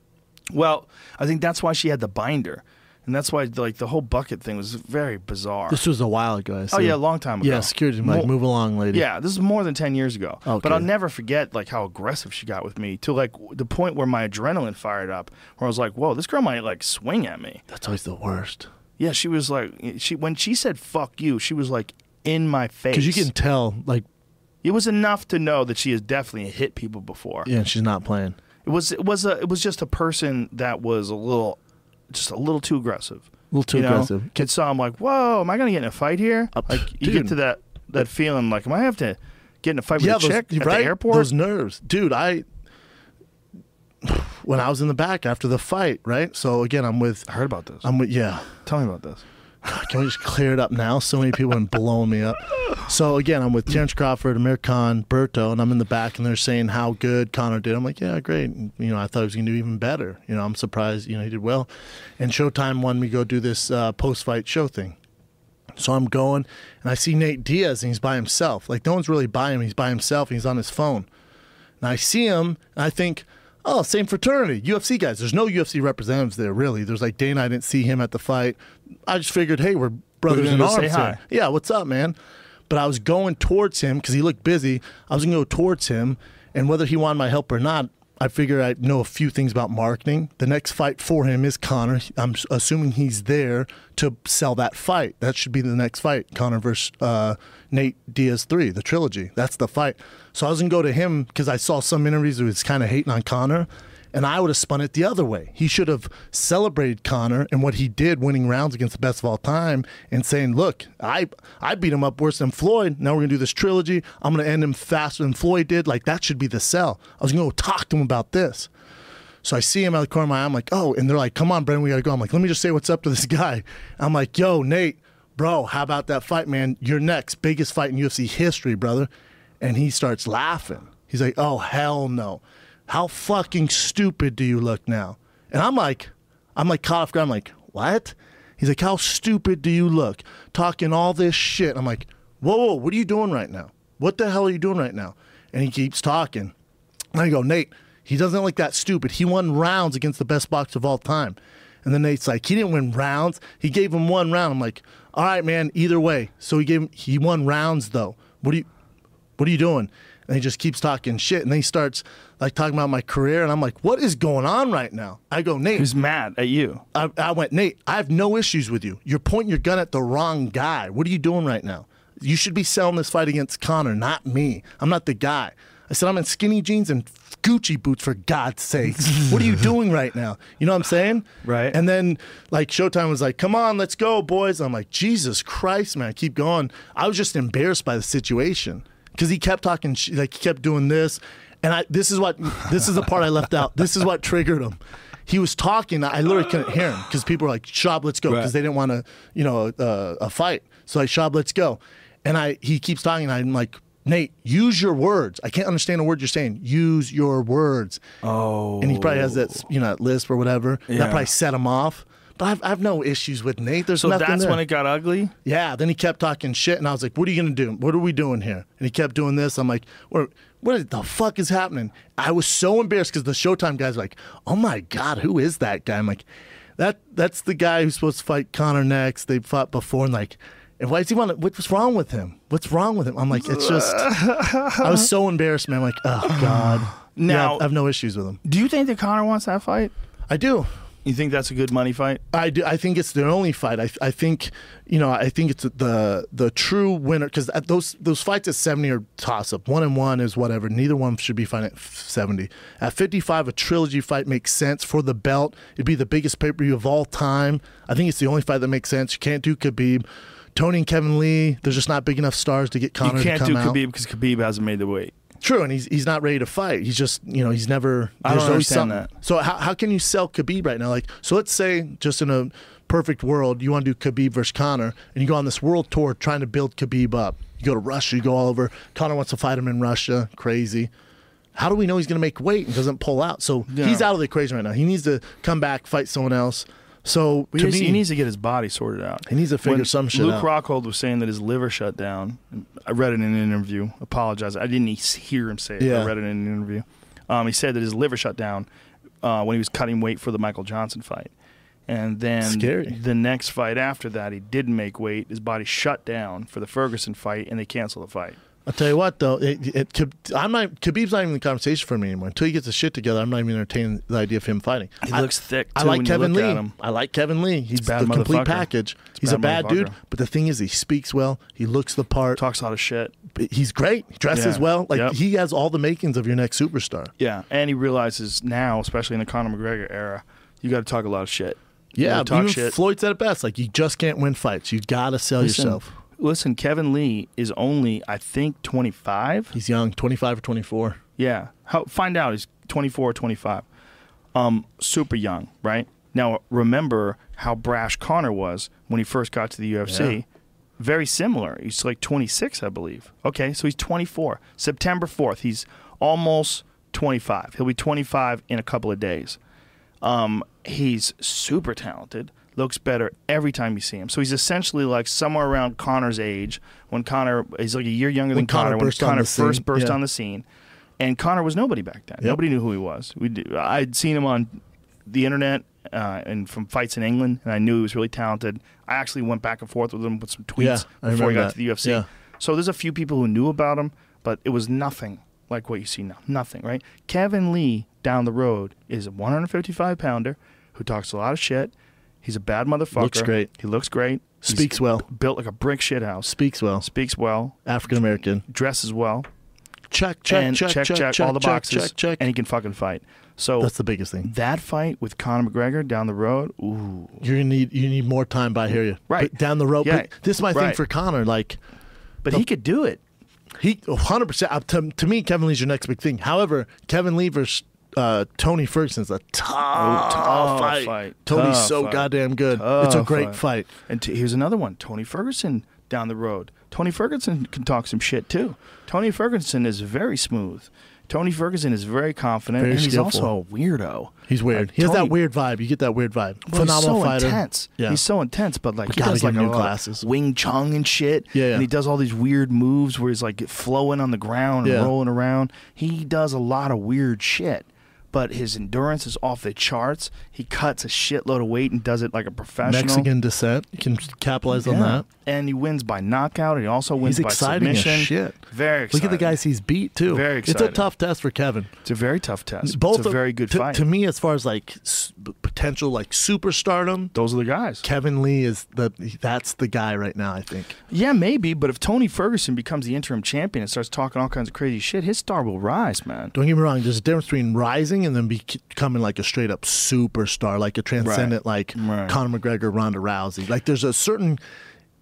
Well, I think that's why she had the binder, and that's why like the whole bucket thing was very bizarre. This was a while ago. I oh see. yeah, a long time ago. Yeah, security. Like, Mo- move along, lady. Yeah, this is more than ten years ago. Okay. But I'll never forget like how aggressive she got with me to like w- the point where my adrenaline fired up, where I was like, "Whoa, this girl might like swing at me." That's always the worst. Yeah, she was like, she when she said "fuck you," she was like in my face. Because you can tell, like, it was enough to know that she has definitely hit people before. yeah, she's not playing. It was it was a it was just a person that was a little, just a little too aggressive. A little too you know? aggressive. Uh, And so I'm like, whoa, am I gonna get in a fight here? like dude. you get to that that feeling like, am I have to get in a fight with a those- chick you at right? the airport? Those nerves, dude. I when I was in the back after the fight, right? So again, I'm with, I heard about this. I'm with, yeah. Tell me about this. Can we just clear it up now? So many people have blown me up. So again, I'm with Terrence Crawford, Amir Khan, Berto, and I'm in the back, and they're saying how good Connor did. I'm like, yeah, great. And, you know, I thought he was going to do even better. You know, I'm surprised. You know, he did well. And Showtime wanted me to go do this uh, post-fight show thing. So I'm going, and I see Nate Diaz, and he's by himself. Like no one's really by him. He's by himself, and he's on his phone. And I see him, and I think, oh, same fraternity, UFC guys. There's no UFC representatives there, really. There's like Dana, I didn't see him at the fight. I just figured, hey, we're brothers gonna in go say arms. hi. here. Yeah, what's up, man? But I was going towards him because he looked busy. I was going to go towards him, and whether he wanted my help or not, I figured I know a few things about marketing. The next fight for him is Connor. I'm s- assuming he's there to sell that fight. That should be the next fight, Connor versus uh, Nate Diaz three, the trilogy. That's the fight. So I was gonna go to him because I saw some interviews where he's kind of hating on Connor. And I would have spun it the other way. He should have celebrated Connor and what he did winning rounds against the best of all time and saying, Look, I I beat him up worse than Floyd. Now we're gonna do this trilogy. I'm gonna end him faster than Floyd did. Like that should be the sell. I was gonna go talk to him about this. So I see him out of the corner of my eye. I'm like, oh, and they're like, come on, Brendan, we gotta go. I'm like, let me just say what's up to this guy. I'm like, yo, Nate, bro, how about that fight, man? Your next biggest fight in UFC history, brother. And he starts laughing. He's like, oh, hell no. How fucking stupid do you look now? And I'm like, I'm like caught off guard. I'm like, what? He's like, how stupid do you look? Talking all this shit. I'm like, whoa, whoa, what are you doing right now? What the hell are you doing right now? And he keeps talking. And I go, Nate, he doesn't look that stupid. He won rounds against the best boxer of all time. And then Nate's like, he didn't win rounds. He gave him one round. I'm like, all right, man, either way. So he gave him, he won rounds though. What do you, what are you doing? And he just keeps talking shit. And then he starts like talking about my career. And I'm like, what is going on right now? I go, Nate, He was mad at you. I, I went, Nate, I have no issues with you. You're pointing your gun at the wrong guy. What are you doing right now? You should be selling this fight against Connor, not me. I'm not the guy. I said, I'm in skinny jeans and Gucci boots, for God's sake. what are you doing right now? You know what I'm saying? Right. And then, like, Showtime was like, come on, let's go, boys. I'm like, Jesus Christ, man, keep going. I was just embarrassed by the situation because he kept talking, sh- like, he kept doing this. And I, this is what, this is the part I left out. This is what triggered him. He was talking. I literally couldn't hear him because people were like, Shab, let's go. Because Right. they didn't want to, you know, uh, a fight. So like, Shab, let's go. And I, he keeps talking. And I'm like, Nate, use your words. I can't understand a word you're saying. Use your words. Oh. And he probably has that, you know, that lisp or whatever. And That Yeah. probably set him off. But I've, I've no issues with Nate. There's So nothing that's there. when it got ugly. Yeah. Then he kept talking shit, and I was like, "What are you gonna do? What are we doing here?" And he kept doing this. I'm like, "What? What the fuck is happening?" I was so embarrassed because the Showtime guys were like, "Oh my god, who is that guy?" I'm like, that that's the guy who's supposed to fight Connor next. They fought before, and like, and why does he want? To, what's wrong with him? What's wrong with him? I'm like, it's just. I was so embarrassed, man. I'm like, oh god. Yeah, Now- I have no issues with him. Do you think that Connor wants that fight? I do. You think that's a good money fight? I do. I think it's their only fight. I, I think, you know, I think it's the the true winner because those those fights at seventy are toss up. One and one is whatever. Neither one should be fighting at seventy. At fifty five, a trilogy fight makes sense for the belt. It'd be the biggest pay per view of all time. I think it's the only fight that makes sense. You can't do Khabib, Tony and Kevin Lee. They're just not big enough stars to get Connor you can't to come do out. Khabib because Khabib hasn't made the weight. True, and he's he's not ready to fight. He's just you know he's never. I don't there's always understand something. So how how can you sell Khabib right now? Like so, let's say just in a perfect world, you want to do Khabib versus Connor, and you go on this world tour trying to build Khabib up. You go to Russia, you go all over. Connor wants to fight him in Russia. Crazy. How do we know he's going to make weight and doesn't pull out? So he's out of the equation right now. He needs to come back, fight someone else. So He, to just- me, he needs to get his body sorted out. He needs to figure When some shit Luke out. Rockhold was saying that his liver shut down. I read it in an interview. Apologize. I didn't e- hear him say it. Yeah. I read it in an interview. Um, he said that his liver shut down uh, when he was cutting weight for the Michael Johnson fight. And then Scary. the next fight after that, he didn't make weight. His body shut down for the Ferguson fight, and they canceled the fight. I'll tell you what, though, it, it, Khab- I'm not. Khabib's not even in the conversation for me anymore. Until he gets his shit together, I'm not even entertaining the idea of him fighting. He I- looks thick, I too, like when you Kevin look Lee. at him. I like Kevin Lee. He's bad the complete motherfucker. package. He's He's a a bad bad dude, motherfucker. but the thing is, he speaks well. He looks the part. Talks a lot of shit. He's great. He dresses Yeah. well. Like Yep. he has all the makings of your next superstar. Yeah, and he realizes now, especially in the Conor McGregor era, you got to talk a lot of shit. You Yeah, gotta talk even shit. Floyd said it best. Like you just can't win fights. You gotta sell yourself. Listen, Kevin Lee is only, I think, 25. He's young, 25 or 24. Yeah. How, find out. He's 24 or 25. Um, super young, right? Now, remember how brash Connor was when he first got to the UFC. Yeah. Very similar. He's like 26, I believe. Okay, so he's 24. September 4th, he's almost 25. He'll be 25 in a couple of days. Um, he's super talented. Looks better every time you see him. So he's essentially like somewhere around Connor's age when Connor he's like a year younger than Connor Connor, when burst on Connor the scene, first burst yeah. on the scene. And Connor was nobody back then. Nobody knew who he was. We d I'd seen him on the internet uh, and from fights in England, and I knew he was really talented. I actually went back and forth with him with some tweets I before he remember got that. to the UFC. Yeah. So there's a few people who knew about him, but it was nothing like what you see now. Nothing, right? Kevin Lee down the road is a 155 pounder who talks a lot of shit. He's a bad motherfucker. Looks great. He looks great. He's Speaks well. Built like a brick shit house. Speaks well. Speaks well. African American. Dresses well. Check check and check check check, all the check, boxes. Check check. And he can fucking fight. So That's the biggest thing. that fight with Conor McGregor down the road. Ooh. You're gonna need you need more time, but I hear you. Right. But down the road. Yeah. But this is my thing Right. for Connor. Like But he could do it. he 100 percent uh, to, to me, Kevin Lee's your next big thing. However, Kevin Lee versus uh, Tony Ferguson is a tough, Oh, tough fight. fight. Tony's Tough so fight. goddamn good. it's a Tough great fight. And t- here's another one Tony Ferguson down the road. Tony Ferguson can talk some shit too. Tony Ferguson is very smooth. Tony Ferguson is very confident. Very and he's skillful. also a weirdo. He's weird. Like, he has Tony- that weird vibe. You get that weird vibe. well, Phenomenal he's so fighter. Intense. Yeah. He's so intense, but like he gotta does give like him a new lot of classes. Wing Chun and shit. Yeah, yeah. And he does all these weird moves where he's like flowing on the ground and Yeah. rolling around. He does a lot of weird shit. But his endurance is off the charts. He cuts a shitload of weight and does it like a professional. Mexican descent. You can capitalize on Yeah. that. And he wins by knockout. He also wins He's by exciting as submission. shit. Very Look exciting. at the guys he's beat too. Very It's exciting. a tough test for Kevin. It's a very tough test. Both it's a of- very good to, fight. to me, as far as like s- potential like superstardom, Those are the guys. Kevin Lee is the that's the guy right now. I think. Yeah, maybe, but if Tony Ferguson becomes the interim champion and starts talking all kinds of crazy shit, his star will rise, man. Don't get me wrong. There's a difference between rising and then becoming like a straight up superstar, like a transcendent, like Right. Conor McGregor, Ronda Rousey. Like there's a certain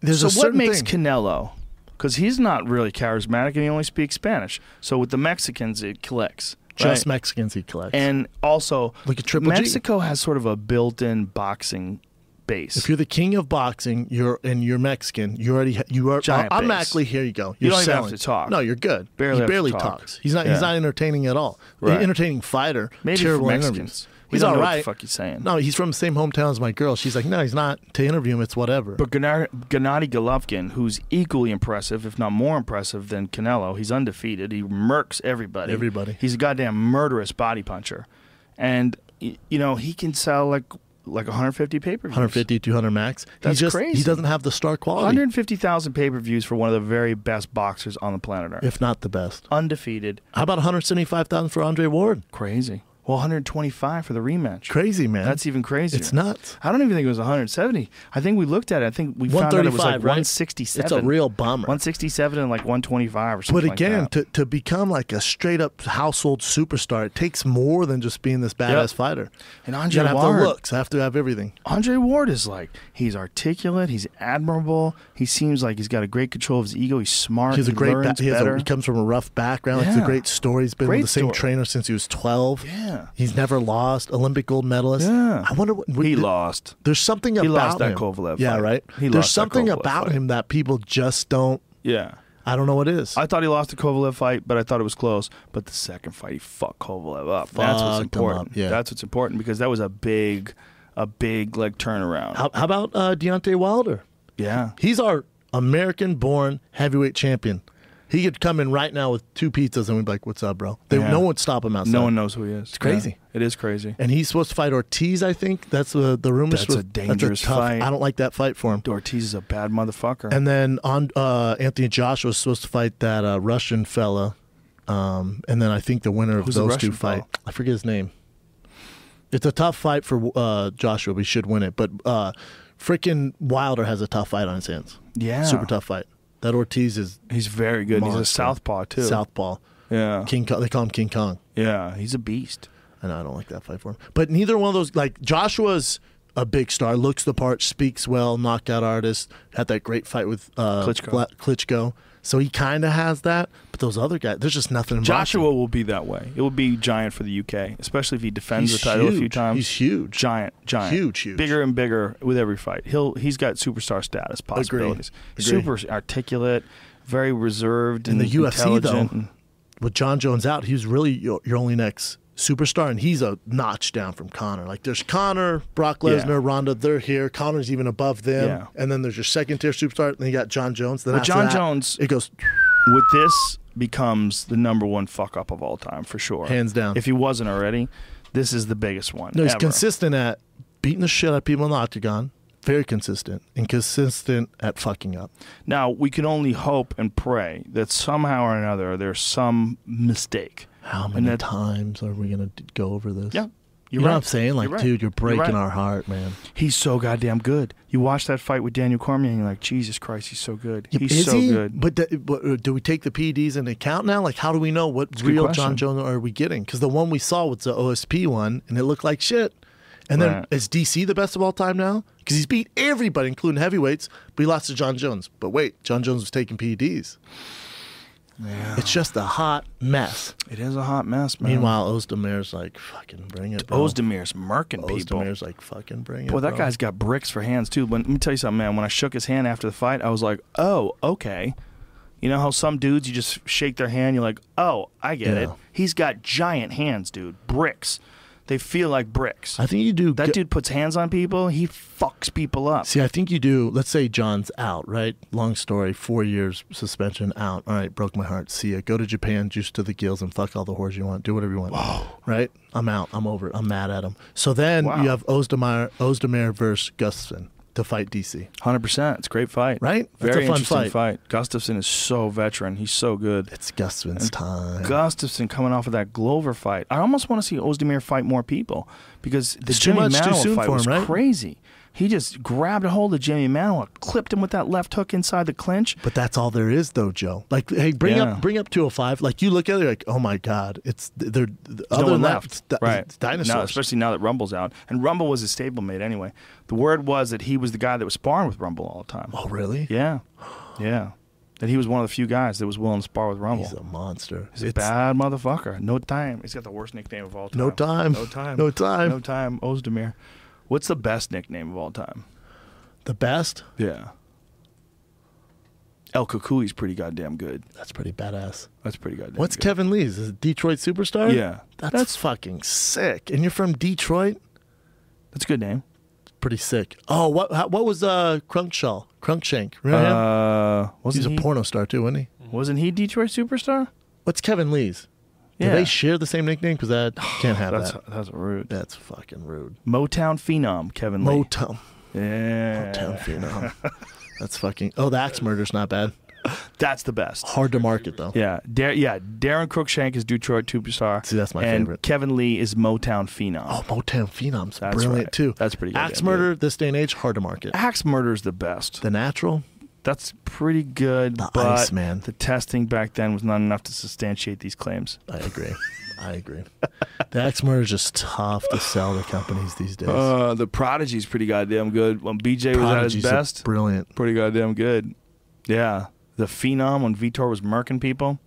there's So a what certain makes thing. Canelo? Because he's not really charismatic and he only speaks Spanish. So with the Mexicans, it clicks. just right? Mexicans he collects. And also, Look at Triple G. Mexico has sort of a built-in boxing base. if you're the king of boxing, you're and you're Mexican. You already ha- you are Giant base. automatically here. You go. You You're don't even have selling. to talk. No, you're good. Barely he have to barely talk. talks. He's not Yeah. he's not entertaining at all. Right. Entertaining fighter. Maybe for terrible Mexicans. interviews. We he's don't all know what the right. fuck he's saying. No, he's from the same hometown as my girl. She's like, no, he's not. To interview him, it's whatever. But Gennady, Gennady Golovkin, who's equally impressive, if not more impressive than Canelo, he's undefeated. He murks everybody. Everybody. He's a goddamn murderous body puncher, and y- you know he can sell like like 150 pay per views. 150, 200 max. That's he just, crazy. He doesn't have the star quality, 150,000 pay per views for one of the very best boxers on the planet Earth. if not the best. Undefeated. How about 175,000 for Andre Ward? Crazy. Well, 125 for the rematch. Crazy, man. That's even crazier. It's nuts. I don't even think it was 170. I think we looked at it. I think we found out it was like 135, right? 167. It's a real bummer. 167 and like 125 or But something. again, like that. to, to become like a straight up household superstar, it takes more than just being this badass fighter. And You Andre gotta have Ward. the looks. I have to have everything. Andre Ward is like he's articulate, he's admirable. He seems like he's got a great control of his ego. He's smart. He's a he great. Ba- learns he, has better. a, he comes from a rough background. It's Yeah. a great story. He's been Great with the same story. trainer since he was twelve. Yeah. He's never lost. Olympic gold medalist. Yeah. I wonder what he th- lost. There's something He about lost that him. Kovalev Yeah, fight. right. He There's lost that something Kovalev about fight. him that people just don't. Yeah. I don't know what it is. I thought he lost the Kovalev fight, but I thought it was close. But the second fight, he fucked Kovalev up. That's what's Fucked him up, important. yeah. That's what's important because that was a big, a big like turnaround. how, how about uh, Deontay Wilder? yeah. He's our American born heavyweight champion. He could come in right now with two pizzas and we'd be like, what's up, bro? They, Yeah. No one'd stop him outside. No one knows who he is. It's crazy. It is crazy. And he's supposed to fight Ortiz, I think. That's uh, the, the rumors. That's a was- dangerous tough- fight. I don't like that fight for him. Ortiz is a bad motherfucker. And then on uh, Anthony Joshua was supposed to fight that uh, Russian fella. Um, and then I think the winner of Who's the those Russian two fight. fella? I forget his name. It's a tough fight for uh, Joshua. We should win it. But uh, freaking Wilder has a tough fight on his hands. Yeah. Super tough fight. That Ortiz is he's very good. and He's a Monster. southpaw too. Southpaw. Yeah. King Kong. They call him King Kong. Yeah. He's a beast. I know I don't like that fight for him. But neither one of those, like Joshua's a big star, looks the part, speaks well, knockout artist, had that great fight with uh, Klitschko. Vla- Klitschko. So he kind of has that. But those other guys, there's just nothing. about Joshua him. will be that way. It will be giant for the UK, especially if he defends He's the title a few huge. times. He's huge. giant, giant, Huge, huge. bigger and bigger with every fight. He'll he's got superstar status possibilities. Agree. Super articulate, very reserved, in and the UFC intelligent. though, with John Jones out, he's really your, your only next superstar, and he's a notch down from Connor. Like there's Connor, Brock Yeah. Lesnar, Ronda, they're here. Connor's even above them, Yeah. and then there's your second tier superstar, and then you got John Jones. Then But after John that, Jones- it goes. with this becomes the number one fuck up of all time for sure, Hands down. If he wasn't already, this is the biggest one. No, he's ever. consistent at beating the shit out of people in the octagon. Very consistent and consistent at fucking up. Now we can only hope and pray that somehow or another there's some mistake. How And many that- times are we gonna d- go over this? Yeah, you you're know right. what I'm saying? Like, You're right. dude, you're You're breaking right. our heart, man. He's so goddamn good. You watch that fight with Daniel Cormier and you're like, Jesus Christ, he's so good. Yeah, He's is so he? good. But, th- but uh, do we take the PEDs into account now? Like, how do we know what a good real question. John Jones are we getting? Because the one we saw was the OSP one, and it looked like shit. And then Right. is DC the best of all time now? Because he's beat everybody, including heavyweights, but he lost to John Jones. But wait, John Jones was taking PEDs. It's just a hot mess. it is a hot mess, man. Meanwhile, Ozdemir's like, fucking bring it. Bro. Ozdemir's murking people. Ozdemir's like, fucking bring it. Well, that bro." guy's got bricks for hands too. When, let me tell you something, man. When I shook his hand after the fight, I was like, "Oh, okay." You know how some dudes you just shake their hand, you're like, "Oh, I get it." Yeah. He's got giant hands, dude. Bricks. They feel like bricks. I think you do. that go- dude puts hands on people. He fucks people up. See, I think you do. Let's say John's out, right? Long story, four years suspension out. All right, broke my heart. See ya. Go to Japan, juice to the gills, and fuck all the whores you want. Do whatever you want. Right? I'm out. I'm over it. I'm mad at him. So then Wow. you have Ozdemir, Ozdemir versus Gustafson to fight DC. Hundred percent. It's a great fight, Right? That's Very a fun interesting fight. Gustafson is so veteran. He's so good. It's Gustafson's time. Gustafson coming off of that Glover fight. I almost want to see Ozdemir fight more people because the It's too Jimmy much too Manuel soon fight for him, was right? crazy. He just grabbed a hold of Jimmy Manuel, clipped him with that left hook inside the clinch. But that's all there is, though, Joe. Like, hey, bring Yeah. up bring up 205. Like, you look at it, you're like, oh my God, it's they're the There's other no one than that, left. it's di- right. it's dinosaurs. Now, especially now that Rumble's out. And Rumble was his stablemate anyway. The word was that he was the guy that was sparring with Rumble all the time. oh, really? Yeah. Yeah. That he was one of the few guys that was willing to spar with Rumble. He's a monster. He's a bad motherfucker. No time. He's got the worst nickname of all time. No time. No time. No time. No time. Ozdemir. What's the best nickname of all time? the best. Yeah. El Kukui's pretty goddamn good. That's pretty badass. That's pretty goddamn What's good. Kevin Lee's? Is it Detroit Superstar? Yeah. That's, That's- fucking sick. And you're from Detroit? That's a good name. Pretty sick. Oh, what how, what was uh Crunkshaw? Crunkshank. Remember him? Uh, Oh, He's wasn't a he, porno star too, wasn't he? Wasn't he Detroit superstar? What's Kevin Lee's? Do Yeah. they share the same nickname? Because that can't have That's that. that's rude. That's fucking rude. Motown phenom Kevin Lee. Motown. yeah, Town Phenom. That's fucking. Oh, the axe murder's not bad. that's the best. Hard to market though. Yeah, Dar- yeah. Darren Cruikshank is Detroit Superstar. See, that's my and favorite. Kevin Lee is Motown phenom. Oh, Motown Phenom's That's brilliant right. too. That's pretty good, Axe yeah, murder this day and age hard to market. Axe Murder is the best. The Natural. That's pretty good, The but Iceman. the testing back then was not enough to substantiate these claims. I agree. I agree. The axe murder is just tough to sell to companies these days. Uh, the Prodigy's pretty goddamn good. When BJ Prodigy's a Brilliant. pretty goddamn good. Yeah, the Phenom when Vitor was murking people.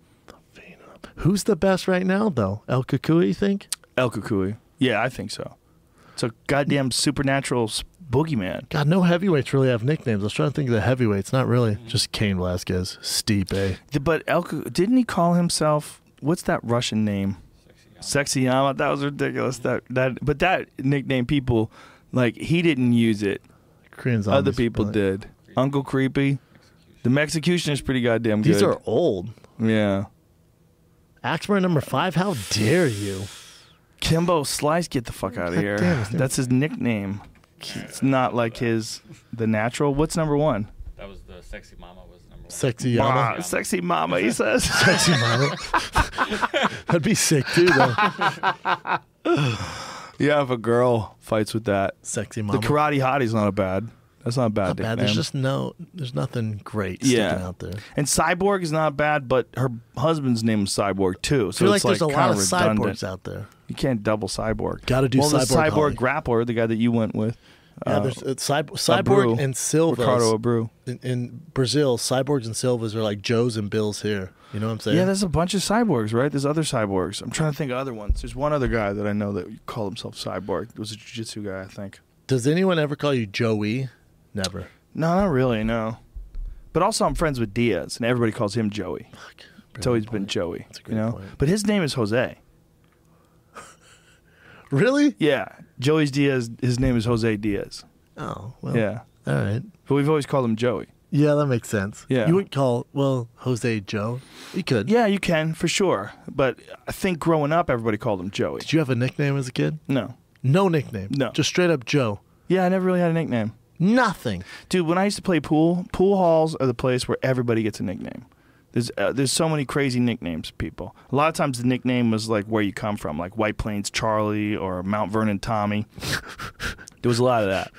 Who's the best right now though? El Cucuy, you think? El Cucuy. Yeah, I think so. It's a goddamn supernatural s- boogeyman. God, no heavyweights really have nicknames. I was trying to think of the heavyweights. Not really. Just Cain Velasquez, Stipe. The- But El Cuc- didn't he call himself? What's that Russian name? Sexy Yama. That was ridiculous. That that. But that nickname, people like he didn't use it. Korean zombies. Other people brilliant. did. Uncle Creepy. The Executioner's pretty goddamn good. These are old. yeah. Axe murder number five. How dare you? Kimbo Slice, get the fuck out of here. damn, his name- That's his nickname. It's not like his the natural. What's number one? That was the sexy mama was number one. Sexy Ah, Yama. sexy mama, he says. Sexy Mama. That'd be sick too, though. yeah, if a girl fights with that. Sexy The Mama. karate hottie's not a bad. That's not a bad Not bad. nickname. There's just no. There's nothing great Yeah. sticking out there. and Cyborg is not bad, but her husband's name is Cyborg too. I So feel like it's there's a lot of kinda redundant. cyborgs out there. You can't double Cyborg. Gotta do well, the Cyborg Cyborg Holly. grappler, the guy that you went with. yeah, uh, there's uh, Cy- Cyborg Abreu. and Silva. Ricardo Abreu. in, in Brazil, Cyborgs and Silvas are like Joes and Bills here. You know what I'm saying? Yeah, there's a bunch of cyborgs, right? There's other cyborgs. I'm trying to think of other ones. There's one other guy that I know that called himself Cyborg. It was a jiu-jitsu guy, I think. Does anyone ever call you Joey? Never. No, not really, no. But also I'm friends with Diaz, and everybody calls him Joey. It's always been Joey, a you great know? point. But his name is Jose. Really? Yeah, Joey's Diaz, his name is Jose Diaz. Oh well. Yeah. All right. But we've always called him Joey. Yeah, that makes sense. Yeah. You wouldn't call well Jose Joe. You could. Yeah, you can, for sure. But I think growing up, everybody called him Joey. Did you have a nickname as a kid? No. No nickname. No. Just straight up Joe. Yeah, I never really had a nickname. Nothing. dude. When I used to play pool, pool halls are the place where everybody gets a nickname. There's uh, there's so many crazy nicknames, people. A lot of times the nickname was like where you come from, like White Plains Charlie or Mount Vernon Tommy. there was a lot of that.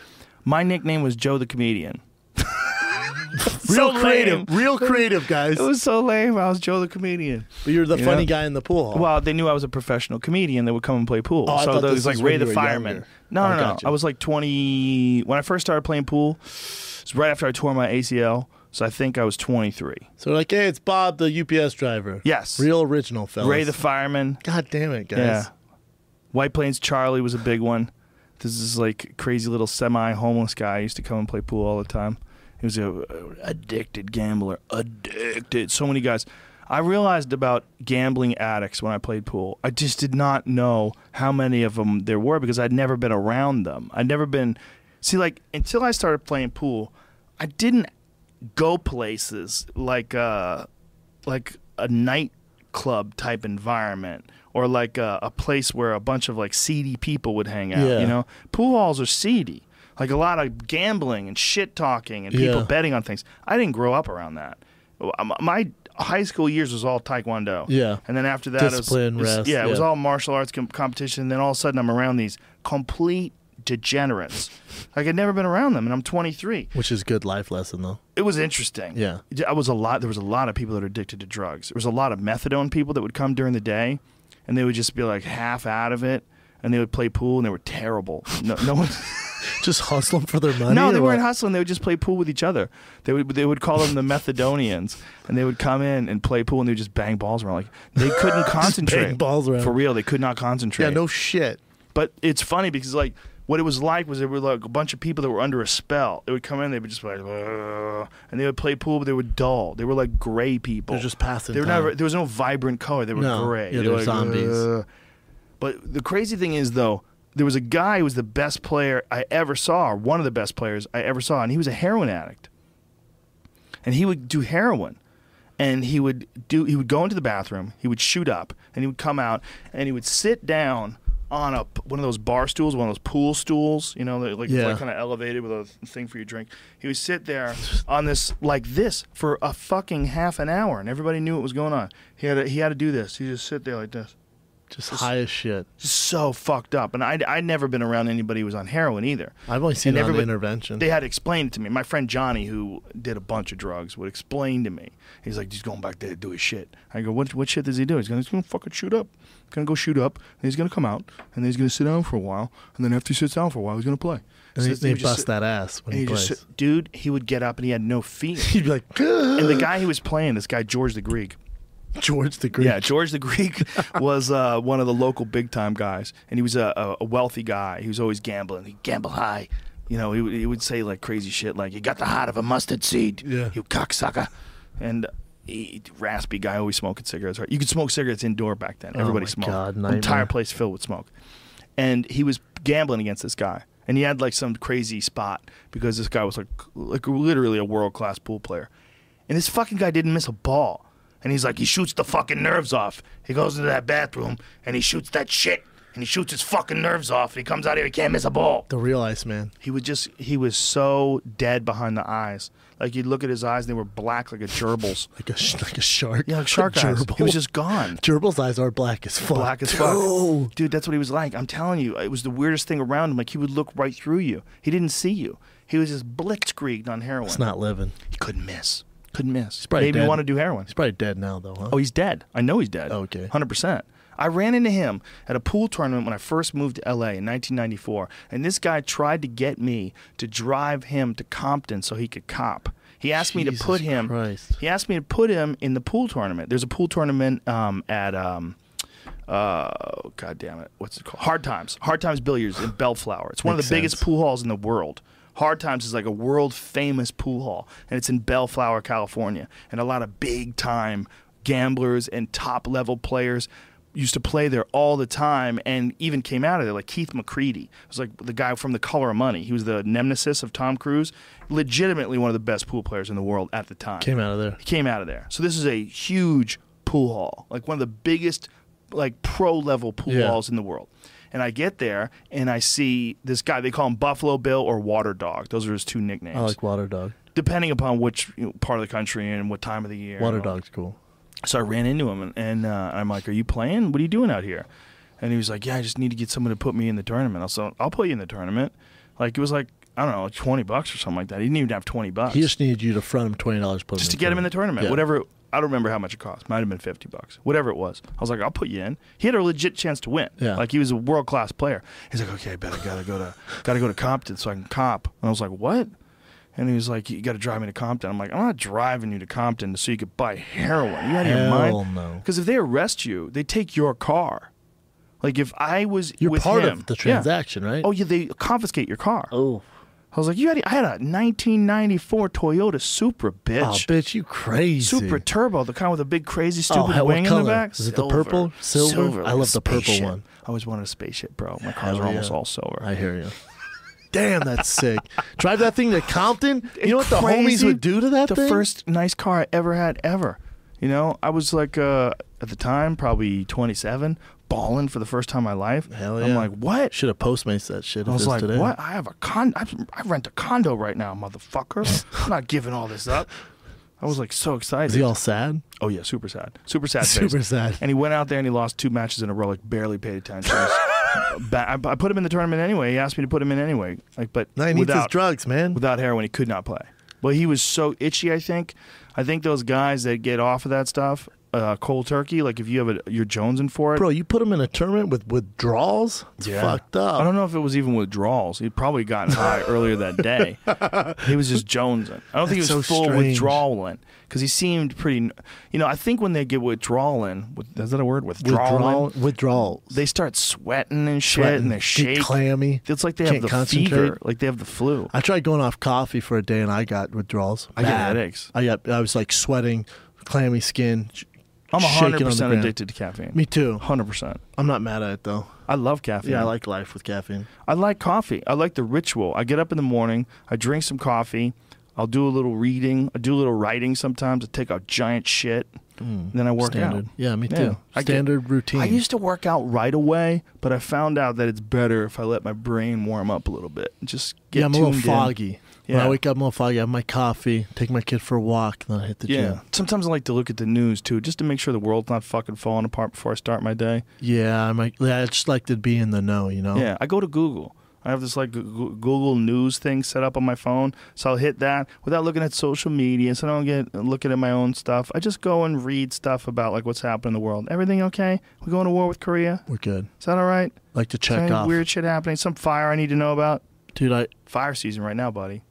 My nickname was Joe the comedian. Real So creative. lame. Real creative guys. It was so lame. I was Joe the comedian. but you're the you funny know? guy in the pool. hall. Well, they knew I was a professional comedian. They would come and play pool. Oh, I so thought there this was like was Ray when the you were Fireman. younger. No, I no, no. gotcha. I was like 20 when I first started playing pool. It was right after I tore my ACL. So I think I was 23. So like, hey, it's Bob, the UPS driver. Yes. Real original fellas. Ray the Fireman. God damn it, guys. Yeah. White Plains Charlie was a big one. This is like crazy little semi homeless guy. He used to come and play pool all the time. He was a a addicted gambler. Addicted. So many guys. I realized about gambling addicts when I played pool. I just did not know how many of them there were because I'd never been around them. I'd never been. See, like until I started playing pool, I didn't go places like uh like a nightclub type environment or like a, a place where a bunch of like seedy people would hang out. Yeah. You know, pool halls are seedy. Like a lot of gambling and shit talking and people Yeah. betting on things. I didn't grow up around that. M- My high school years was all taekwondo. Yeah. and then after that, it was- Discipline, it was, rest, yeah, it was yeah. all martial arts com- competition. Then all of a sudden, I'm around these complete degenerates. like I'd never been around them, and I'm 23 Which is good life lesson though. it was interesting. Yeah. I was a lot. There was a lot of people that are addicted to drugs. There was a lot of methadone people that would come during the day, and they would just be like half out of it, and they would play pool, and they were terrible. No, no one. Just hustling for their money. No, or they weren't what? hustling. They would just play pool with each other. They would they would call them the Methadonians, and they would come in and play pool, and they would just bang balls around. Like they couldn't concentrate. balls around. for real. They could not concentrate. Yeah, no shit. But it's funny because like what it was like was there were like a bunch of people that were under a spell. They would come in, they would just be like, "Ugh," and they would play pool, but they were dull. They were like gray people. They're just passing They were time. never. There was no vibrant color. They were No. gray. Yeah, They were they're zombies. "Ugh." But the crazy thing is though. There was a guy who was the best player I ever saw, or one of the best players I ever saw, and he was a heroin addict. And he would do heroin. and he would do he would go into the bathroom, he would shoot up, and he would come out and he would sit down on a p- one of those bar stools, one of those pool stools, you know, that, like, Yeah. like kind of elevated with a thing for your drink. He would sit there on this like this for a fucking half an hour, and everybody knew what was going on. He had to, he had to do this. He just sit there like this Just high as shit. so fucked up. And I'd, I'd never been around anybody who was on heroin either. I've only seen it on everybody- Intervention. They had explained it to me. My friend Johnny, who did a bunch of drugs, would explain to me. He's like, he's going back there to do his shit. I go, what, what shit does he do? He's going, he's going to fucking shoot up. He's going to go shoot up. And he's going to come out. And then he's going to sit down for a while. And then after he sits down for a while, he's going to play. And So they, he they would just bust sit- that ass when And he he just, plays. sit- dude, he would get up and he had no feet. He'd be like, "Ugh." and the guy he was playing, this guy George the Greek, George the Greek. yeah, George the Greek was uh, one of the local big time guys, and he was a, a, a wealthy guy. He was always gambling. He gamble high. You know, he, would- he would say like crazy shit, like "You got the heart of a mustard seed, Yeah. you cocksucker," and. He, raspy guy always smoking cigarettes. Right, you could smoke cigarettes indoor back then. Everybody my smoked. God, The nightmare. Entire place filled with smoke, and he was gambling against this guy. And he had like some crazy spot because this guy was like, like literally a world class pool player. And this fucking guy didn't miss a ball. And he's like, he shoots the fucking nerves off. He goes into that bathroom and he shoots that shit and he shoots his fucking nerves off. And he comes out here, he can't miss a ball. The real Ice Man. He would just, he was so dead behind the eyes. Like you'd look at his eyes and they were black like a gerbil's. Like a, sh- like a shark. Yeah, like shark eyes. gerbil. He was just gone. Gerbil's eyes are black as fuck. Black as fuck. Dude. Dude, that's what he was like. I'm telling you, it was the weirdest thing around him. Like he would look right through you. He didn't see you. He was just blitzkrieged on heroin. It's not living. He couldn't miss. Couldn't miss. probably Made me dead. want to do heroin. He's probably dead now, though, huh? Oh, he's dead. I know he's dead. Okay. 100%. I ran into him at a pool tournament when I first moved to LA in 1994, and this guy tried to get me to drive him to Compton so he could cop. He asked me to Jesus put him. Christ. He asked me to put him in the pool tournament. There's a pool tournament um, at um, uh, God damn it, what's it called? Hard Times. Hard Times Billiards in Bellflower. It's one of the Makes biggest sense. pool halls in the world. Hard Times is like a world famous pool hall, and it's in Bellflower, California. And a lot of big time gamblers and top level players used to play there all the time and even came out of there like Keith McCready was like the guy from The Color of Money he was the nemesis of Tom Cruise legitimately one of the best pool players in the world at the time Came out of there. he came out of there. So this is a huge pool hall, like one of the biggest, like pro level pool Yeah. halls in the world. And I get there and I see this guy. They call him Buffalo Bill or Water Dog. Those are his two nicknames, I like Water Dog. depending upon which you know, part of the country and what time of the year. Water and all. Dog's cool. So I ran into him and, and uh, I'm like, "Are you playing? What are you doing out here?" And he was like, "Yeah, I just need to get someone to put me in the tournament." I was like, "I'll put you in the tournament." Like it was like I don't know, like twenty bucks or something like that. He didn't even have twenty bucks He just needed you to front him twenty dollars. Put just to get him in the tournament. Yeah. Whatever. I don't remember how much it cost. Might have been fifty bucks. Whatever it was, I was like, I'll put you in. He had a legit chance to win. Yeah. Like he was a world class player. He's like, okay, I bet I gotta go to gotta go to Compton so I can cop. And I was like, what? And he was like, you gotta drive me to Compton. I'm like, I'm not driving you to Compton so you could buy heroin. You out of your Hell mind? no. Because if they arrest you, they take your car. Like if I was You're with part him- of the Yeah. transaction, right? Oh yeah, they confiscate your car. Oh. I was like, you had I had a 1994 Toyota Supra, bitch. Oh, bitch, you crazy. Super turbo, the kind with a big crazy stupid Oh, hell, what wing in color? the back. Is it the purple? Silver? I like love a the purple spaceship. one. I always wanted a spaceship, bro. My cars Hell are almost yeah. all silver. I hear you. Damn, that's sick. Drive that thing to Compton. You know what the homies Crazy. would do to that The thing? first nice car I ever had ever. You know, I was like uh, at the time probably 27, balling for the first time in my life. Hell I'm yeah. like, what? should have postmates that shit. I if was it's like, today. what? I have a con. I, I rent a condo right now, motherfucker. I'm not giving all this up. I was like so excited. Is he all sad? Oh yeah, super sad. Super sad. face. Super sad. And he went out there and he lost two matches in a row. Like barely paid attention. Ba- I, I put him in the tournament anyway. He asked me to put him in anyway. Like, but No, he needs his without drugs, man. without heroin, he could not play. But he was so itchy. I think. I think those guys that get off of that stuff, uh, cold turkey. Like if you have a, you're jonesing for it. Bro, you put him in a tournament with withdrawals? It's fucked up. I don't know if it was even withdrawals. He'd probably gotten high earlier that day. He was just jonesing. I don't think he was That's so full strange. withdrawalin because he seemed pretty. You know, I think when they get withdrawalin, with- is that a word? Withdrawal, Withdrawalin. withdrawals. They start sweating and shit, and they Get shake. clammy. It's like they Can't have the concentrate. fever. Like they have the flu. I tried going off coffee for a day and I got withdrawals. I get Bad. headaches. I got. I was like sweating, clammy skin. sh- I'm shaking on the 100 percent ground. addicted to caffeine. Me too. 100. percent I'm not mad at it though. I love caffeine. Yeah, I like life with caffeine. I like coffee. I like the ritual. I get up in the morning. I drink some coffee. I'll do a little reading. I do a little writing sometimes. I take a giant shit. and then I work Mm, Standard. out. Yeah, me too. I get- Standard routine. I used to work out right away, but I found out that it's better if I let my brain warm up a little bit. Just get yeah, I'm a little tuned in. foggy. When Yeah. I wake up, I'm a little foggy. I have my coffee, take my kid for a walk, then I hit the Yeah. gym. Sometimes I like to look at the news too, just to make sure the world's not fucking falling apart before I start my day. Yeah, I'm like, yeah, I just like to be in the know, you know? Yeah, I go to Google. I have this like Goo- Goo- Google News thing set up on my phone, so I'll hit that without looking at social media. So I don't get uh, looking at my own stuff. I just go and read stuff about like what's happening in the world. Everything okay? We going to war with Korea? We're good. Is that all right? Like to Is there check any off. weird shit happening? Some fire I need to know about? Dude, I, Fire season right now, buddy.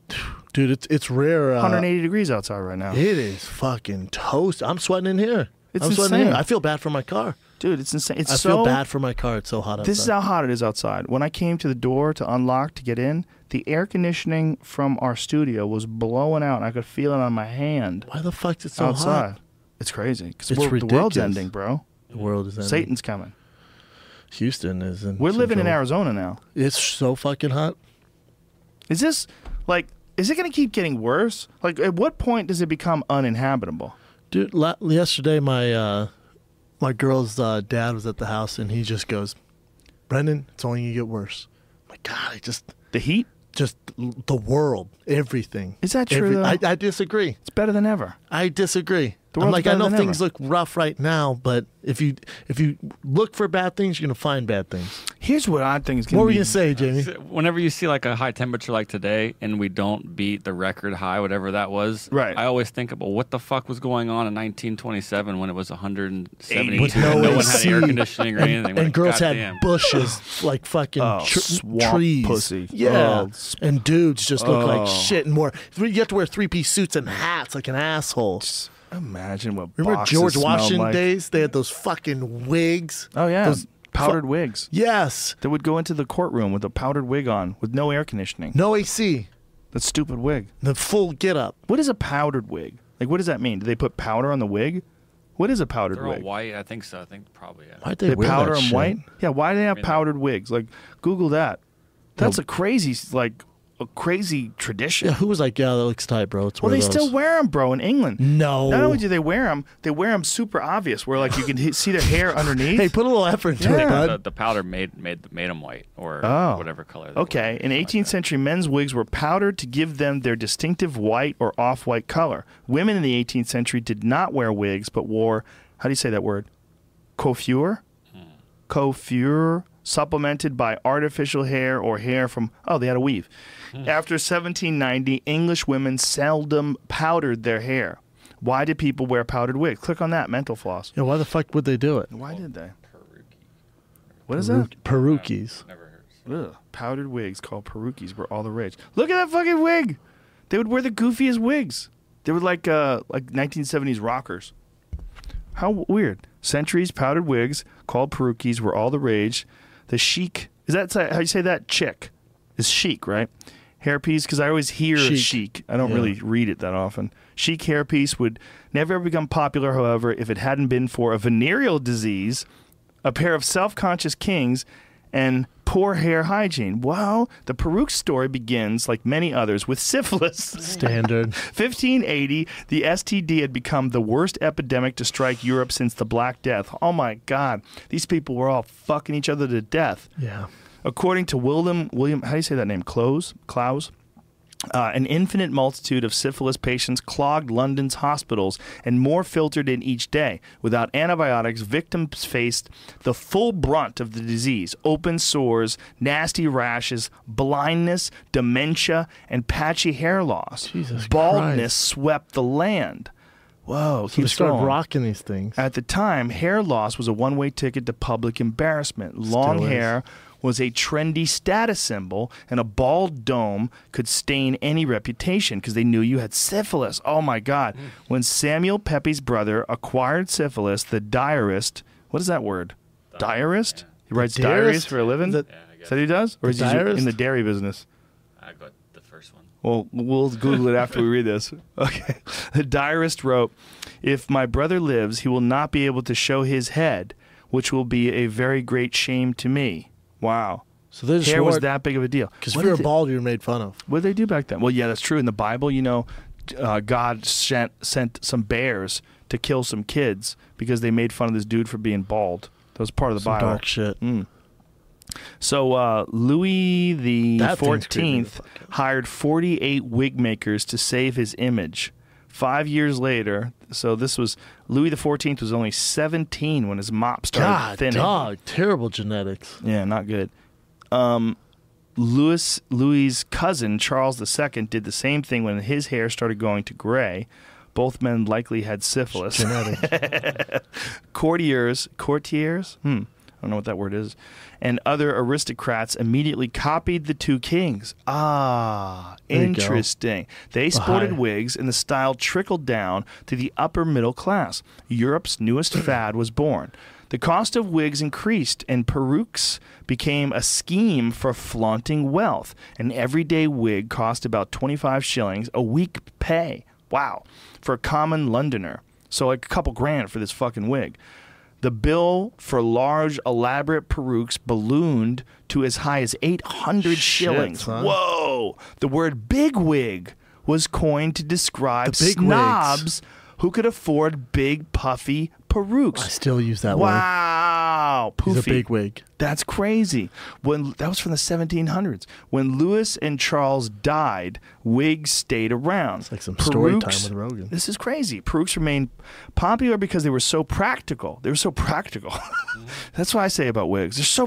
dude, it's, it's rare. Uh, 180 degrees outside right now, It is fucking toast. I'm sweating in here. It's I'm sweating in insane. here. I feel bad for my car. dude. It's insane. It's I so feel bad for my car. It's so hot This is outside. how hot it is outside. When I came to the door to unlock to get in, the air conditioning from our studio was blowing out, and I could feel it on my hand Why the fuck is it so outside. hot? It's crazy because It's the world's ridiculous. ending, bro. The world is ending. Satan's coming. Houston is in. We're some living in trouble. Arizona now. It's so fucking hot. Is this like? Is it going to keep getting worse? Like, at what point does it become uninhabitable? Dude, la- yesterday my uh, my girl's uh, dad was at the house and he just goes, "Brendan, it's only gonna get worse." My God, I just The heat? just l- the world, everything. Is that true, Every- I, though? I disagree. It's better than ever. I disagree. The I'm world's like I better know than things ever. look rough right now, but if you if you look for bad things, you're gonna find bad things. Here's what I think is going to be. What were you gonna say, Jamie? Whenever you see like a high temperature like today, and we don't beat the record high, whatever that was, Right. I always think about what the fuck was going on in 1927 when it was 170. With and no one had AC. air conditioning or anything. And, Like, and girls goddamn. had bushes like fucking Oh, tr- swamp trees. pussy. Yeah. Oh, sp- and dudes just look Oh. like shit and more. You have to wear three piece suits and hats like an asshole. Imagine what Remember boxes George smelled Washington like. days? They had those fucking wigs. Oh yeah, Those powdered fu- wigs. Yes. that would go into the courtroom with a powdered wig on with no air conditioning. No AC. That stupid wig. The full get up. What is a powdered wig? Like, what does that mean? Do they put powder on the wig? What is a powdered They're all wig? white. I think so. I think probably. Yeah. Why'd They wear powder that them shit? white? Yeah, why do they have powdered wigs? Like, Google that. That's a crazy, like, a crazy tradition. Yeah, who was like, yeah, that looks tight, bro. It's Well, one they of still those." wear them, bro, in England. No. Not only do they wear them, they wear them super obvious, where, like, you can hit, see their hair underneath. Hey, put a little effort into Yeah. it, The, bud. the powder made made made them white or Oh. whatever color. they Okay, were. in 18th century, men's wigs were powdered to give them their distinctive white or off white color. Women in the 18th century did not wear wigs, but wore, how do you say that word? Coiffure? Coiffure, supplemented by artificial hair or hair from, oh, they had a weave. After 1790, English women seldom powdered their hair. Why did people wear powdered wigs? Click on that, mental floss. Yeah, why the fuck would they do it? Why did they? What is that? Perukies. Ugh. Powdered wigs called perukis were all the rage. Look at that fucking wig. They would wear the goofiest wigs. They were like uh like 1970s rockers. How w- weird. Centuries powdered wigs called perukis were all the rage. The chic is that sa- how you say that chick is chic right? Hairpiece because I always hear chic. Chic. I don't Yeah. really read it that often. Chic hairpiece would never become popular, however, if it hadn't been for a venereal disease a pair of self conscious kings, and poor hair hygiene. Wow, the Peruke story begins, like many others, with syphilis. Standard. 1580, the STD had become the worst epidemic to strike Europe since the Black Death. Oh my God, these people were all fucking each other to death. Yeah. According to William, William, how do you say that name? Close, Klaus. Uh, an infinite multitude of syphilis patients clogged London's hospitals, and more filtered in each day. Without antibiotics, victims faced the full brunt of the disease open sores, nasty rashes, blindness, dementia, and patchy hair loss. Jesus Baldness Christ. swept the land. Whoa, Oh, They keep start scrolling. rocking these things. At the time, hair loss was a one way ticket to public embarrassment. Long is. hair was a trendy status symbol, and a bald dome could stain any reputation because they knew you had syphilis. Oh my God. Mm. When Samuel Pepys' brother acquired syphilis, the diarist, what is that word? Diarist? He writes diaries diarist? for a living? The- is that what he does? Or is he diarist? in the dairy business? I got the first one. Well, we'll Google it after we read this. Okay. The diarist wrote If my brother lives, he will not be able to show his head, which will be a very great shame to me. Wow. So they just Hair was wore- that big of a deal. Because if What you're did- bald, you're made fun of. What did they do back then? Well, yeah, that's true. In the Bible, you know, uh, God sent sent some bears to kill some kids because they made fun of this dude for being bald. That was part of the Some Bible. dark shit. So uh, Louis the That thing's creepy as Fourteenth hired forty-eight wig makers to save his image. Five years later, so this was Louis the Fourteenth was only seventeen when his mop started God, thinning. dog, terrible genetics. Yeah, not good. Um, Louis Louis' cousin Charles II did the same thing when his hair started going to gray. Both men likely had syphilis. Genetics. courtiers, courtiers, hmm, I don't know what that word is, and other aristocrats immediately copied the two kings. Ah, There you go. interesting. They sported hi. wigs, and the style trickled down to the upper middle class. Europe's newest fad was born. The cost of wigs increased, and perukes became a scheme for flaunting wealth. An everyday wig cost about 25 shillings a week pay. Wow. For a common Londoner. So, like a couple grand for this fucking wig. The bill for large, elaborate perukes ballooned to as high as 800 shillings. son. Whoa! Oh, The word bigwig was coined to describe The big wigs. snobs who could afford big, puffy perukes. I still use that word. Wow, poofy. He's a big wig. That's crazy. When that was from the 1700s, when Louis and Charles died, wigs stayed around. It's like some story time with Rogan. This is crazy. Perukes remained popular because they were so practical. They were so practical. That's what I say about wigs. They're so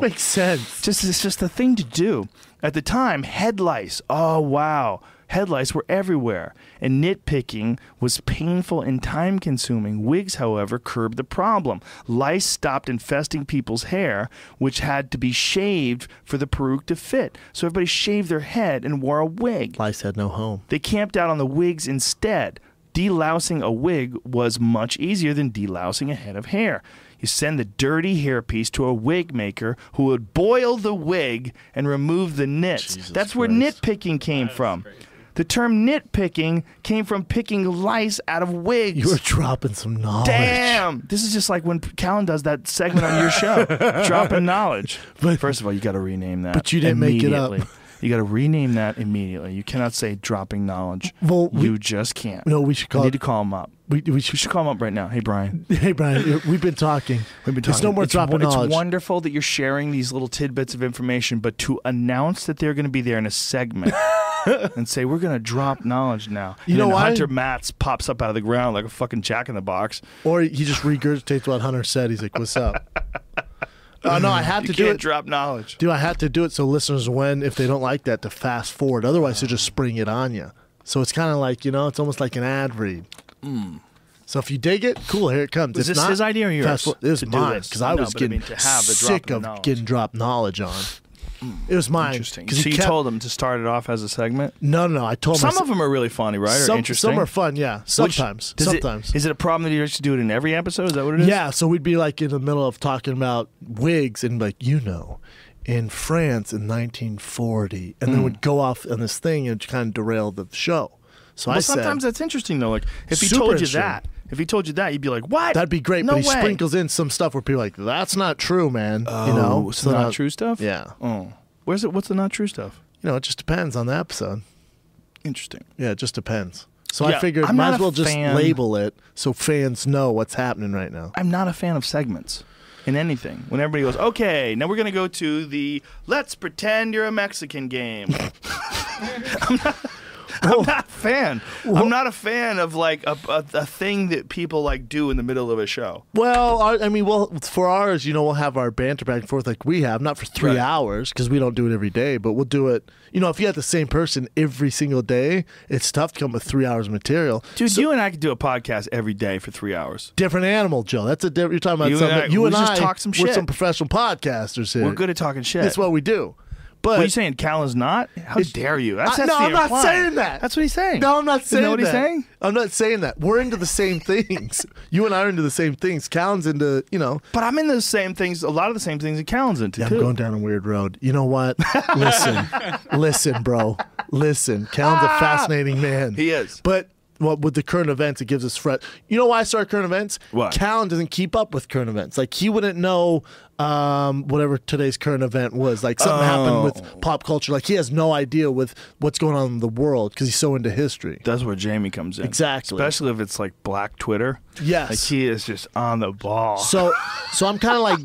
This makes sense. Just it's just the thing to do. At the time, head lice. Oh wow, head lice were everywhere, and nitpicking was painful and time-consuming. Wigs, however, curbed the problem. Lice stopped infesting people's hair, which had to be shaved for the peruke to fit. So everybody shaved their head and wore a wig. Lice had no home. They camped out on the wigs instead. Delousing a wig was much easier than delousing a head of hair. You send the dirty hairpiece to a wig maker who would boil the wig and remove the nits. That's where Christ. nitpicking came from. The term nitpicking came from picking lice out of wigs. You were dropping some knowledge. Damn! This is just like when Callan does that segment on your show, dropping knowledge. But- First of all, you got to rename that. But you didn't make it up. immediately. You got to rename that immediately. You cannot say dropping knowledge. Well, we- you just can't. No, we should call it- We need to call him up. We, we We should. should call him up right now. Hey, Brian. Hey, Brian, we've been talking. We've been There's no more it's, dropping it's knowledge. wonderful that you're sharing these little tidbits of information, but to announce that they're going to be there in a segment and say we're going to drop knowledge now, You and know then why? Hunter Matz pops up out of the ground like a fucking jack in the box. Or he just regurgitates what Hunter said. He's like, "What's up?" oh no, I have You to do can't it. drop knowledge. do I have to do it so listeners, when if they don't like that, to fast forward? Otherwise, they just spring it on you. So it's kind of like you know, it's almost like an ad read. So if you dig it, cool. Here it comes. Hmm. Was If this not, his idea or yours fast forward- It was to do mine this? because I No, was but I getting mean, to have the drop sick of of knowledge. Hmm. getting dropped knowledge on. It was mine. Interesting. 'cause So he you kept- told them to start it off as a segment. No, no, no. I told Some myself- of them are really funny, right? or some, interesting. some are fun. Yeah, Which- sometimes. does it- sometimes. Is it a problem that you have to do it in every episode? Is that what it is? Yeah, so we'd be like in the middle of talking about wigs and like you know, in France in 1940, and Hmm. then would go off on this thing and kind of derail the show. So I Well, said, sometimes that's interesting though. Like if he Super told you interesting. that, if he told you that, you'd be like, "What? that'd be great, No but he way. sprinkles in some stuff where people are like, that's not true, man. you know, Oh, so not then I- true stuff. Yeah, Oh, where's it? What's the not true stuff? you know, it just depends on the episode. Interesting. Yeah, it just depends. So I Yeah, figured I'm might not as a well just fan- label it so fans know what's happening right now. I'm not a fan of segments in anything. When everybody goes, okay, now we're going to go to the let's pretend you're a Mexican game. I'm not, I'm not a fan. I'm not a fan of like a, a, a thing that people like do in the middle of a show. Well, our, I mean, well, for ours, you know, we'll have our banter back and forth like we have, not for three Right. hours because we don't do it every day, but we'll do it. You know, if you had the same person every single day, it's tough to come up with three hours of material. Dude, you and I could do a podcast every day for three hours. Different animal, Joe. That's a different. You're talking about You and something. I- you we and just I talk some We're shit. some professional podcasters here. We're good at talking shit. That's what we do. But What are you saying? Callan's not? How It's- dare you? I- no, the I'm not imply. saying that. That's what he's saying. No, I'm not Isn't saying that what he's that. saying? I'm not saying that. We're into the same things. you and I are into the same things. Callan's into, you know, But I'm in the same things, a lot of the same things that Callan's into, Yeah, I'm too. going down a weird road. You know what? Listen, listen, bro. Listen, Callan's a fascinating man. Ah! He is. But well, with the current events, it gives us fresh. You know why I start current events? Why? Callan doesn't keep up with current events. Like he wouldn't know um, whatever today's current event was. Like something happened Oh. with pop culture. Like he has no idea with what's going on in the world because he's so into history. That's where Jamie comes in. Exactly. Especially if it's like black Twitter. Yes. Like he is just on the ball. So, so I'm kind of like,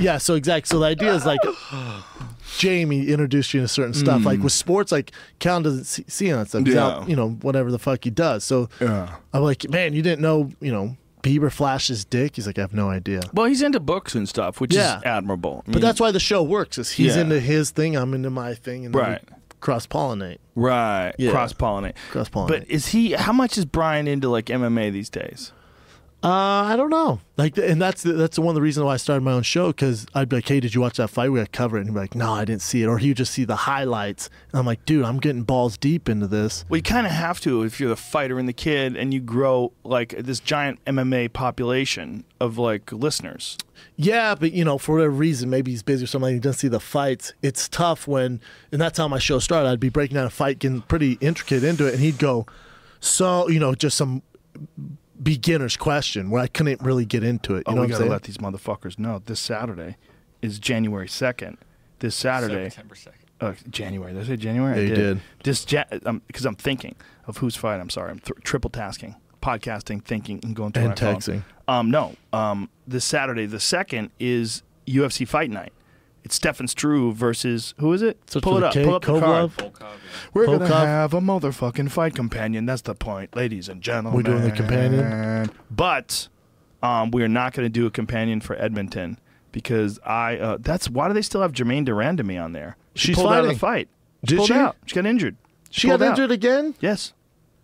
yeah. So exactly. So the idea is like, Jamie introduced you to certain stuff. Like with sports, like Cal doesn't see, see on that stuff. He's out, Mm. Yeah. you know, whatever the fuck he does. So Yeah. I'm like, man, you didn't know, you know, Bieber flashed his dick. He's like, I have no idea. well, he's into books and stuff, which Yeah. is admirable. I But mean, that's why the show works. Is he's Mm. Yeah. into his thing, I'm into my thing, and Right. cross pollinate. right. Yeah. Cross pollinate. Cross-pollinate. But is he? How much is Brian into like MMA these days? Uh, I don't know. Like, and that's the, that's one of the reasons why I started my own show because I'd be like, "Hey, did you watch that fight? We got to cover it." And he'd be like, "No, I didn't see it," or he'd just see the highlights. And I'm like, "Dude, I'm getting balls deep into this." Well, you kind of have to if you're the fighter and the kid, and you grow like this giant MMA population of like listeners. Yeah, but you know, for whatever reason, maybe he's busy or something. He doesn't see the fights. It's tough when, and that's how my show started. I'd be breaking down a fight, getting pretty intricate into it, and he'd go, "So, you know, just some." Beginner's question where I couldn't really get into it. You oh, know we what I'm gotta saying? let these motherfuckers know. This Saturday is January second. This Saturday, September 2nd. uh, January. Did I say January? Yeah, I you did. This because I'm thinking of who's fighting. I'm sorry. I'm th- triple tasking, podcasting, thinking, and going through And my phone. texting. Um, no. Um, this Saturday, the second is UFC Fight Night. It's Stefan Struve versus who is it? Starts pull with it a up. K, Pull up the card. Kovalev? We're Volkov. gonna have a motherfucking fight companion. That's the point, ladies and gentlemen. We're doing the companion? but um, we are not gonna do a companion for Edmonton because I. Uh, that's why do they still have Jermaine Durand to me on there? She She's pulled out fighting. of the fight. Did pulled she? Out. She got injured. She got pulled out. injured again. Yes,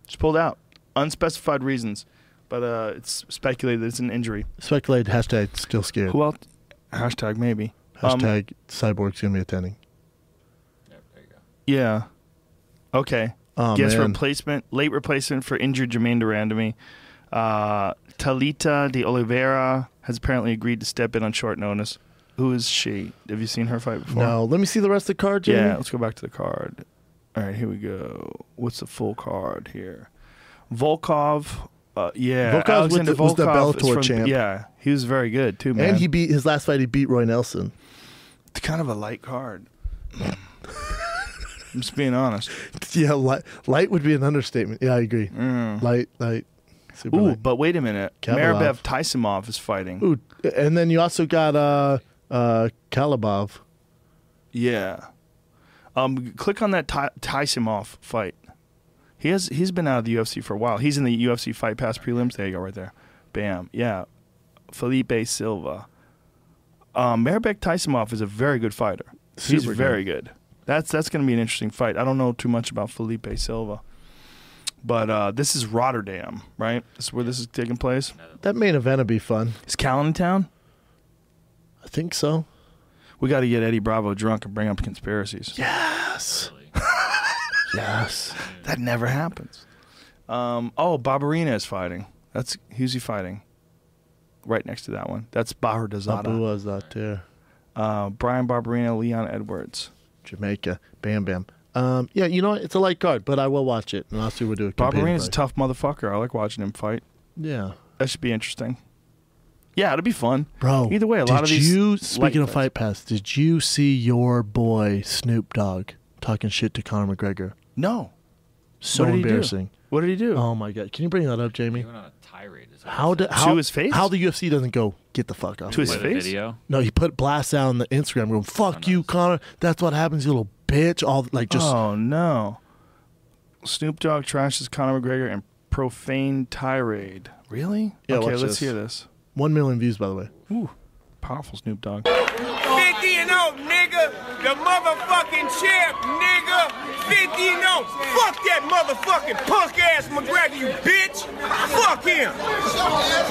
she pulled out, unspecified reasons, but uh, it's speculated it's an injury. Speculate hashtag still scared. Who else? Hashtag maybe. Um, Hashtag Cyborg's gonna be attending. Yeah. Okay. Oh, Guess man. replacement, late replacement for injured Jermaine Durandamy. Uh, Talita de Oliveira has apparently agreed to step in on short notice. Who is she? Have you seen her fight before? No, let me see the rest of the card, Jamie. Yeah, let's go back to the card. All right, here we go. What's the full card here? Volkov. Uh, yeah, Volkov's Alexander with the- was the Volkov is Bellator from- champ. Yeah, he was very good too, man. and he beat his last fight. He beat Roy Nelson. it's kind of a light card. I'm just being honest. Yeah, light, light would be an understatement. Yeah, I agree. Light, light, super Mm. Ooh, light. but wait a minute. Kavalov. Marabev Tysimov is fighting. Ooh, and then you also got uh, uh, Kalibov. Yeah. Um, click on that Ty- Tysimov fight. He has he's been out of the UFC for a while. He's in the UFC Fight Pass prelims. There you go, right there. Bam. Yeah. Felipe Silva. Um, Maribek Tysimov is a very good fighter. he's Super good. very good. That's that's going to be an interesting fight. I don't know too much about Felipe Silva, but uh, this is Rotterdam, right? This is where this is taking place. That main event would be fun. Is Callan in town? I think so. We got to get Eddie Bravo drunk and bring up conspiracies. Yes. yes. That never happens. Um, oh, Barbarina is fighting. That's who's he fighting? Right next to that one. That's Bahar Abu Dazada. was out there. Uh, Brian Barbarina, Leon Edwards. Jamaica. Bam, bam. Um, yeah, you know what? It's a light card, but I will watch it. And I'll see what we do. with competing Barbarina's a fight. tough motherfucker. I like watching him fight. Yeah. That should be interesting. Yeah, it'll be fun. Bro, Either way, a lot did of these. You, light speaking of fights- Fight Pass, did you see your boy Snoop Dogg talking shit to Conor McGregor? No. So What did he do? embarrassing. What did he do? Oh my god! Can you bring that up, Jamie? He went on a tirade. Is what How he did said. how, his face? How the UFC doesn't go get the fuck off To his me." Played a face? video? No, he put blasts out on the Instagram going, "Fuck you, Conor. That's what happens, you little bitch." All like just oh no. Snoop Dogg trashes Conor McGregor and profane tirade. Really? Yeah, okay, watch let's this. hear this. one million views, by the way. Ooh, powerful Snoop Dogg. 50 and 0, nigga. The motherfucking champ, nigga. 50 and 0. Fuck that motherfucking punk ass McGregor, you bitch. Fuck him.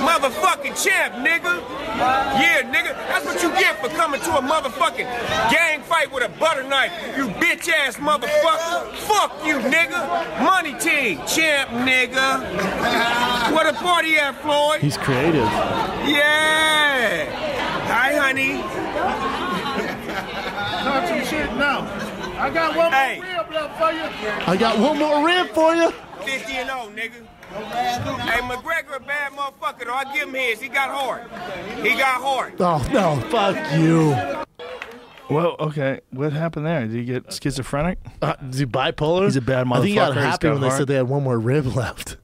Motherfucking champ, nigga. Yeah, nigga. That's what you get for coming to a motherfucking gang fight with a butter knife, you bitch ass motherfucker. Fuck you, nigga. Money team, champ, nigga. Where the party at, Floyd? He's creative. Yeah. Hi, honey. Talk some shit now. I got one more hey. I got one more rib for you. 50 and 0, nigga. Hey, McGregor a bad motherfucker, though. I give him his. He got hard. He got hard. Oh no, fuck you. Well, okay. What happened there? Did he get schizophrenic? Uh, is he bipolar? He's a bad I think he got motherfucker. He's happy got when they heart. said they had one more rib left.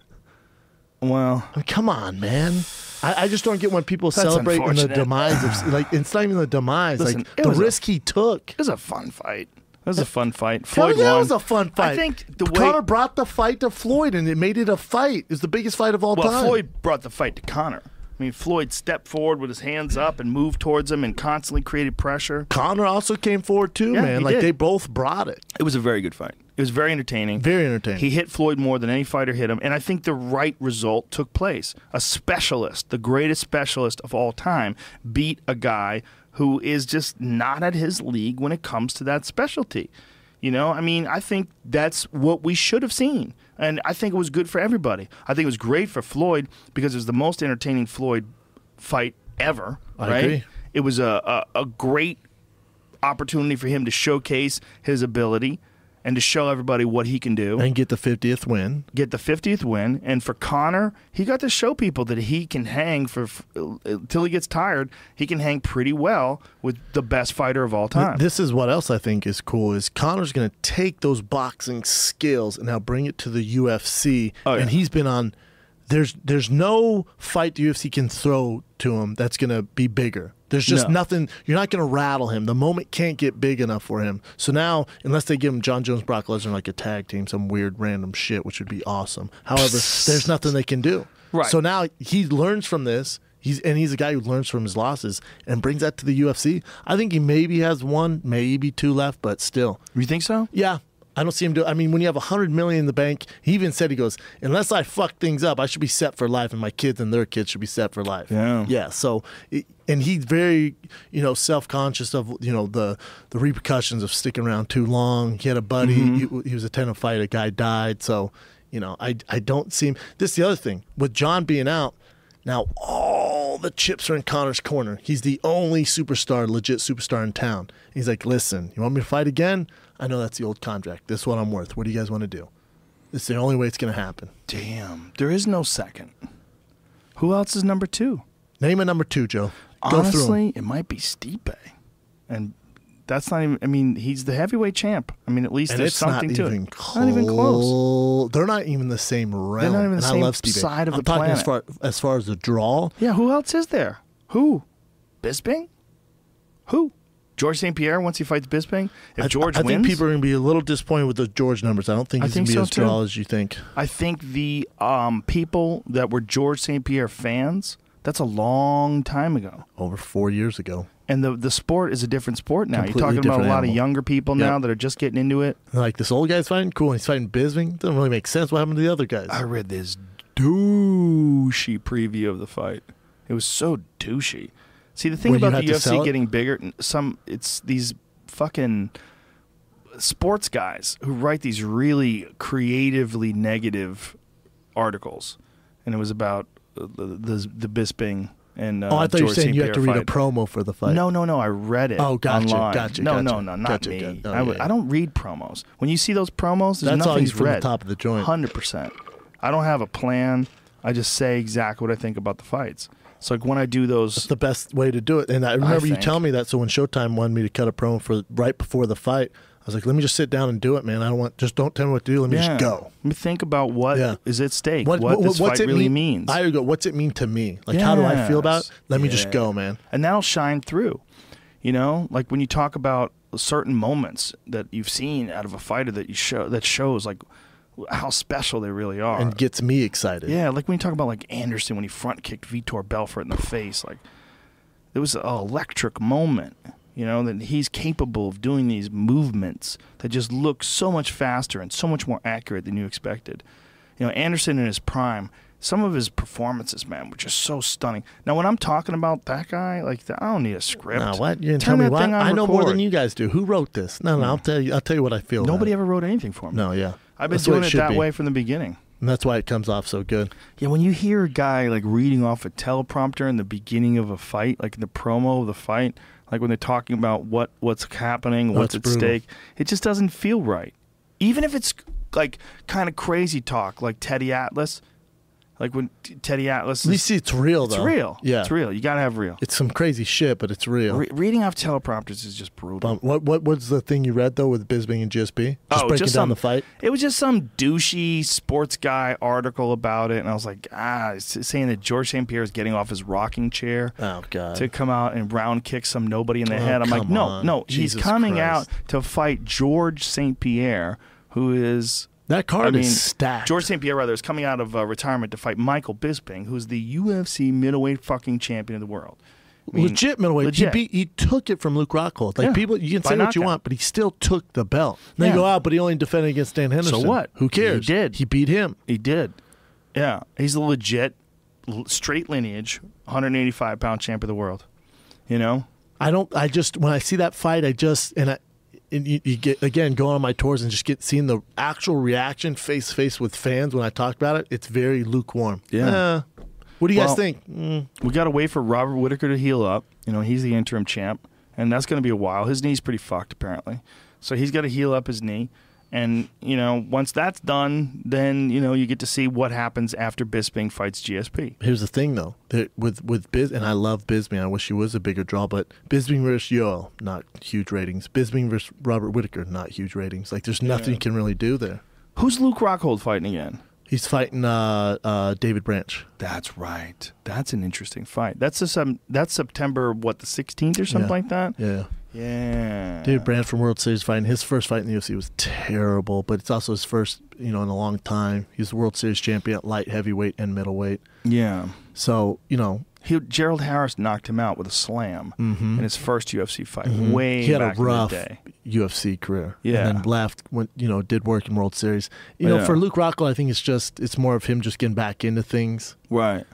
Well, I mean, come on, man. I, I just don't get when people celebrate when the unfortunate. demise of like it's not even the demise, Listen, like it the was a- risk he took. it was a fun fight. It was a fun fight. Hell Floyd yeah, won. it was a fun fight. I think the way Connor brought the fight to Floyd, and it made it a fight. It was the biggest fight of all well, time. Floyd brought the fight to Connor. I mean, Floyd stepped forward with his hands up and moved towards him and constantly created pressure. Connor also came forward too, Yeah, man. he Like did. they both brought it. It was a very good fight. It was very entertaining. Very entertaining. He hit Floyd more than any fighter hit him, and I think the right result took place. A specialist, the greatest specialist of all time, beat a guy who is just not at his league when it comes to that specialty. You know, I mean, I think that's what we should have seen. And I think it was good for everybody. I think it was great for Floyd because it was the most entertaining Floyd fight ever, I right? agree. It was a, a, a great opportunity for him to showcase his ability and to show everybody what he can do and get the fiftieth win. get the 50th win and for connor he got to show people that he can hang for uh, till he gets tired he can hang pretty well with the best fighter of all Th- time This is what else I think is cool is Connor's going to take those boxing skills and now bring it to the UFC. Oh, yeah. And he's been on. There's there's no fight the UFC can throw to him that's going to be bigger. There's just No. nothing. You're not going to rattle him. The moment can't get big enough for him. So now, unless they give him John Jones, Brock Lesnar, like a tag team, some weird random shit, which would be awesome. However, there's nothing they can do. Right. So now he learns from this. He's and he's a guy who learns from his losses and brings that to the UFC. I think he maybe has one, maybe two left, but still, you think so yeah. I don't see him do. I mean, when you have a hundred million in the bank, he even said he goes, "Unless I fuck things up, I should be set for life, and my kids and their kids should be set for life." Yeah. yeah. So, it, and he's very, you know, self conscious of you know the the repercussions of sticking around too long. He had a buddy. He, he was attending a fight. A guy died. So, you know, I I don't see him. This is the other thing with John being out. Now all the chips are in Connor's corner. He's the only superstar, legit superstar in town. He's like, listen, you want me to fight again? I know that's the old contract. This is what I'm worth. What do you guys want to do? It's the only way it's going to happen. damn there is no second who else is number two Name a number two, Joe. Go through 'em. honestly it might be stipe and that's not even i mean he's the heavyweight champ i mean at least And there's it's not something to even it close. not even close They're not even the same realm. not even the and I same love Steve. side of I'm the talking As far, planet. as far as the draw, yeah who else is there who bisping who George St. Pierre, once he fights Bisping, if I- George I, wins, think people are going to be a little disappointed with the George numbers. I don't think I he's think going to be so, as draw too. as you think. I think the um, people that were George St. Pierre fans, that's a long time ago. Over four years ago. And the, the sport is a different sport now. Completely You're talking about a different lot animal. of younger people Yep. now that are just getting into it. And Like this old guy's fighting, cool. He's fighting Bisping. Doesn't really make sense. What happened to the other guys? I read this douchey preview of the fight. It was so douchey. See, the thing Where you about had the to sell UFC it? getting bigger, n- some it's these fucking sports guys who write these really creatively negative articles, and it was about uh, the the, the Bisping and uh, oh, I thought you were George saying you St. have to Pierre read a fight. promo for the fight. No, no, no. I read it. Oh, gotcha, Online. gotcha, No, gotcha, no, no. Not gotcha, me. gotcha. Oh, I, would- yeah, I don't read promos. When you see those promos, there's That's all nothing's you from the read. top of the joint. Hundred percent. I don't have a plan. I just say exactly what I think about the fights. So like when I do those, It's the best way to do it. And I remember you think. telling me that. So when Showtime wanted me to cut a promo for right before the fight, I was like, "Let me just sit down and do it, man. I don't want just don't tell me what to do. Let me Yeah. just go." Let me think about what is Yeah. at stake. What, this fight really means. I would go. What's it mean to me? Like, how do I feel about? it? Yes. Let me just Yeah. go, man. and that'll shine through. You know, like when you talk about certain moments that you've seen out of a fighter that you show that shows like how special they really are. And gets me excited. Yeah, like when you talk about like Anderson when he front kicked Vitor Belfort in the face, like it was an electric moment. You know that he's capable of doing these movements that just look so much faster and so much more accurate than you expected. You know Anderson in his prime, some of his performances, man, were just so stunning. Now when I'm talking about that guy, like I don't need a script. Nah, what? You gonna Turn tell me that what? thing on I know more record. than you guys do. Who wrote this? No, no. I'll tell you. I'll tell you what I feel. about Nobody it. ever wrote anything for me. No, yeah. I've been That's the way doing it it should that be. way from the beginning. And that's why it comes off so good. Yeah, when you hear a guy like reading off a teleprompter in the beginning of a fight, like in the promo of the fight, like when they're talking about what what's happening, what's it's at brutal. stake, it just doesn't feel right. Even if it's like kind of crazy talk, like Teddy Atlas, Like when T- Teddy Atlas. At Is, least it's real, it's though. real. Yeah. It's real. You got to have real. It's some crazy shit, but it's real. Re- reading off teleprompters is just brutal. Um, what what was the thing you read though with Bisbing and GSP? Just breaking down Oh, some, the fight. It was just some douchey sports guy article about it, and I was like, ah, it's saying that George St. Pierre is getting off his rocking chair Oh god. to come out and round kick some nobody in the head. I'm like, Oh, come no, on. no, Jesus he's coming Christ. out to fight George St. Pierre, who is. that card I mean, is stacked. George St. Pierre, rather, is coming out of uh, retirement to fight Michael Bisping, who's the UFC middleweight fucking champion of the world. I mean, legit middleweight. legit. He, beat, he took it from Luke Rockhold. Like Yeah. people, you can By say what you knockout. want, but he still took the belt. And Yeah. They go out, but he only defended against Dan Henderson. what? Who cares? He did. He beat him. He did. Yeah, he's a legit, l- straight lineage, 185 pound champ of the world. You know, I don't. I just when I see that fight, I just and I. And you, you get again going on my tours and just get seeing the actual reaction face to face with fans when I talk about it. It's very lukewarm. Yeah. Eh. what do you Well- guys think? Mm, we got to wait for Robert Whitaker to heal up. You know, he's the interim champ, and that's going to be a while. His knee's pretty fucked apparently, so he's got to heal up his knee. And you know, once that's done, then you know you get to see what happens after Bisping fights GSP. Here's the thing, though, that with with Biz and I love Bisbing. I wish he was a bigger draw, but Bisbing versus Yoel, not huge ratings. Bisbing versus Robert Whitaker, not huge ratings. Like there's nothing you can really do there. Who's Luke Rockhold fighting again? He's fighting uh, uh, David Branch. That's right. That's an interesting fight. That's the sem- that's September what the 16th or something Yeah. like that. Yeah, Yeah. David Branch from World Series fighting. His first fight in the UFC was terrible, but it's also his first, you know, in a long time. He's the World Series champion at light, heavyweight, and middleweight. Yeah. So you know, He, Gerald Harris knocked him out with a slam in his first UFC fight. Way Mm-hmm. he had a back rough in the day. UFC career. Yeah. and then left went you know did work in World Series. You know, Yeah. for Luke Rockhold, I think it's just it's more of him just getting back into things. Right.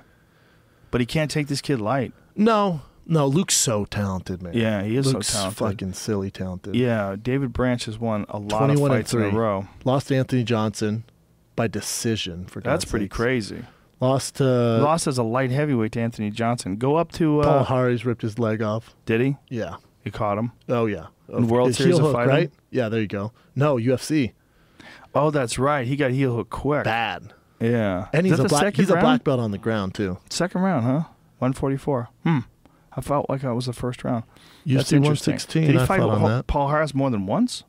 But he can't take this kid light. No, no, Luke's so talented, man. Yeah, he is so Luke's talented. Fucking silly talented. Yeah, David Branch has won a lot of twenty-one and fights in three. a row. Lost to Anthony Johnson by decision. For That's God's pretty sakes. crazy. Lost to Lost as a light heavyweight to Anthony Johnson. Go up to Uh, Paul uh, Harry's ripped his leg off. did he? Yeah. He caught him. Oh yeah. In World His Series heel hook, of fighting? right? Yeah, there you go. No UFC. Oh, that's right. He got heel hook quick. Bad. Yeah. And Is he's a that the black. second He's a round? black belt on the ground too. Second round, huh? 144. Hmm. I felt like I was the first round. That's UFC interesting. 116. Did he I fight thought on Paul, that. Paul Harris more than once?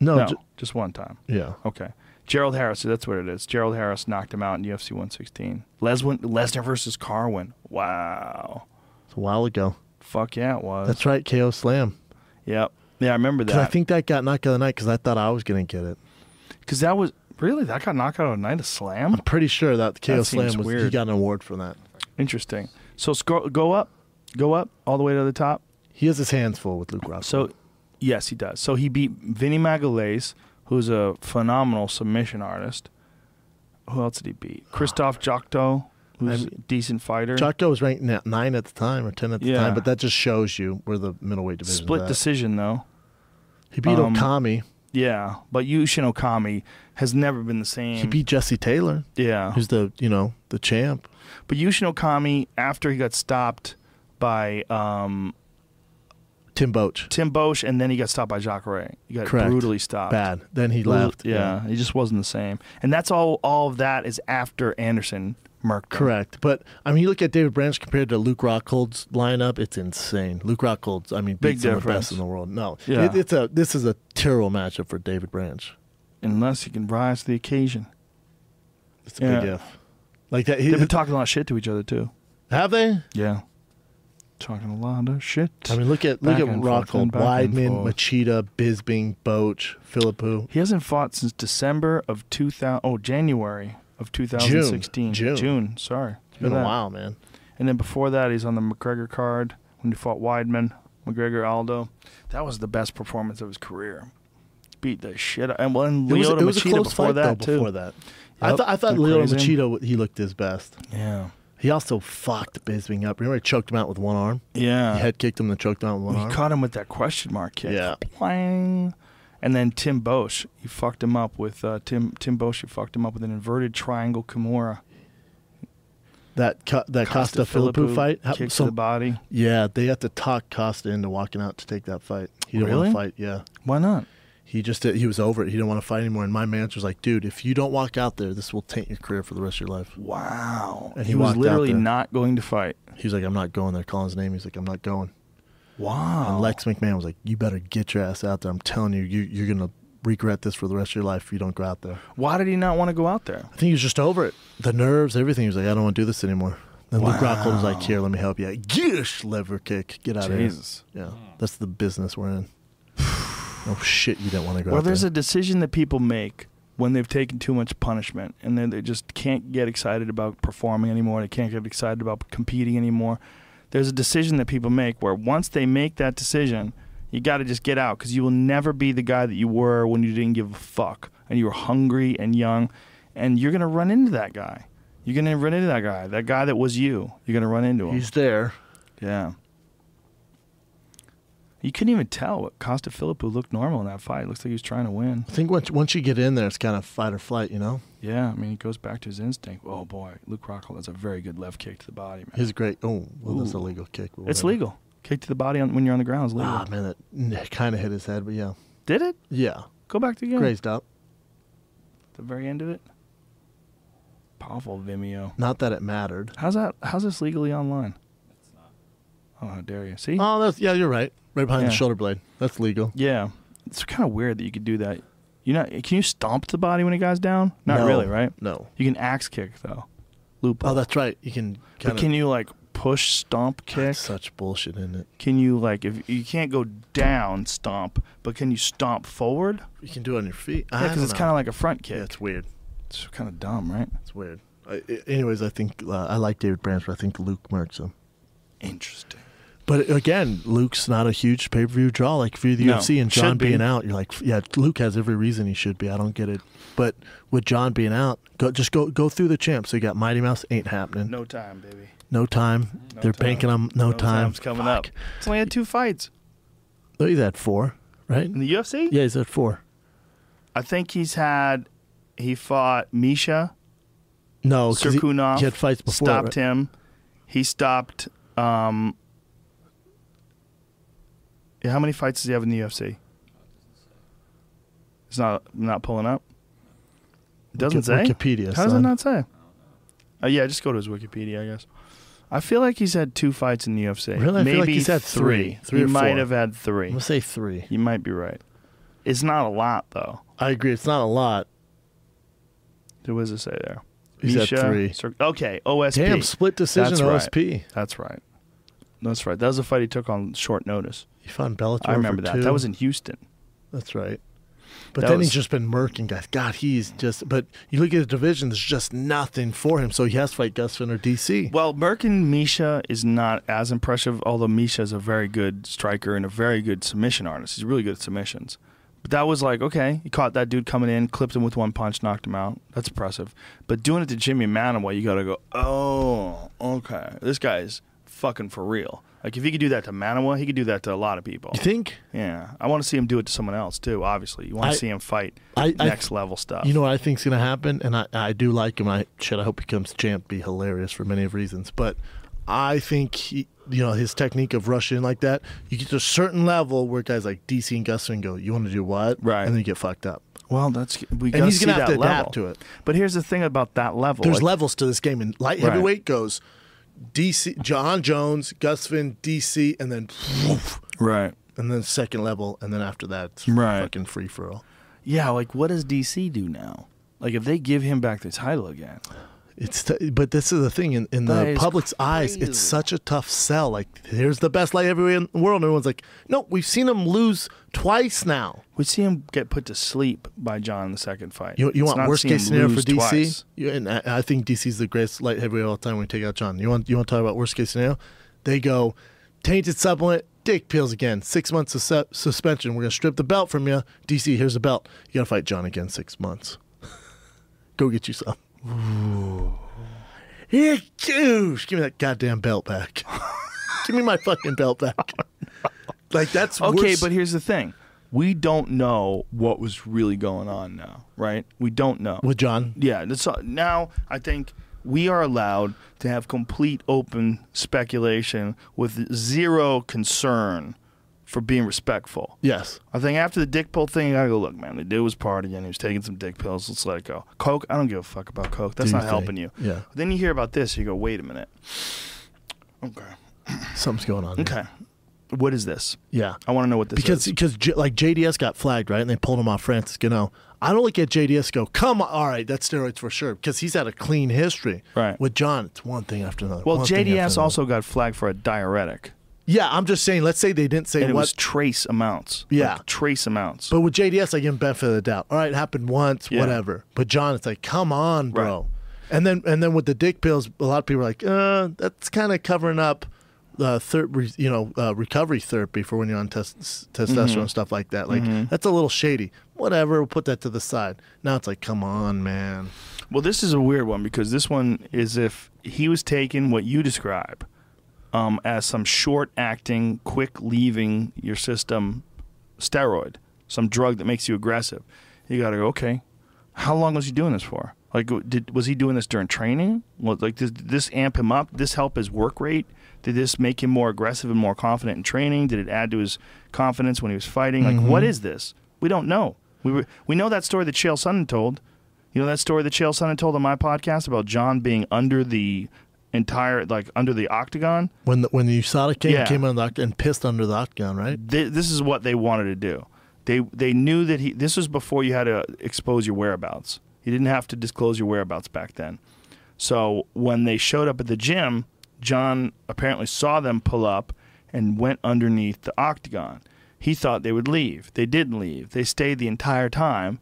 No. no, ju- just one time. yeah. Okay. Gerald Harris, that's what it is. Gerald Harris knocked him out in UFC 116. Leswin, Lesnar versus Carwin. Wow. It's a while ago. Fuck yeah, it was. That's right, KO Slam. Yep. Yeah, I remember 'Cause that. I think that got knocked out of the night because I thought I was going to get it. Because that was really that got knocked out on a night of slam. I'm pretty sure that KO That seems Slam was he weird. got an award for that. Interesting. So scroll, go up, go up all the way to the top. He has his hands full with Luke Rockhold. So, yes, he does. So he beat Vinny Magalhaes, who's a phenomenal submission artist. Who else did he beat? Ah. Christoph Jocto, who's a decent fighter. Jocko was ranked na- nine at the time or ten at the Yeah. time, but that just shows you where the middleweight division. Split is at. decision though. He beat um, Okami. Yeah, but Yushin Okami has never been the same. He beat Jesse Taylor, yeah, who's the you know the champ. but Yushin Okami after he got stopped by um, Tim Boach, Tim Bosch, and then he got stopped by Jacare. He got Correct. brutally stopped. bad. Then he Bru- left. Yeah, he just wasn't the same. And that's all. All of that is after Anderson murked. him. Correct. But I mean, you look at David Branch compared to Luke Rockhold's lineup; it's insane. Luke Rockhold's, I mean, Big beat some of the difference. best in the world. No, Yeah. It- it's a this is a terrible matchup for David Branch. unless he can rise to the occasion. It's a big Yeah. if. Like that, They've he, been talking a lot of shit to each other too. have they? Yeah, talking a lot of shit. I mean, look at Back look at and forth Rockhold, and back and Weidman, forth. Machida, Bisbing, Boach, Philippou. he hasn't fought since December of two thousand. Oh, January of two thousand sixteen. June. Sorry, It's been Look a at that. while, man. And then before that, he's on the McGregor card when he fought Weidman, McGregor, Aldo. That was the best performance of his career. Beat the shit out. And well, and It was, Lyoto it was a Machida close before fight that though. too. Before that, I Yep. thought I thought Isn't that Leo crazy? Machida he looked his best. Yeah, He also fucked Bisbing up. Remember, he choked him out with one arm. yeah. He head kicked him and choked him out with one He arm. caught him with that question mark kick. Yeah. Plang. And then Tim Bosch, he fucked him up with uh, Tim Tim Bosch. He fucked him up with an inverted triangle kimura. that co- that Costa, Philippou fight. how- kick some- to the body. yeah, they had to talk Costa into walking out to take that fight. He didn't Really? want to fight. Yeah, Why not? He just did, he was over it. He didn't want to fight anymore. And my manager's like, dude, if you don't walk out there, this will taint your career for the rest of your life. Wow. And And he he, was walked out literally there. not going to fight. He's like, I'm not going there. Calling his name, he's like, I'm not going. Wow. Oh. And Lex McMahon was like, you better get your ass out there. I'm telling you, you you're gonna regret this for the rest of your life if you don't go out there. Why did he not want to go out there? I think he was just over it. The nerves, everything. He was like, I don't want to do this anymore. Then Luke Rockhold was like, Here, let me help you. Gish, lever kick. Get out Jesus. of here. Yeah. That's the business we're in. oh, shit. You don't want to go Well, out there. there's a decision that people make when they've taken too much punishment and then they just can't get excited about performing anymore. They can't get excited about competing anymore. There's a decision that people make where once they make that decision, you got to just get out because you will never be the guy that you were when you didn't give a fuck and you were hungry and young. And you're going to run into that guy. You're going to run into that guy, that guy that was you. You're going to run into him. He's there. Yeah. You couldn't even tell what Costa Philippou looked normal in that fight. looks like he was trying to win. I think once, once you get in there, it's kind of fight or flight, you know? Yeah, I mean, he goes back to his instinct. Oh boy, Luke Rockhold has a very good left kick to the body, man. He's great. Oh, well, that's a Ooh. legal kick. but it's whatever. legal. Kick to the body on, when you're on the ground is legal. Ah, man, that kind of hit his head, but yeah. Did it? Yeah. Go back to the game. Grazed up. The very end of it. Powerful Vimeo. Not that it mattered. How's that? How's this legally online? It's not. Oh, how dare you? See? Oh, that's, yeah, you're right. Right behind Yeah. the shoulder blade. That's legal. yeah. It's kind of weird that you could do that. You know, can you stomp the body when a guy's down? Not No. really, right? No. You can axe kick though. Loophole. Oh, that's right. You can kind But of. can you like push stomp kick? Such bullshit, isn't it? Can you like if you can't go down stomp, but can you stomp forward? You can do it on your feet. Yeah, because it's kind of like a front kick. Yeah, it's weird. it's kind of dumb, right? It's weird. I, I- anyways, I think uh, I like David Branch, but I think Luke murks him. Interesting. But again, Luke's not a huge pay per view draw. Like if you're the No, UFC and John should be. being out, you're like, yeah, Luke has every reason he should be. I don't get it. But with John being out, go, just go go through the champs. So you got Mighty Mouse ain't happening. No, No time, baby. time. They're time. banking on no, time. time's coming Fuck. up. It's only had two fights No, he's had four, right? in the UFC. Yeah, he's had four. I think he's had. He fought Misha No, 'cause he, Sirkunov. he had fights before. Stopped right? him. He stopped. Um, yeah, how many fights does he have in the UFC? It's not not pulling up. It doesn't say. Wiki- Wikipedia, How does it son. not say? Uh, yeah, just go to his Wikipedia, I guess. I feel like he's had two fights in the UFC. Really? I Maybe feel like he's had three. Three he or might four. have had I'm three. gonna say three. You might be right. It's not a lot though. I agree. It's not a lot. What does it say there? He's had Misha, three. Sir- okay, OSP. Damn, split decision That's right. OSP. That's right. That's right. That was a fight he took on short notice. He found Bellator. I remember for that. Two. That was in Houston. That's right. But That then was- he's just been murking guys. God, he's just. But you look at his division. There's just nothing for him. So he has to fight Gustin or DC. Well, Merck and Misha is not as impressive, although Misha is a very good striker and a very good submission artist. He's really good at submissions. But that was like, okay, he caught that dude coming in, clipped him with one punch, knocked him out. That's impressive. But doing it to Jimmy Manuel, you got to go, oh, okay. This guy's fucking for real. Like, if he could do that to Manuel, he could do that to a lot of people. you think? Yeah. I want to see him do it to someone else, too, obviously. You I- want to see him fight I- I- next level stuff. You know what I think's gonna happen, and I, I do like him. I shit. I hope he comes champ. Be hilarious for many of reasons, but I think he, you know, his technique of rushing like that. You get to a certain level where guys like DC and Gustin go, "You want to do what?" Right. and then you get fucked up. Well, that's we And got he's see gonna that have to level. adapt to it. But here's the thing about that level. There's like, levels to this game, and light Right. heavyweight goes DC, John Jones, Gusvin, DC, and then woof, right. and then second level, and then after that, it's Right. fucking free for all. Yeah, like what does DC do now? Like if they give him back the title again, It's t- but this is the thing in, in That the is public's eyes, crazy. it's such a tough sell. Like here's the best light heavyweight in the world, and everyone's like, no, we've seen him lose twice now. we see him get put to sleep by John in the second fight. You, you Let's want not worst see him case scenario for lose DC? twice. You, and I, I think DC's the greatest light heavyweight of all time when you take out John. You want you want to talk about worst case scenario? They go tainted supplement, dick pills again, six months of su- suspension. We're gonna strip the belt from you. DC, here's the belt. You gotta fight John again six months. go get you some. Here, douche. Give me that goddamn belt back. Give me my fucking belt back. Like that's Okay, worse- but here's the thing. We don't know what was really going on now, right? We don't know. with John, Yeah, that's, now I think we are allowed to have complete open speculation with zero concern for being respectful. Yes. I think after the dick pill thing, I gotta go look, man. The dude was partying. He was taking some dick pills. Let's let it go. Coke, I don't give a fuck about coke. That's Do not you helping you. think- yeah. Then you hear about this. You go, wait a minute. Okay. Something's going on. here. Okay. What is this? Yeah. I want to know what this because is. because J- like JDS got flagged right, and they pulled him off Francis Gano. I don't look at JDS go, come on, all right, that's steroids for sure, because he's had a clean history. Right. With John, it's one thing after another. Well, one thing after JDS another. also got flagged for a diuretic, Yeah, I'm just saying. Let's say they didn't say and it what, was trace amounts. Yeah. Like, trace amounts. but with JDS, I give him benefit of the doubt. All right, it happened once, Yeah. whatever. But John, it's like, come on, bro. Right. And then and then with the dick pills, a lot of people are like, uh, that's kind of covering up. Uh, ther- re- you know, uh, recovery therapy for when you're on tes- testosterone Mm-hmm. and stuff like that. Like that's a little shady. Whatever, we'll put that to the side. Now it's like, come on, man. Well, this is a weird one because this one is if he was taking what you describe um, as some short acting, quick leaving your system steroid, some drug that makes you aggressive. You got to go, okay, how long was he doing this for? Like, did, was he doing this during training? Was, like, did this amp him up? Did this help his work rate? Did this make him more aggressive and more confident in training? Did it add to his confidence when he was fighting? Like, what is this? We don't know. We were, we know that story that Chael Sonnen told. You know that story that Chael Sonnen told on my podcast about John being under the entire, like, under the octagon? When the, when the USADA came, Yeah. came under the oct- and pissed under the octagon, right? Th- this is what they wanted to do. They they knew that he. This was before you had to expose your whereabouts. You didn't have to disclose your whereabouts back then. So when they showed up at the gym, John apparently saw them pull up and went underneath the octagon. He thought they would leave. They didn't leave. They stayed the entire time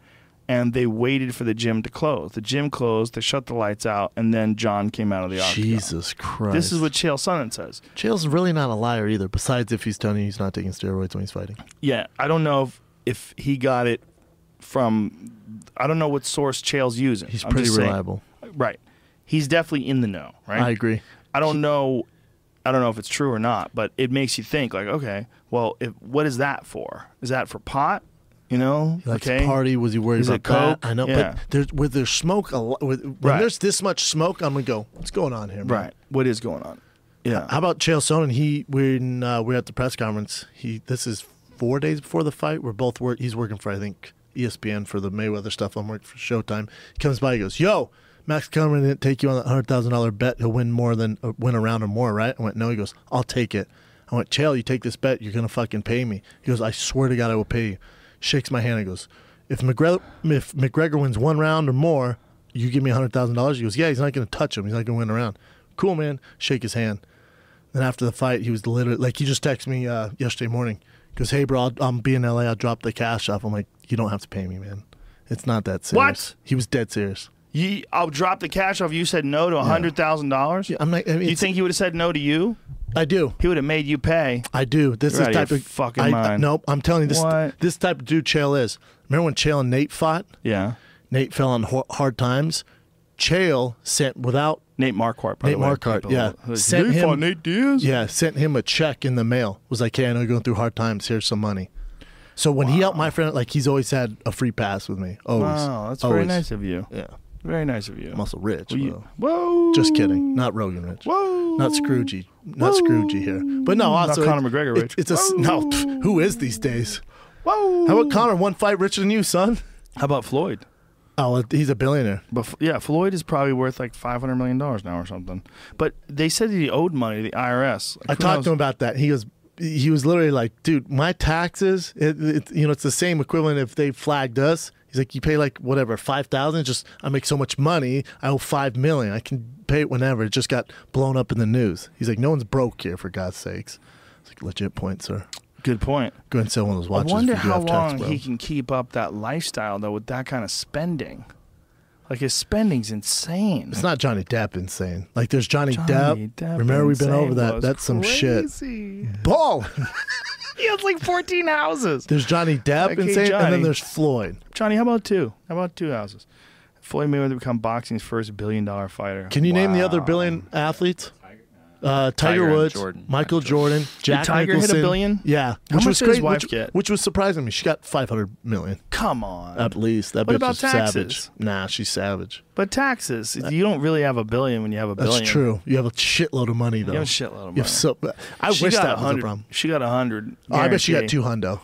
and they waited for the gym to close. The gym closed, they shut the lights out, and then John came out of the octagon. Jesus Christ. This is what Chael Sonnen says. Chael's really not a liar either. Besides, if he's telling you he's not taking steroids when he's fighting, Yeah, I don't know if, if he got it from. I don't know what source Chael's using. he's I'm pretty just saying- reliable. right. He's definitely in the know, right? I agree. I don't know. I don't know if it's true or not, but it makes you think. Like, okay, well, if, what is that for? Is that for pot? You know, He likes okay. to party. Was he worried Is it about that? coke? I know, Yeah. but there's where there's smoke. A lot, with, when Right. there's this much smoke, I'm gonna go. What's going on here? man?" Right. What is going on? Yeah. How about Chael Sonnen? He when uh, we we're at the press conference. He this is four days before the fight. We're both work. He's working for I think E ESPN for the Mayweather stuff. I'm working for Showtime. He comes by. He goes, "Yo, Max Kellerman didn't take you on that hundred thousand dollar bet. He'll win more than uh, win a round or more, right?" I went, "No." He goes, "I'll take it." I went, "Chael, you take this bet. You're gonna fucking pay me." He goes, "I swear to God, I will pay you." Shakes my hand and goes, "If McGregor if McGregor wins one round or more." You give me hundred thousand dollars. He goes, yeah. He's not going to touch him. He's not going to win a round. Cool, man. Shake his hand. And after the fight, he was literally like, he just texted me uh, yesterday morning. He goes, hey, bro, I'll, I'm be in LA. I'll drop the cash off. I'm like, you don't have to pay me, man. It's not that serious. What? He was dead serious. Ye- I'll drop the cash off. You said no to hundred thousand dollars. I'm like, I mean, You it's- think he would have said no to you? I do. He would have made you pay. I do. This You're is out of type your of fucking I, mind. nope. I'm telling you, this What? this type of dude Chael is. Remember when Chael and Nate fought? Yeah. Nate fell on ho- hard times. Chael sent without Nate Marquardt. By Nate the way. Marquardt, People- yeah. Like, Sent "They him- fought Nate Diaz. Yeah, sent him a check in the mail. Was like, hey, I know you're going through hard times. Here's some money. So when he helped my friend, like he's always had a free pass with me. Always. Wow, that's always. very nice of you. Yeah, Very nice of you. I'm also rich. Well, you- though. Whoa. Just kidding. Not Rogan rich. Whoa. Not Scroogey. Not Scroogey here. But no, Not also it- Conor McGregor it- rich. it's a s- no. pff, Who is these days? Whoa. How about Connor? One fight richer than you, son. How about Floyd? Oh, he's a billionaire. But f- yeah, Floyd is probably worth like five hundred million dollars now or something. But they said he owed money to the IRS. Like, I who talked knows? to him about that. He was he was literally like, dude, my taxes, it, it, you know, it's the same equivalent if they flagged us. He's like, you pay like whatever five thousand. Just I make so much money, I owe five million. I can pay it whenever. It just got blown up in the news. He's like, no one's broke here for God's sakes. It's like legit point, sir. Good point. Go and sell one of those watches. I wonder if you do how have long tax, bro. he can keep up that lifestyle though with that kind of spending. Like his spending's insane. It's not Johnny Depp insane. Like there's Johnny, Johnny Depp. Remember we've been insane over that. was That's some shit. crazy. Ball. He has like fourteen houses. There's Johnny Depp Okay, insane, and Johnny. then there's Floyd. Johnny, how about two? How about two houses? Floyd Mayweather become boxing's first billion dollar fighter. Can you name the Wow. other billion athletes? Uh, Tiger, Tiger and Woods, Jordan. Michael Jordan, Jack Tiger hit a Nicholson. billion? Yeah, How which much was did his great, wife which, get? which was surprising to me. She got five hundred million Come on. at least. That What bitch about is taxes? savage. Nah, she's savage. but taxes, you don't really have a billion when you have a uh, That's billion. true. You have a shitload of money though. have a shitload of You money. have so. I She wish got that was a 100 problem. She got a hundred. Oh, I bet she got guarantee. two hundo.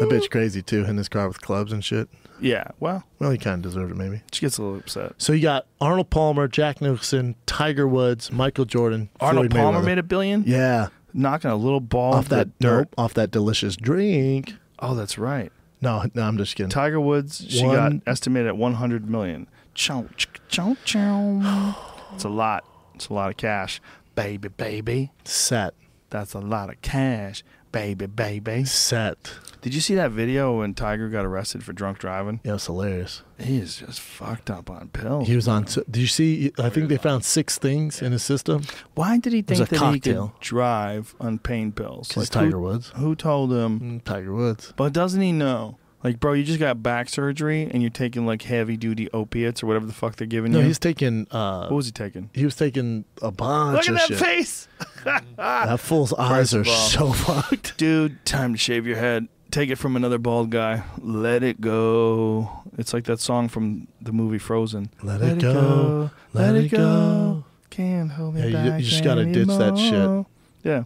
That bitch crazy too in his car with clubs and shit. Yeah. Well, Well, he kind of deserved it maybe. she gets a little upset. So you got Arnold Palmer, Jack Nicholson, Tiger Woods, Michael Jordan. Arnold Floyd Palmer Mayweather. made a billion. Yeah, Knocking a little ball off into the that dirt. nope, off that delicious drink. Oh, that's right. No, no, I'm just kidding. Tiger Woods, she One- got estimated at 100 million. Chow, ch- chow, chow. It's a lot. It's a lot of cash. Baby, baby. Set, That's a lot of cash. Baby, baby. set. Did you see that video when Tiger got arrested for drunk driving? Yeah, it's hilarious. He is just fucked up on pills. He was on. Did you see? I think they found six things in his system. Why did he was a think that he cocktail. could drive on pain pills? Because who- Tiger Woods. Who told him? Mm, Tiger Woods. But doesn't he know? Like, bro, you just got back surgery and you're taking like heavy duty opiates or whatever the fuck they're giving No, you. he's taking. Uh, what was he taking? he was taking a bunch Look at of shit. that face. That fool's eyes are of all- so fucked. dude, time to shave your head. Take it from another bald guy. Let it go. It's like that song from the movie Frozen. Let it go. Let it go. Can't hold me Yeah, you- back. you just gotta ditch that shit. anymore. Yeah.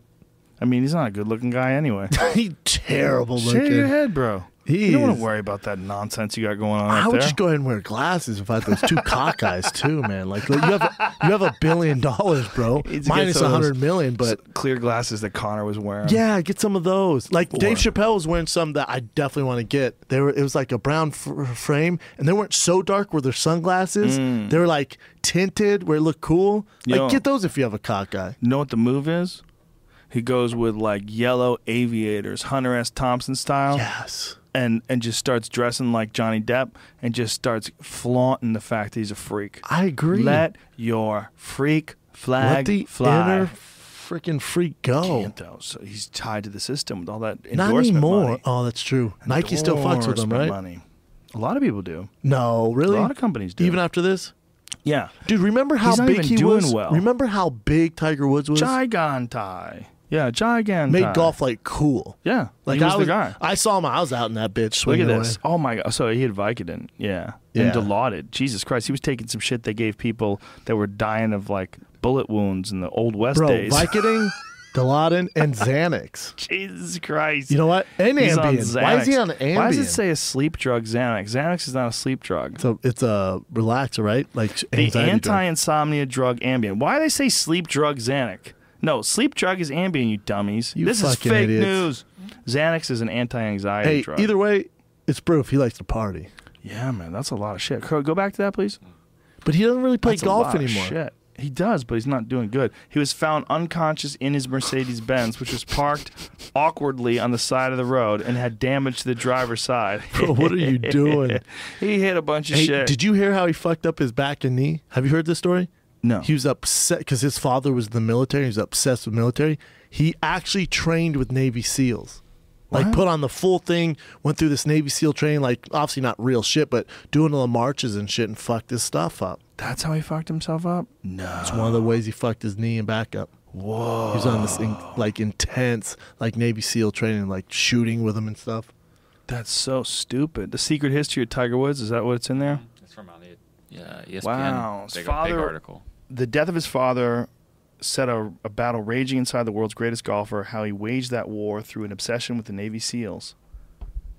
I mean, he's not a good looking guy anyway. he terrible Shave your looking. head, bro. He you don't want is- to worry about that nonsense you got going on I out would there. just go ahead and wear glasses if I had those two cock eyes too, man. Like, like, you have you have a billion dollars, bro. It's Minus against a all those- hundred million, but clear glasses that Connor was wearing. Yeah, get some of those. Like Dave Chappelle was wearing some that I definitely want to get. They were it was like a brown f- frame, and they weren't so dark where they're sunglasses. They were like tinted where it looked cool. Like Mm. Yo. get those if you have a cock eye. You know what the move is? He goes with like yellow aviators, Hunter S. Thompson style. Yes. and and just starts dressing like Johnny Depp and just starts flaunting the fact that he's a freak. I agree. Let your freak flag Let the fly. inner freaking freak go. Can't though. So he's tied to the system with all that endorsement Not anymore. money. Oh, that's true. Nike still fucks with them, Endorsement right? Money. A lot of people do. No, really. A lot of companies do. Even after this, Yeah. dude. Remember how He's not big even he doing was. well. Remember how big Tiger Woods was. Gigantai. Yeah, Gigantai. Made golf like cool. Yeah. Like he was I the was, guy. I saw him. I was out in that bitch Look swinging at this. away. Oh my god. So he had Vicodin. Yeah. Yeah. And Dilaudid. Jesus Christ. He was taking some shit they gave people that were dying of like bullet wounds in the old west Bro, days. Vicodin, Dilaudin, and Xanax. Jesus Christ. You know what? And He's on Ambien. Why is he Xanax. on Ambien? Why does it say a sleep drug Xanax? Xanax is not a sleep drug. it's a, it's a relaxer, right? Like The anxiety anti drug. insomnia drug Ambien. Why do they say sleep drug Xanac? No, sleep drug is Ambien, you dummies. You this is fucking fake idiots. news. Xanax is an anti anxiety Hey, drug. either way, it's proof he likes to party, yeah, man, that's a lot of shit. Go go back to that, please. but he doesn't really play That's a golf lot of anymore. shit. He does, but he's not doing good. He was found unconscious in his Mercedes Benz, which was parked awkwardly on the side of the road and had damage to the driver's side. Bro, what are you doing? he hit a bunch of Hey, shit. did you hear how he fucked up his back and knee? Have you heard this story? No. He was upset because his father was in the military. He was obsessed with military. He actually trained with Navy SEALs. Like put on the full thing, went through this Navy SEAL training, like obviously not real shit, but doing all the marches and shit and fucked his stuff up. That's how he fucked himself up. No. It's one of the ways he fucked his knee and back up. Whoa. He was on this in, like intense like Navy SEAL training, like shooting with him and stuff. That's so stupid. The secret history of Tiger Woods, is that what's in there? It's from on the yeah, E ESPN. Wow, his Big, big father- article. the death of his father set a, a battle raging inside the world's greatest golfer. How he waged that war through an obsession with the Navy SEALs.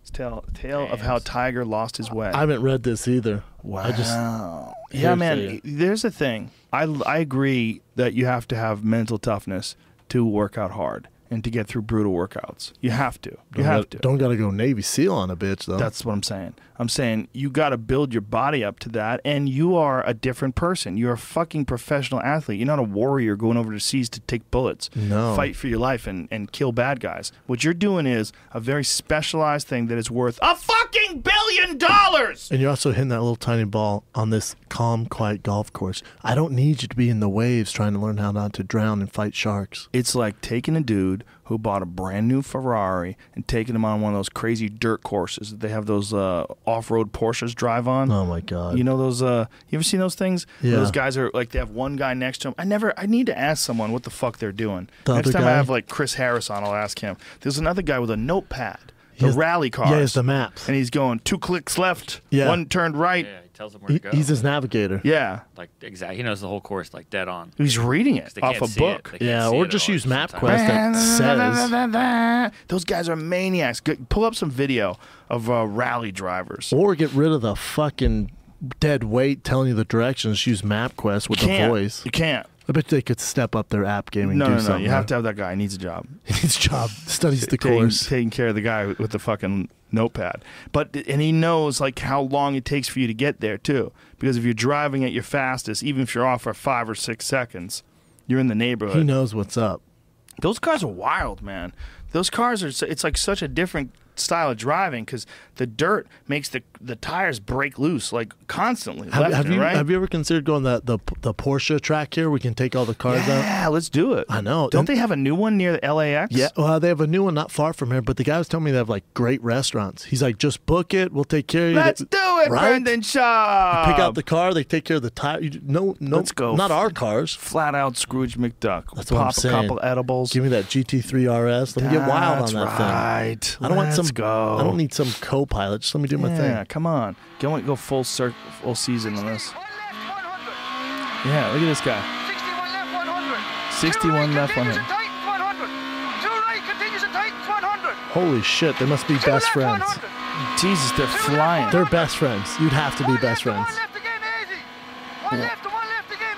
It's tale tale of how Tiger lost his way. I haven't read this either. I just Wow. yeah, man. Hearsay. There's the thing. I I agree that you have to have mental toughness to work out hard and to get through brutal workouts. You have to. You don't have got- to. Don't gotta go Navy SEAL on a bitch though. That's what I'm saying. I'm saying you got to build your body up to that, and you are a different person. You're a fucking professional athlete. You're not a warrior going overseas to take bullets, No. fight for your life, and, and kill bad guys. What you're doing is a very specialized thing that is worth a fucking billion dollars. And you're also hitting that little tiny ball on this calm, quiet golf course. I don't need you to be in the waves trying to learn how not to drown and fight sharks. It's like taking a dude dude who bought a brand new Ferrari and taking him on one of those crazy dirt courses that they have those uh, off-road Porsches drive on. Oh my god. You know those? Uh, you ever seen those things? Where Yeah. Those guys are like they have one guy next to him. I never. I need to ask someone what the fuck they're doing. The next other time I guy? have like Chris Harris on, I'll ask him. There's another guy with a notepad. He The has- rally car. Yeah, he has the maps. And he's going two clicks left, Yeah. one turned right. Yeah, he tells him where He- to go. E, he's his navigator. Yeah, like exactly. He knows the whole course like dead on. he's reading it 'Cause they off can't a see book. It. They can't Yeah, see or it just at all use sometimes. MapQuest. that says- Those guys are maniacs. Go- Pull up some video of uh, rally drivers. Or get rid of the fucking dead weight telling you the directions. Use MapQuest with the can't. voice. You can't. I bet they could step up their app game and No, do no, no. something. You have to have that guy. He needs a job. His job studies the taking, course. taking care of the guy with the fucking notepad. But and he knows like how long it takes for you to get there too, because if you're driving at your fastest, even if you're off for five or six seconds, you're in the neighborhood. He knows what's up. Those cars are wild, man. Those cars are. s- It's like such a different style of driving because the dirt makes the the tires break loose like constantly. Have, left have and you right. have you ever considered going the, the the Porsche track here? We can take all the cars out. yeah, let's do it. I know. Don't And- they have a new one near the LAX? Yeah, well, they have a new one not far from here. But the guy was telling me they have like great restaurants. He's like, just book it. We'll take care of you. Let's do it, right? Brendan Shaw. Pick out the car. They take care of the tire. You, no, no, Let's go. Not our cars. flat out Scrooge McDuck. That's Pop what I'm a saying. couple edibles. Give me that GT3 RS. Let me get wild on that That's thing. right. I don't want Let's some. Go. I don't need some co-pilot. Just let me do my Yeah, thing. come on. Go go full circ, full season on this. Yeah, look at this guy. 61 left 100. Holy shit! They must be best friends. Jesus, they're flying. They're best friends. You'd have to be best friends.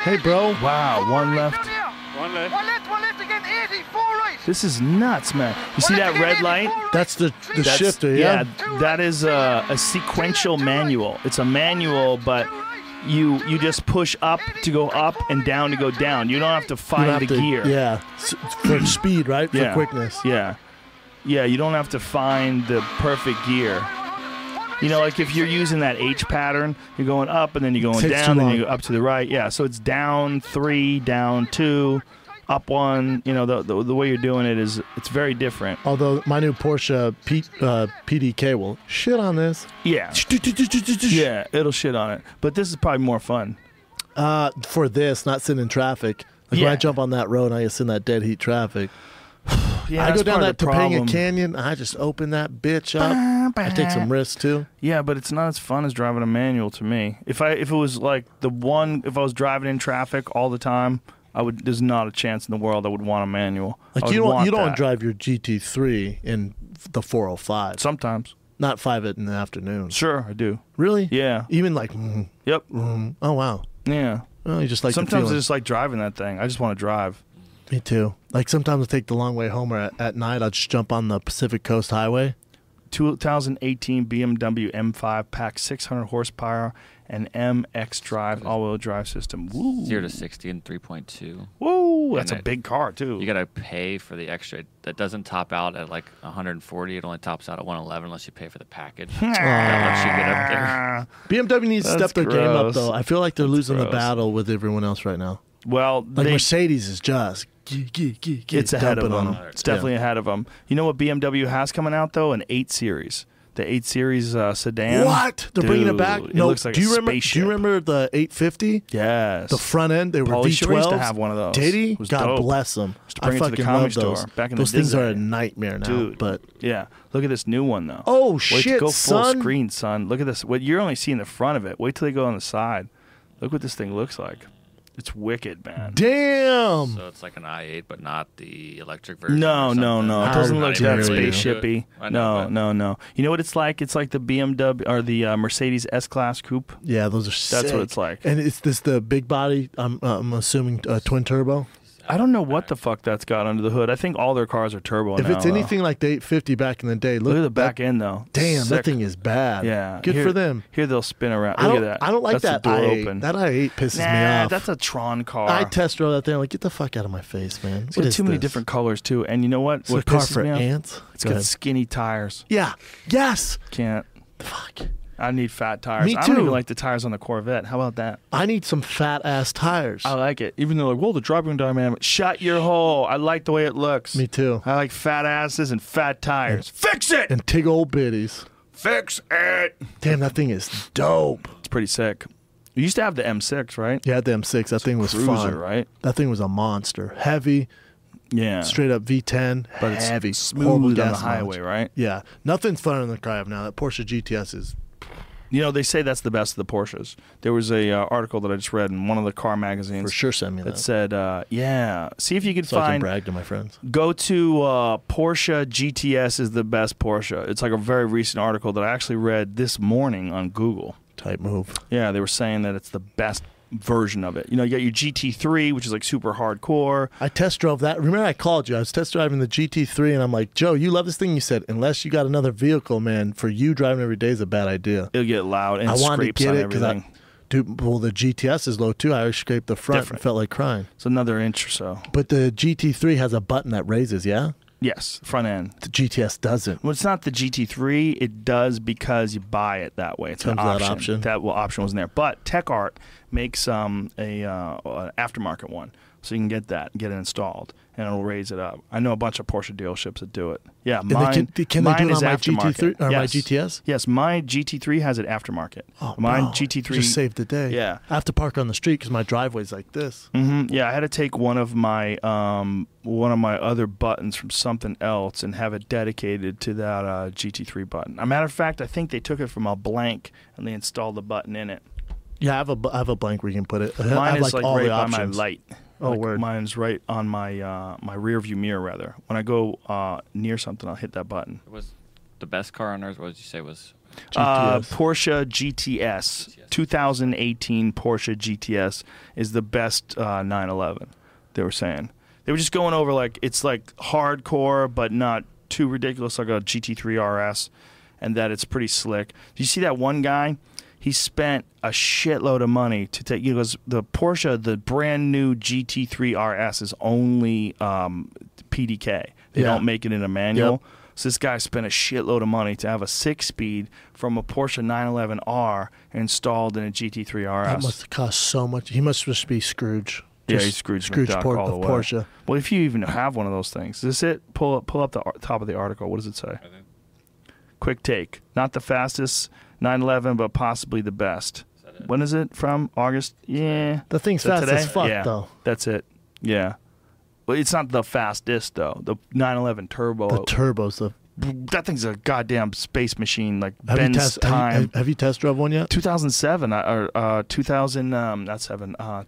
hey, bro. Wow, one left. One left. This is nuts, man. You see that red light? That's the the That's- shifter. Yeah. that is a, a sequential manual. It's a manual, but you you just push up to go up and down to go down. You don't have to You find have the to- gear. Yeah. S- For speed, right? For quickness. Yeah. Yeah, you don't have to find the perfect gear. You know, like if you're using that H pattern, you're going up and then you're going Takes down, too then you go long. up to the right. Yeah, so it's down three, down two, up one. You know, the, the, the way you're doing it is it's very different. Although my new Porsche P, uh, PDK will shit on this. Yeah. Yeah, it'll shit on it. But this is probably more fun. Uh, for this, not sitting in traffic. Like when Yeah. I jump on that road and I just in that dead heat traffic. Yeah, I go that's down part that of the problem. Topanga Canyon. I just open that bitch up. I take some risks too. Yeah, but it's not as fun as driving a manual to me. If I if it was like the one if I was driving in traffic all the time, I would there's not a chance in the world I would want a manual. I Like would you don't want you don't that. drive your GT3 in the 405. sometimes. not five in the afternoon. Sure, I do. Really? Yeah. Even like, mm, Yep. mm, oh wow. Yeah. Well, you just like the sometimes I feeling. just like driving that thing. I just want to drive. Me too. Like sometimes I take the long way home, or at, at night I'll just jump on the Pacific Coast Highway. 2018 BMW M5 pack 600 horsepower and MX drive all-wheel drive system. Woo. Zero to sixty in three point two. Woo, that's a And it- big car too. You gotta pay for the extra. That doesn't top out at like 140. It only tops out at 111 unless you pay for the package. that lets you get up there. Ah. BMW needs to That's step their game up, gross. though. I feel like they're losing gross. the battle with everyone else right now. well, Like they, Mercedes is just g- g- g- g- it's ahead of dumping them. on It's definitely ahead of them. You know what BMW has coming out though? An eight series, the eight series uh, sedan. What? They're bringing it back? Dude, No. it looks like do a you remember? Spaceship. Do you remember the 850? Yes. The front end, they were Pauly V12. Shore used to have one of those. Did he? It was God dope. bless him. Used to bring I it to the fucking comedy love store those. back in the those things Disney. are a nightmare now. Dude, But yeah, look at this new one though. Oh, Wait Wait, shit, go full son. screen, son. Look at this. What you're only seeing the front of it. Wait till they go on the side. Look what this thing looks like. It's wicked, man. damn. So it's like an i8, but not the electric version. No, or no, something. no. It How doesn't not look even that really. spaceshipy. I know, No, but- no, no. You know what it's like? It's like the BMW or the uh, Mercedes S Class coupe. Yeah, those are. what That's it's like. And it's this the big body. I'm I'm assuming uh, twin turbo. I don't know what the fuck that's got under the hood. I think all their cars are turbo. If now, it's though. anything like the 850 back in the day, look, look at the that- back end though. Damn, Sick. that thing is bad. Yeah, good here, for them. Here they'll spin around. I Look don't. at that. I don't like That's that. The door I open. that I eight pisses nah, me off. that's a Tron car. I test drove that thing. I'm like, get the fuck out of my face, man. It's What got is too many this? different colors too, and you know what? It's what a car pisses for me off? ants. It's Go got ahead. skinny tires. Yeah. Yes. Can't. Fuck. I need fat tires. Me I don't even too. like the tires on the Corvette. How about that? I need some fat ass tires. I like it. Even though like, well, the driving dynamic. Shut your hole. I like the way it looks. Me too. I like fat asses and fat tires. Fix it. and tig old bitties. Fix it. Damn, that thing is dope. It's pretty sick. You used to have the M6, right? Yeah, the M6. That thing was Cruiser, fun. right? That thing was a monster. Heavy, Yeah. straight up V10, but it's heavy, smooth Horrible on the gas highway, mileage. right? Yeah, nothing's funner than the car I have now. That Porsche GTS is You know, they say that's the best of the Porsches. There was a uh, article that I just read in one of the car magazines for sure. Send me that. that said, uh, "Yeah, see if you can so I can find brag to my friends. go to uh, Porsche GTS is the best Porsche." It's like a very recent article that I actually read this morning on Google. Type move. Yeah, they were saying that it's the best version of it. You know, you got your GT3, which is like super hardcore. I test drove that. Remember, I called you. I was test driving the GT3, and I'm like, Joe, you love this thing. You said, unless you got another vehicle, man, for you driving every day is a bad idea. It'll get loud and I wanted to scrapes get on it because everything. I, dude, well, the GTS is low too. I scraped the front and Different. felt like crying. It's another inch or so. But the GT3 has a button that raises, yeah? Yes, front end. The GTS doesn't. Well, it's not the GT3. It does because you buy it that way. It's an Comes with option. that option. That well, option wasn't there. But Tech Art makes um, a uh, an aftermarket one, so you can get that, get it installed, and it'll raise it up. I know a bunch of Porsche dealerships that do it. Yeah, they mine. can- can they do mine it on is my aftermarket. GT3 or my Yes. GTS? Yes, my GT3 has it aftermarket. Oh, my bro, GT3 Just saved the day. Yeah. I have to park on the street because my driveway's like this. Mhm. Yeah, I had to take one of my um, one of my other buttons from something else and have it dedicated to that uh, GT3 button. A matter of fact, I think they took it from a blank and they installed the button in it. Yeah, I have a, bu- I have a blank where you can put it. I have, Mine I have, is like all right the by my options. light. Oh, Like, word. Mine's right on my uh, my rear view mirror rather. When I go uh, near something, I'll hit that button. was the best car on earth. What did you say was? Uh, GTS. Porsche GTS, 2018 Porsche GTS is the best uh, 911. They were saying they were just going over like it's like hardcore but not too ridiculous like a GT3 RS, and that it's pretty slick. Do you see that one guy? He spent a shitload of money to take. He goes the Porsche, the brand new GT3 RS is only um, PDK. They Yeah. don't make it in a manual. Yep. So this guy spent a shitload of money to have a six-speed from a Porsche 911R installed in a GT3 That RS. must have cost so much. He must just be Scrooge. yeah, Just he's Scrooge, Scrooge McDuck Por- all the of way. Porsche. Well, if you even have one of those things, is this it? Pull up, pull up the ar- top of the article. What does it say? Quick take. Not the fastest 911, but possibly the best. When is it from? August? Yeah. The thing's Is that fast as fuck, yeah. though. That's it. Yeah. Well, it's not the fastest though. The 911 turbo. The turbo's the. that thing's a goddamn space machine. Like Have you, bends test, have, you, time. have, have you test drove one yet? 2007 I- or uh, 2000 um, not seven uh,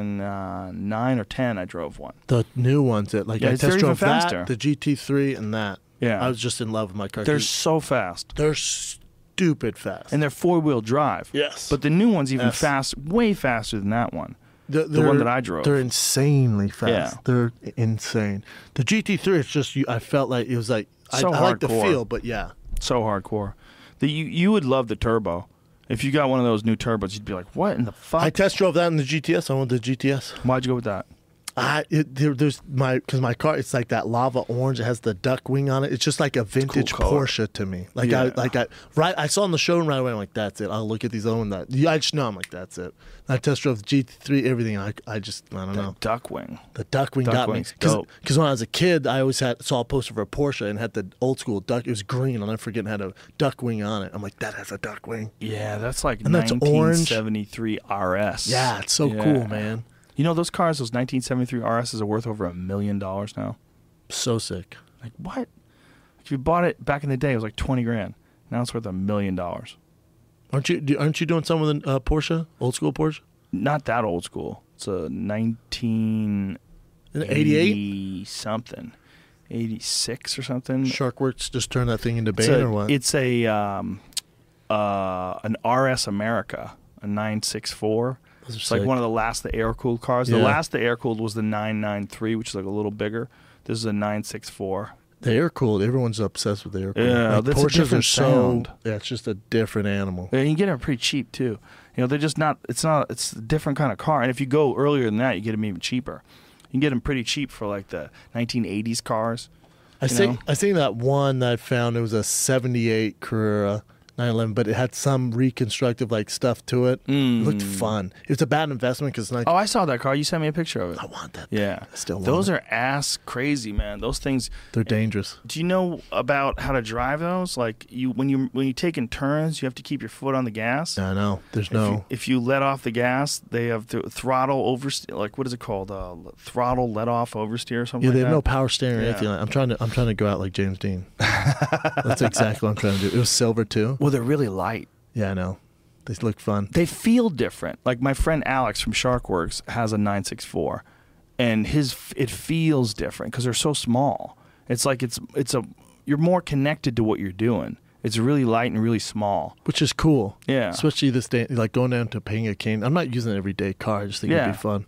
2009 or 10 I drove one. The new ones that like Yeah, I it's- test they're even drove faster. that, the GT3, and that. Yeah. I was just in love with my car. They're dude. so fast they're stupid fast. and they're four wheel drive. Yes. but the new one's even Yes. fast, way faster than that one. The, one they're- that I drove. They're insanely fast. Yeah. They're insane. The GT3, it's just you, I felt like it was like So I, I like the hardcore. feel, but yeah, So hardcore. The, you you would love the turbo. If you got one of those new turbos, you'd be like, "What in the fuck? I test drove that in the GTS. I want the GTS. Why'd you go with that?" I it, there, there's my because my car it's like that lava orange. It has the duck wing on it. It's just like a vintage color. Porsche to me. Like I Yeah. like I right. I saw in the showroom right away. I'm like, that's it. I'll look at these other ones. That yeah, I just know. I'm like, that's it. And I test drove the GT3. Everything. I I just I don't know. Duckwing. The duck wing Duck got me wing's dope. because when I was a kid, I always had saw a poster for a Porsche and had the old school duck. It was green. I'll never forget. It had a duck wing on it. I'm like, that has a duck wing. Yeah, that's like And that's orange. 1973 RS. Yeah, it's so Yeah. cool, man. You know those cars, those 1973 RSs are worth over a million dollars now. So sick. Like what? If you bought it back in the day, it was like twenty grand. Now it's worth a million dollars. Aren't you? do- Aren't you doing something with a uh, Porsche? Old school Porsche? Not that old school. It's a nineteen An 88? something, eighty six or something. Sharkworks just turned that thing into It's Bane a, or what? it's a um, uh, an RS America, a nine six four. Those are It's like sick. one of the last the air cooled cars. The Yeah. last the air cooled was the nine nine three, which is like a little bigger. This is a nine six four. the air cooled. Everyone's obsessed with the air cooled. Yeah, like, that's a Porsches are different so. sound. Yeah, it's just a different animal. And you can get them pretty cheap too. You know, they're just not. It's not. It's a different kind of car. And if you go earlier than that, you get them even cheaper. You can get them pretty cheap for like the 1980s cars. I you see. know? I seen that one that I found. It was a '78 Carrera. and 9/11, but it had some reconstructive like stuff to it. It looked fun. It was a bad investment because like Hmm. Oh, I saw that car. You sent me a picture of it. Oh, I want that. Yeah, Still want Those it. are ass crazy, man. Those things. They're dangerous. Do you know about how to drive those? Like you, when you when you taking turns, you have to keep your foot on the gas. I know. There's If you- no. If you let off the gas, they have th- throttle over. Like what is it called? Uh, throttle let off oversteer or something. Yeah, like they have that. no power steering or Yeah. anything. Like, I'm trying to, I'm trying to go out like James Dean. That's exactly what I'm trying to do. It was silver too. Well, they're really light. Yeah, I know. They look fun. They feel different. Like my friend Alex from Sharkworks has a 964, and his f- it feels different because they're so small. It's like it's it's a you're more connected to what you're doing. It's really light and really small. which is cool. Yeah. Especially this day, like going down to Pinga Cane. I'm not using an everyday car. I just think Yeah. it'd be fun.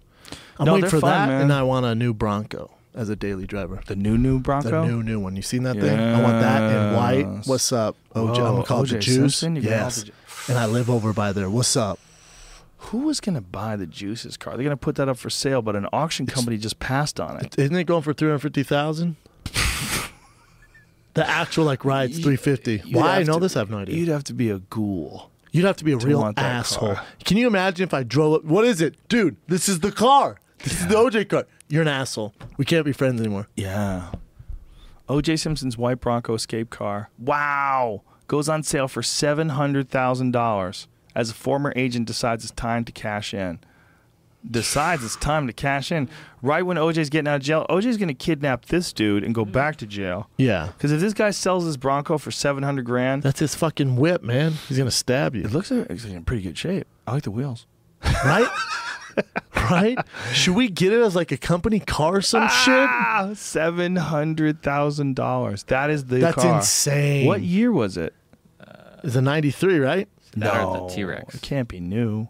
I'm No, waiting they're for fun, that, man. and I want a new Bronco as a daily driver. The new new Bronco. The new, new one. You seen that thing? I want that in white. Yes. What's up, OJ? I'm Whoa, gonna call it the OJ Juice. Simpson? You gonna call it Yes. the and I live over by there. What's up? Who was gonna buy the Juices car? They're gonna put that up for sale, but an auction company just passed on it. Isn't it going for three hundred fifty thousand? the actual like ride's three fifty. You'd Why I have know to- this? I have no idea. You'd have to be a ghoul. You'd have to be a real want that asshole. car. Can you imagine if I drove up? What is it? Dude, this is the car. This is the OJ car. You're an asshole. We can't be friends anymore. Yeah. OJ Simpson's white Bronco escape car. Wow. Goes on sale for seven hundred thousand dollars as a former agent decides it's time to cash in. Decides it's time to cash in. Right when OJ's getting out of jail, OJ's gonna kidnap this dude and Mm. go back to jail. Yeah. Because if this guy sells his Bronco for seven hundred grand, That's his fucking whip, man. He's going to stab it you. looks like it's in pretty good shape. I like the wheels. Right? right? Should we get it as like a company car or some shit? Ah, seven hundred thousand dollars. That is the That's car. insane. What year was it? It's a 93, right? That or the T-Rex. Oh, It can't be new.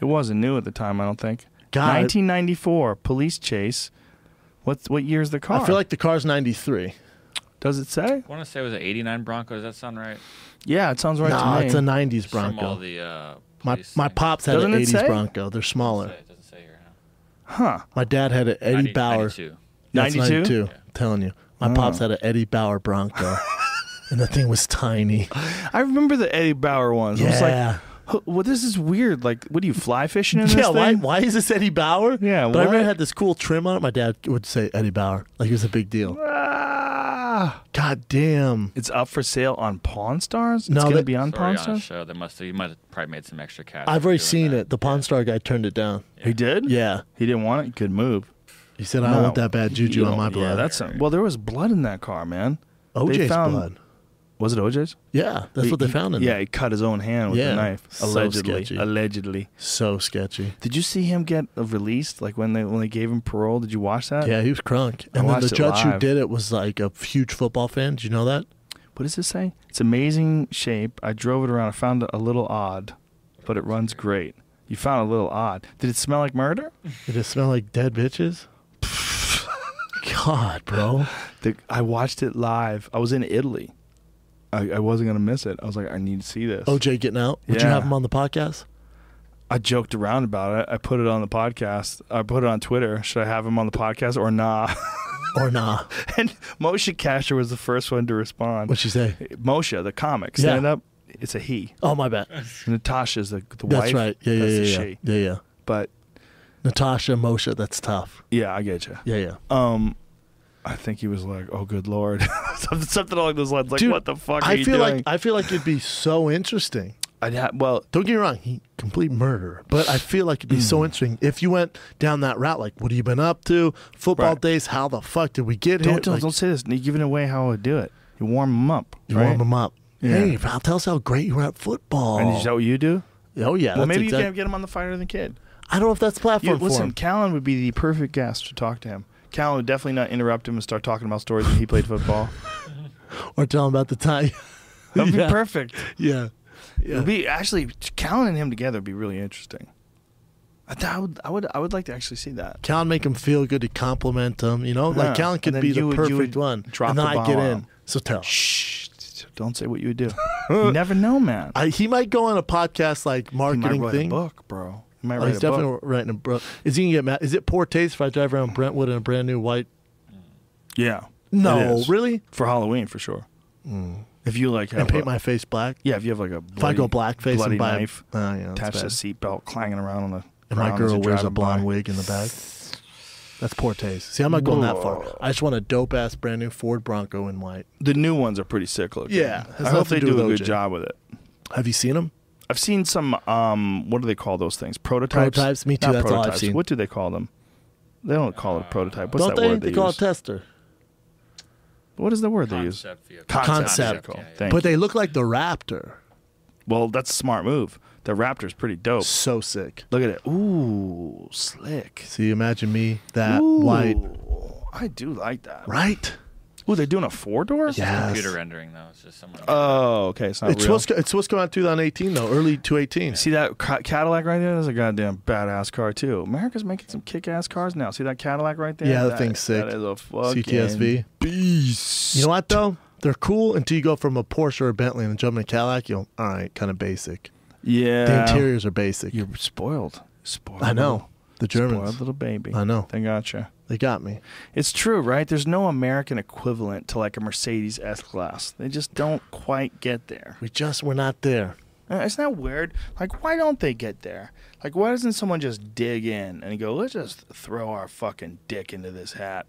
It wasn't new at the time, I don't think. God. 1994 police chase. What's what year's the car? I feel like the car's 93. does it say? I want to say it was an '89 Bronco. Does that sound right? Yeah, it sounds right Nah, to me. it's a 90s From all Bronco. the uh, My, police my things. pops had Doesn't an it 80s say? Bronco. They're smaller. It doesn't say here. Huh? My dad had an Eddie 90 Bauer. 92. That's 92? 92. telling you. Uh-huh. My pops had an Eddie Bauer Bronco. and the thing was tiny. I remember the Eddie Bauer ones. I was Yeah. like, "Huh, well, this is weird. Like, what are you fly fishing in this yeah, why, thing? why is this Eddie Bauer? Yeah, But I remember what? it had this cool trim on it. My dad would say Eddie Bauer. Like it was a big deal. Ah. God damn. It's up for sale on Pawn Stars. It's No, gonna that- be on Sorry, Pawn on a Stars. show. They must have. You might have probably made some extra cash. I've already doing seen that. it. The Pawn Star guy turned it down. He did. Yeah. He didn't want it. Good move. He said, I No. don't want that bad juju You on don't- my blood. Yeah, that's a, well. There was blood in that car, man. They OJ's found- blood. Was it OJ's? Yeah, that's He- what they he- found in Yeah, there. he cut his own hand with a Yeah, knife. so Allegedly. sketchy. allegedly. So sketchy. Did you see him get uh, released? Like when they when they gave him parole? Did you watch that? Yeah, he was crunk. And then watched the it judge who live. did it was like a huge football fan. Did you know that? What does this say? It's amazing shape. I drove it around. I found it a little odd, but it runs great. You found it a little odd. Did it smell like murder? Did it smell like dead bitches? God, bro. The, I watched it live. I was in Italy. I, I wasn't gonna miss it. I was like, I need to see this. OJ getting out. Would you Yeah. have him on the podcast? I joked around about it. I put it on the podcast. I put it on Twitter. Should I have him on the podcast or nah? Or nah? and Moshe Kasher was the first one to respond. What'd she say? Moshe, the comic, Yeah. stand up. It's a he. Oh, my bad. Natasha's the, the That's wife. right. Yeah, yeah, that's yeah, the yeah. she. yeah, yeah. But Natasha Moshe. That's tough. yeah, I get you. Yeah, yeah. Um, I think he was like, "Oh, good lord," something, something along those lines. Like, what the fuck are I you feel doing? like I feel like it'd be so interesting. I'd ha- well, Don't get me wrong, he complete murderer, but I feel like it'd be so interesting if you went down that route. Like, what have you been up to? Football Right. days? How the fuck did we get don't here? don't, Like, don't say this. You're giving away how I would do it. You warm them up. you right? warm them up. Yeah. Hey, Val, tell us how great you were at football. And is that what you do? oh yeah. well, that's maybe exact- you can get him on the Fighter Than Kid. I don't know if that's You, platform for listen, him. Callan would be the perfect guest to talk to him. Callan would definitely not interrupt him and start talking about stories when he played football. or tell him about the time. That'd Yeah. be perfect. yeah. It'd be actually Callan and him together would be really interesting. I, th- I would, I would, I would like to actually see that. Callan make him feel good to compliment him. You know, Yeah. like Callan could And then be the you would- you perfect would one. drop and then the I get bomb. in. So tell. Shh, don't say what you would do. you never know, man. I, he might go on a podcast like you might marketing write thing. a book, bro. You might Oh, write he's a definitely book. writing a book. Is he gonna get mad? Is it poor taste if I drive around Brentwood in a brand new white? Yeah. No, it is. really? Mm. For Halloween, for sure. If you like, and have paint a- my face black. yeah, if you have like a If I bloody, go blackface bloody and buy knife oh, yeah, that's attached to a bad. seatbelt, clanging around on the. and my ground as girl you're wears a driving blonde by. wig in the back. That's poor taste. See, I'm not going that far. I just want a dope ass brand new Ford Bronco in white. The new ones are pretty sick looking. Yeah, has I hope nothing they to do do a with good OJ. job with it. Have you seen them? I've seen some. Um, what do they call those things? Prototypes. Prototypes? Me too, Not that's all I've prototypes. seen. What do they call them? They don't call it a prototype. What's Don't that they? word they they, call use? it tester. what is the word they use? Concept vehicle. Concept. vehicle. yeah, yeah. Thank But you. they look like the Raptor. well, that's a smart move. The Raptor's pretty dope. So sick. Look at it. Ooh, slick. See, imagine me that Ooh, white, I do like that. right? Ooh, they're doing a four door. Yes. Computer rendering though. It's just someone. Oh, okay. It's not It's real. supposed, to, it's supposed to come out 2018 though, early 218. See that ca- Cadillac right there? That's a goddamn badass car too. America's making some kick-ass cars now. See that Cadillac right there? Yeah, that that thing's sick. That is a fucking CTSV. beast. You know what though? They're cool until you go from a Porsche or a Bentley and jump in a Cadillac. You'll all right, kind of basic. Yeah. The interiors are basic. You're spoiled. Spoiled. I know the Spoiled Germans. little baby. I know. They gotcha. They got me. It's true, right? There's no American equivalent to like a Mercedes S-Class. They just don't quite get there. We just were not there. Uh, Isn't that weird? Like, why don't they get there? Like, why doesn't someone just dig in and go, let's just throw our fucking dick into this hat?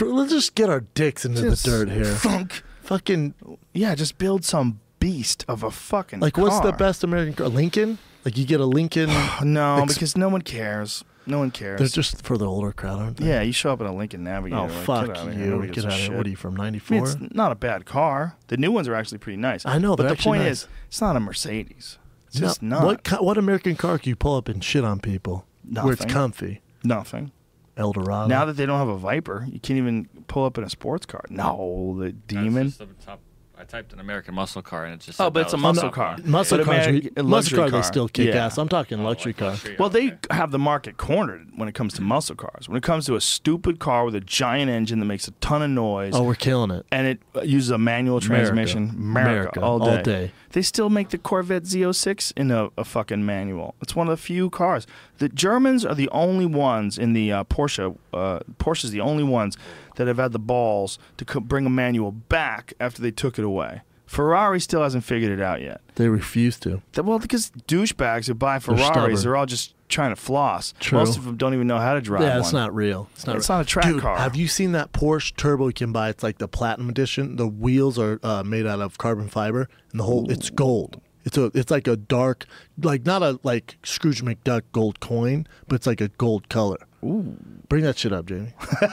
Let's just get our dicks into Just the dirt here. Thunk. Fucking Yeah, just build some beast of a fucking like, what's the car. best American car? Lincoln? Like you get a Lincoln? No, Ex- because no one cares. No one cares. They're just for the older crowd, aren't they? yeah, you show up in a Lincoln Navigator. Oh like, get fuck outta here, you! nobody Get gives a out of here! shit. What are you from I mean, '94? it's not a bad car. The new ones are actually pretty nice. I know, but they're the actually point nice. is, it's not a Mercedes. It's No, just not What ki- what American car can you pull up and shit on people where it's Nothing. comfy? nothing. Eldorado. Now that they don't have a Viper, you can't even pull up in a sports car. No, the That's Demon. just the top- I typed an American muscle car and it just. Oh, said but that it's a was muscle the top car. one. muscle But cars, Ameri- a are, muscle luxury cars, car. they still kick Yeah. ass. I'm talking luxury car. luxury. Well, they Okay. have the market cornered when it comes to muscle cars. When it comes to a stupid car with a giant engine that makes a ton of noise. Oh, we're killing it. and it uses a manual America. transmission. America, America, all, day. all day. They still make the Corvette Z06 in a, a fucking manual. It's one of the few cars. The Germans are the only ones in the uh, Porsche. Uh, Porsche's the only ones that have had the balls to co- bring a manual back after they took it away. Ferrari still hasn't figured it out yet. They refuse to. Th- Well, because douchebags who buy stubborn. Ferraris, they're all just trying to floss. True. Most of them don't even know how to drive Yeah, one. it's not real. It's not. It's real. not a track Dude, car. Have you seen that Porsche Turbo you can buy? It's like the Platinum Edition. The wheels are uh, made out of carbon fiber, and the whole it's gold. It's a it's like a dark, like not a like Scrooge McDuck gold coin, but it's like a gold color. Ooh. Bring that shit up, Jamie. Say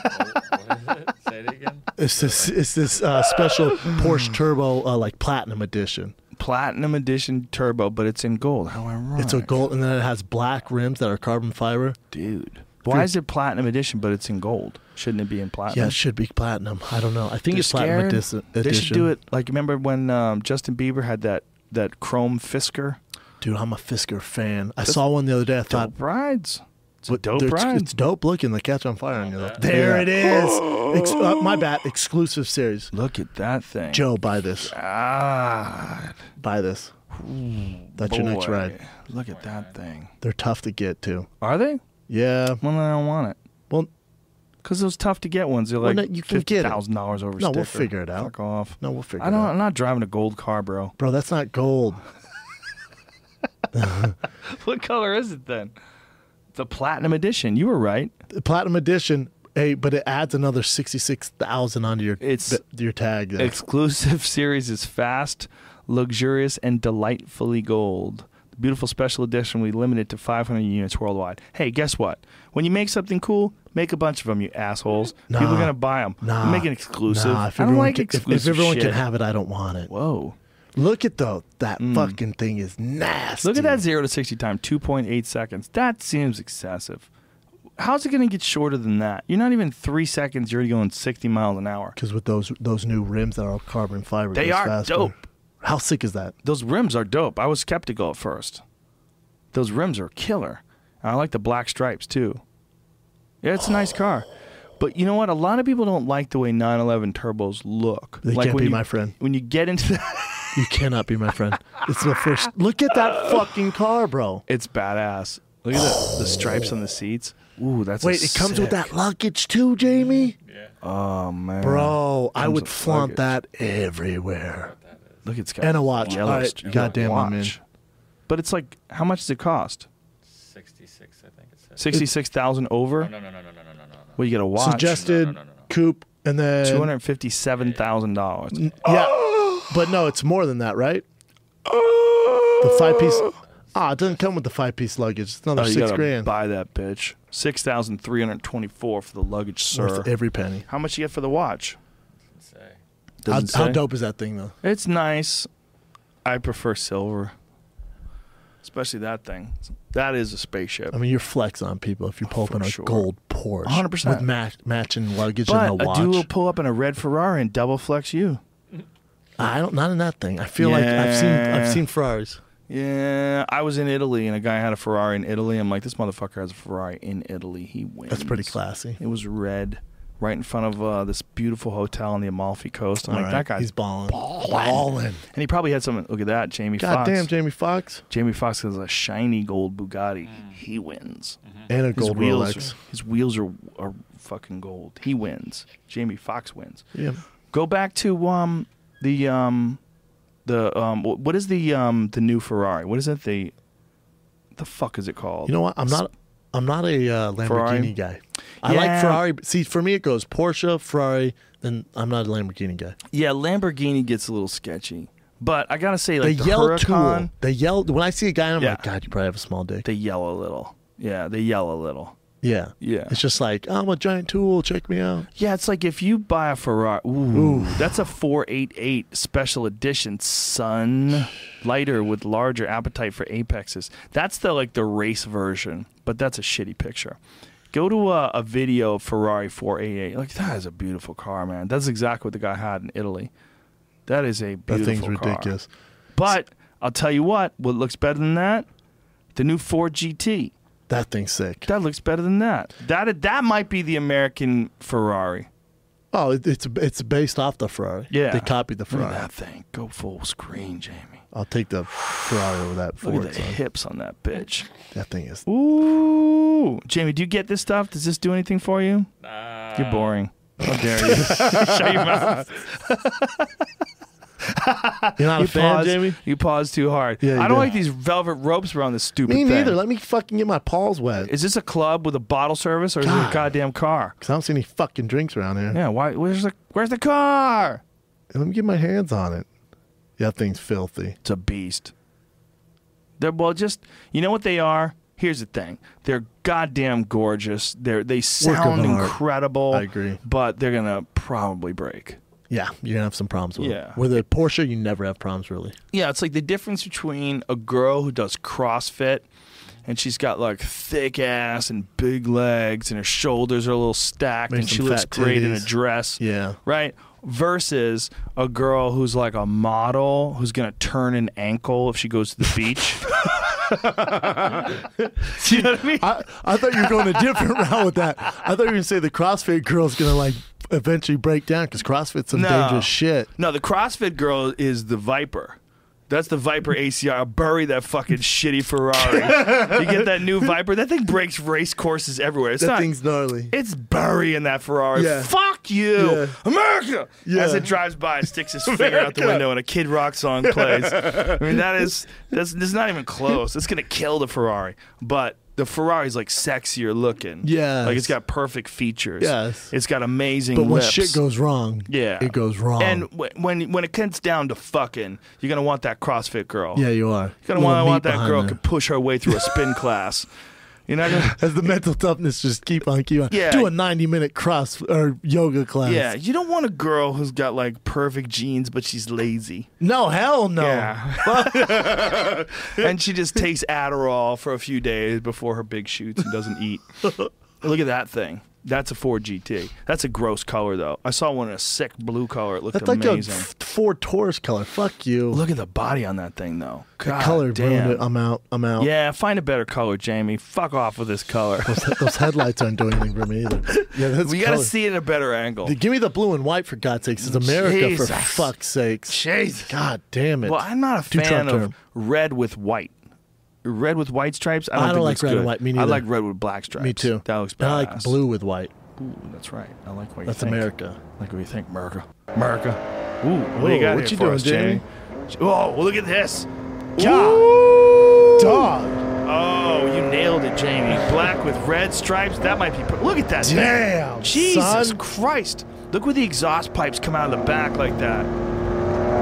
it again. It's this it's this uh, special Porsche Turbo uh, like Platinum Edition. Platinum edition turbo, but it's in gold. How ironic. It's a gold, and then it has black rims that are carbon fiber. dude. Why is it platinum edition, but it's in gold? Shouldn't it be in platinum? Yeah, it should be platinum. I don't know. I think They're it's platinum scared. edition. They should do it. Like remember when um, Justin Bieber had that that chrome Fisker Dude, I'm a Fisker fan. I saw one the other day. I thought, dope rides. It's a But dope Uh, they're- ride. It's dope looking. The catch on fire on your left. There it is. Ex- uh, my bad. Exclusive series. Look at that thing. Joe, buy this. God, Buy this. That's your next boy. ride. Look at that thing. They're tough to get too. Are they? Yeah. Well, then I don't want it. Well, Cause those tough to get ones, they're Well, like no, you can fifty get it. thousand dollars over. No, we'll sticker. figure it out. Fuck off. No, we'll figure I don't. it out. I'm not driving a gold car, bro. bro, that's not gold. what color is it then? It's a platinum edition. You were right. The Platinum edition. Hey, but it adds another sixty-six thousand onto your It's- b- your tag. There. exclusive series is fast, luxurious, and delightfully gold. The beautiful special edition will be limited to 500 units worldwide. Hey, guess what? When you make something cool, make a bunch of them, you assholes. People are Nah. going to buy them. Nah. make an exclusive. Nah, if I don't everyone like can, if- exclusive If, everyone shit. can have it, I don't want it. Whoa. Look at though. That fucking thing is nasty. Mm. Look at that 0 to 60 time, 2.8 seconds. That seems excessive. How's it going to get shorter than that? You're not even three seconds, you're already going 60 miles an hour. Because with those those new rims that are all carbon fiber, it They goes are faster. dope. How sick is that? those rims are dope. I was skeptical at first. Those rims are killer. And I like the black stripes too. Yeah, it's a nice car. But you know what? A lot of people don't like the way 911 turbos look. They like can't when be you- my friend. When you get into that, You cannot be my friend. It's the first. Look at that fucking car, bro. it's badass. Look at the, the stripes on the seats. Ooh, that's a Wait, it comes with sick- that luggage too, Jamie. Oh man, Bro, I Comes would with flaunt luggage. that everywhere. Look at Scott. And a watch. Yellow All right. st- Goddamn, I'm in. But it's like, how much does it cost? 66, I think it says. Sixty-six thousand over. No, no, no, no, no, no, no, no, no. Well, you get a watch. Suggested No, no, no, no, no. coupe and then Two hundred fifty-seven thousand dollars. Yeah, but no, it's more than that, right? The five piece. Ah, it doesn't come with the five piece luggage. It's another Oh, you six gotta grand. Buy that bitch. Six thousand three hundred twenty-four for the luggage, sir. Worth every penny. How much you get for the watch? Say. How, Doesn't how say. dope is that thing though? It's nice. I prefer silver, especially that thing. That is a spaceship. I mean, you're flex on people if you're pulping a Oh, sure. gold Porsche, 100%. with match, matching luggage but and a a watch. dude will pull up in a red Ferrari and double flex you. I don't, not in that thing. I feel like I've seen I've Yeah. seen Ferraris. Yeah, I was in Italy and a guy had a Ferrari in Italy. I'm like, this motherfucker has a Ferrari in Italy. He wins. That's pretty classy. It was red, right in front of uh, this beautiful hotel on the Amalfi Coast. I'm All like, right, that guy's he's balling, balling. and he probably had something. Look at that, Jamie Foxx. Goddamn, Jamie Foxx Jamie Foxx has a shiny gold Bugatti. He wins. and a His gold wheels, Rolex. his wheels are are fucking gold. He wins. Jamie Foxx wins. Yeah, Go back to um the um the um wh- what is the um the new Ferrari? What is it? The the fuck is it called? you know what? I'm not. I'm not a uh, Lamborghini Ferrari? guy. I Yeah. like Ferrari. See, for me, it goes Porsche, Ferrari. Then I'm not a Lamborghini guy. Yeah, Lamborghini gets a little sketchy, but I gotta say, they like the yell Huracan, tool. They yell when I see a guy. I'm Yeah. like, God, you probably have a small dick. they yell a little. Yeah, they yell a little. yeah, Yeah. It's just like I'm a giant tool. Check me out. Yeah, it's like if you buy a Ferrari, ooh, that's a 488 special edition, son. Lighter with larger appetite for apexes. That's the like the race version, but that's a shitty picture. Go to a, a video of Ferrari 488. Like that is a beautiful car, man. That's exactly what the guy had in Italy. That is a That beautiful thing's car. ridiculous. But I'll tell you what, what looks better than that? The new Ford GT. That thing's sick. That looks better than that. That that might be the American Ferrari. oh, it, it's it's based off the Ferrari. Yeah. they copied the Look at Ferrari. that thing. Go full screen, Jamie. I'll take the Ferrari over that Look Ford. at the Son. hips on that bitch. That thing is. Ooh. Jamie, do you get this stuff? Does this do anything for you? You're boring. How dare you? Shut your mouth. You're not You a fan, paused- Jamie. You paused too hard. Yeah, you I don't did. like these velvet ropes around this stupid Me thing. neither. Let me fucking get my paws wet. Is this a club with a bottle service or is it a God. goddamn car? 'Cause I don't see any fucking drinks around here. Yeah, why where's the where's the car? Let me get my hands on it. Yeah, that thing's filthy. It's a beast. They're well, just you know what they are. Here's the thing: they're goddamn gorgeous. They're they sound art. incredible. I agree. but they're gonna probably break. Yeah, you're gonna have some problems with Yeah. it. With a Porsche, you never have problems really. Yeah, it's like the difference between a girl who does CrossFit and she's got like thick ass and big legs and her shoulders are a little stacked Maybe and she some looks fat great in a titties. dress. Yeah. Right? Versus a girl who's like a model who's going to turn an ankle if she goes to the beach. Do you know what I mean? I, I thought you were going a different route with that. I thought you were gonna say the CrossFit girl's gonna like eventually break down because CrossFit's some No. dangerous shit. No, the CrossFit girl is the Viper. That's the Viper ACR. Bury that fucking shitty Ferrari. you get that new Viper. That thing breaks race courses everywhere. It's That not, thing's gnarly. It's burying that Ferrari. Yeah. Fuck you, Yeah. America! Yeah. As it drives by, it sticks his finger out the window, and a Kid Rock song plays. I mean, that is that's, that's not even close. It's gonna kill the Ferrari, but. The Ferrari's like sexier looking. Yes. Like it's got perfect features. Yes. It's got amazing but when lips. shit goes wrong, Yeah, it goes wrong. And wh- when when it comes down to fucking, you're gonna want that CrossFit girl. yeah, you are. you're gonna Little want, meat want that behind girl there. could push her way through a spin class. You're not gonna. As the mental toughness just keep on keep on. Yeah. Do a 90 minute cross or yoga class. Yeah, you don't want a girl who's got like perfect genes, but she's lazy, No, hell no. and she just takes Adderall for a few days before her big shoots and doesn't eat. Look at that thing. That's a Ford GT. That's a gross color though. I saw one in a sick blue color. It looked That's like amazing. a f- Ford Taurus color. Fuck you. Look at the body on that thing though. God color damn. ruined it. I'm out. I'm out. Yeah, find a better color, Jamie. Fuck off with this color. Those, those headlights aren't doing anything for me either. Yeah, that's we got to color. see it at a better angle. Dude, Give me the blue and white for God's sakes. It's America for Jesus. fuck's sakes. Jesus. God damn it. well, I'm not a Two fan Trump of term. red with white. Red with white stripes. I don't, I don't think like looks red good. and white, me I neither. like red with black stripes. Me too. That looks badass. And I like blue with white. Ooh, that's right. I like what you That's think. America. Like what you think, America. America. Ooh, what do Ooh, you got what here you for doing, us, Jamie? Jamie? Oh, look at this. Dog. Oh, you nailed it, Jamie. Black with red stripes. That might be. Pr- Look at that. thing. Damn, Jesus son. Christ. Look where the exhaust pipes come out of the back like that.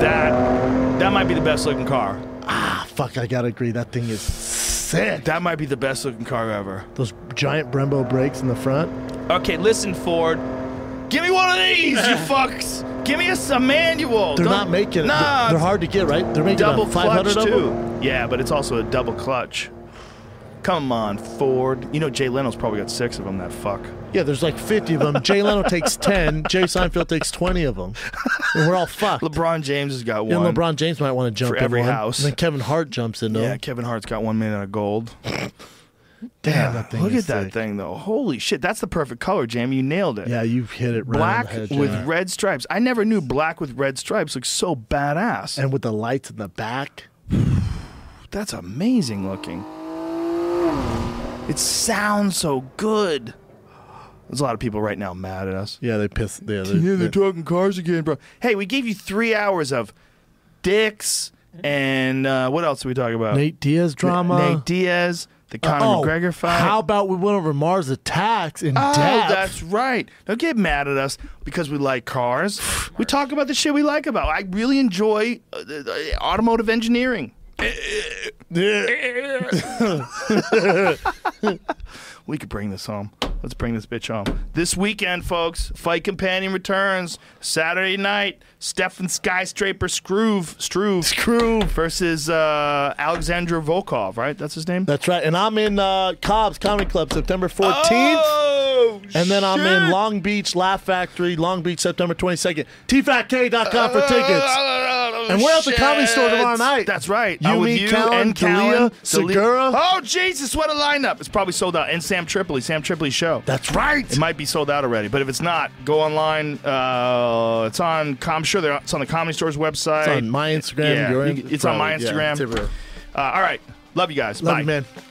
That that might be the best looking car. Ah, fuck, I gotta agree. That thing is sick. That might be the best looking car ever. Those giant Brembo brakes in the front. Okay, listen, Ford. Give me one of these, you fucks. Give me a, s- a manual. They're Don't- not making. Nah, they're it's hard to get, right? They're making double about 500 clutch of too. them. Yeah, but it's also a double clutch. Come on, Ford. You know Jay Leno's probably got six of them. That fuck. Yeah, there's like 50 of them. Jay Leno takes 10. Jay Seinfeld takes 20 of them, and we're all fucked. LeBron James has got one. and LeBron James might want to jump For in every one. house. And then Kevin Hart jumps in. Yeah, Yeah, Kevin Hart's got one minute of gold. damn, that thing. Look is at that sick. thing, though. Holy shit, that's the perfect color, Jamie. You nailed it. Yeah, you've hit it right on black the head, with Jay. red stripes. I never knew black with red stripes looks so badass. and with the lights in the back. that's amazing looking. It sounds so good. There's a lot of people right now mad at us. Yeah, they piss. Yeah, they, Yeah, they're they- talking cars again, bro. Hey, we gave you three hours of dicks and uh, what else are we talking about? Nate Diaz drama. Nate Diaz, the Conor oh, McGregor fight. How about we went over Mars attacks in Oh, depth? that's right. Don't get mad at us because we like cars. We talk about the shit we like about. I really enjoy uh, uh, automotive engineering. we could bring this home. Let's bring this bitch home. This weekend, folks, Fight Companion returns Saturday night. Stefan Skyscraper Scroove, Struve Scroove versus uh, Alexandra Volkov, right? That's his name? That's right. And I'm in uh, Cobb's Comedy Club September 14th. Oh, And then I'm in shit. Long Beach Laugh Factory, Long Beach, September 22nd. TFATK.com Uh, for tickets. And we're at the Comedy Store tomorrow night. That's right. You, I'm with me, Callan, and Dalia, Callan, Dali- Segura. Oh Jesus, what a lineup! It's probably sold out. And Sam Tripoli, Sam Tripoli show. That's right. it might be sold out already, but if it's not, go online. Uh, it's on. Com- I'm sure they're, it's on the Comedy Store's It's website. on my Instagram. Yeah, your you- it's on my probably, yeah, Instagram. it's everywhere. uh, all right, love you guys. Love Bye, you, man.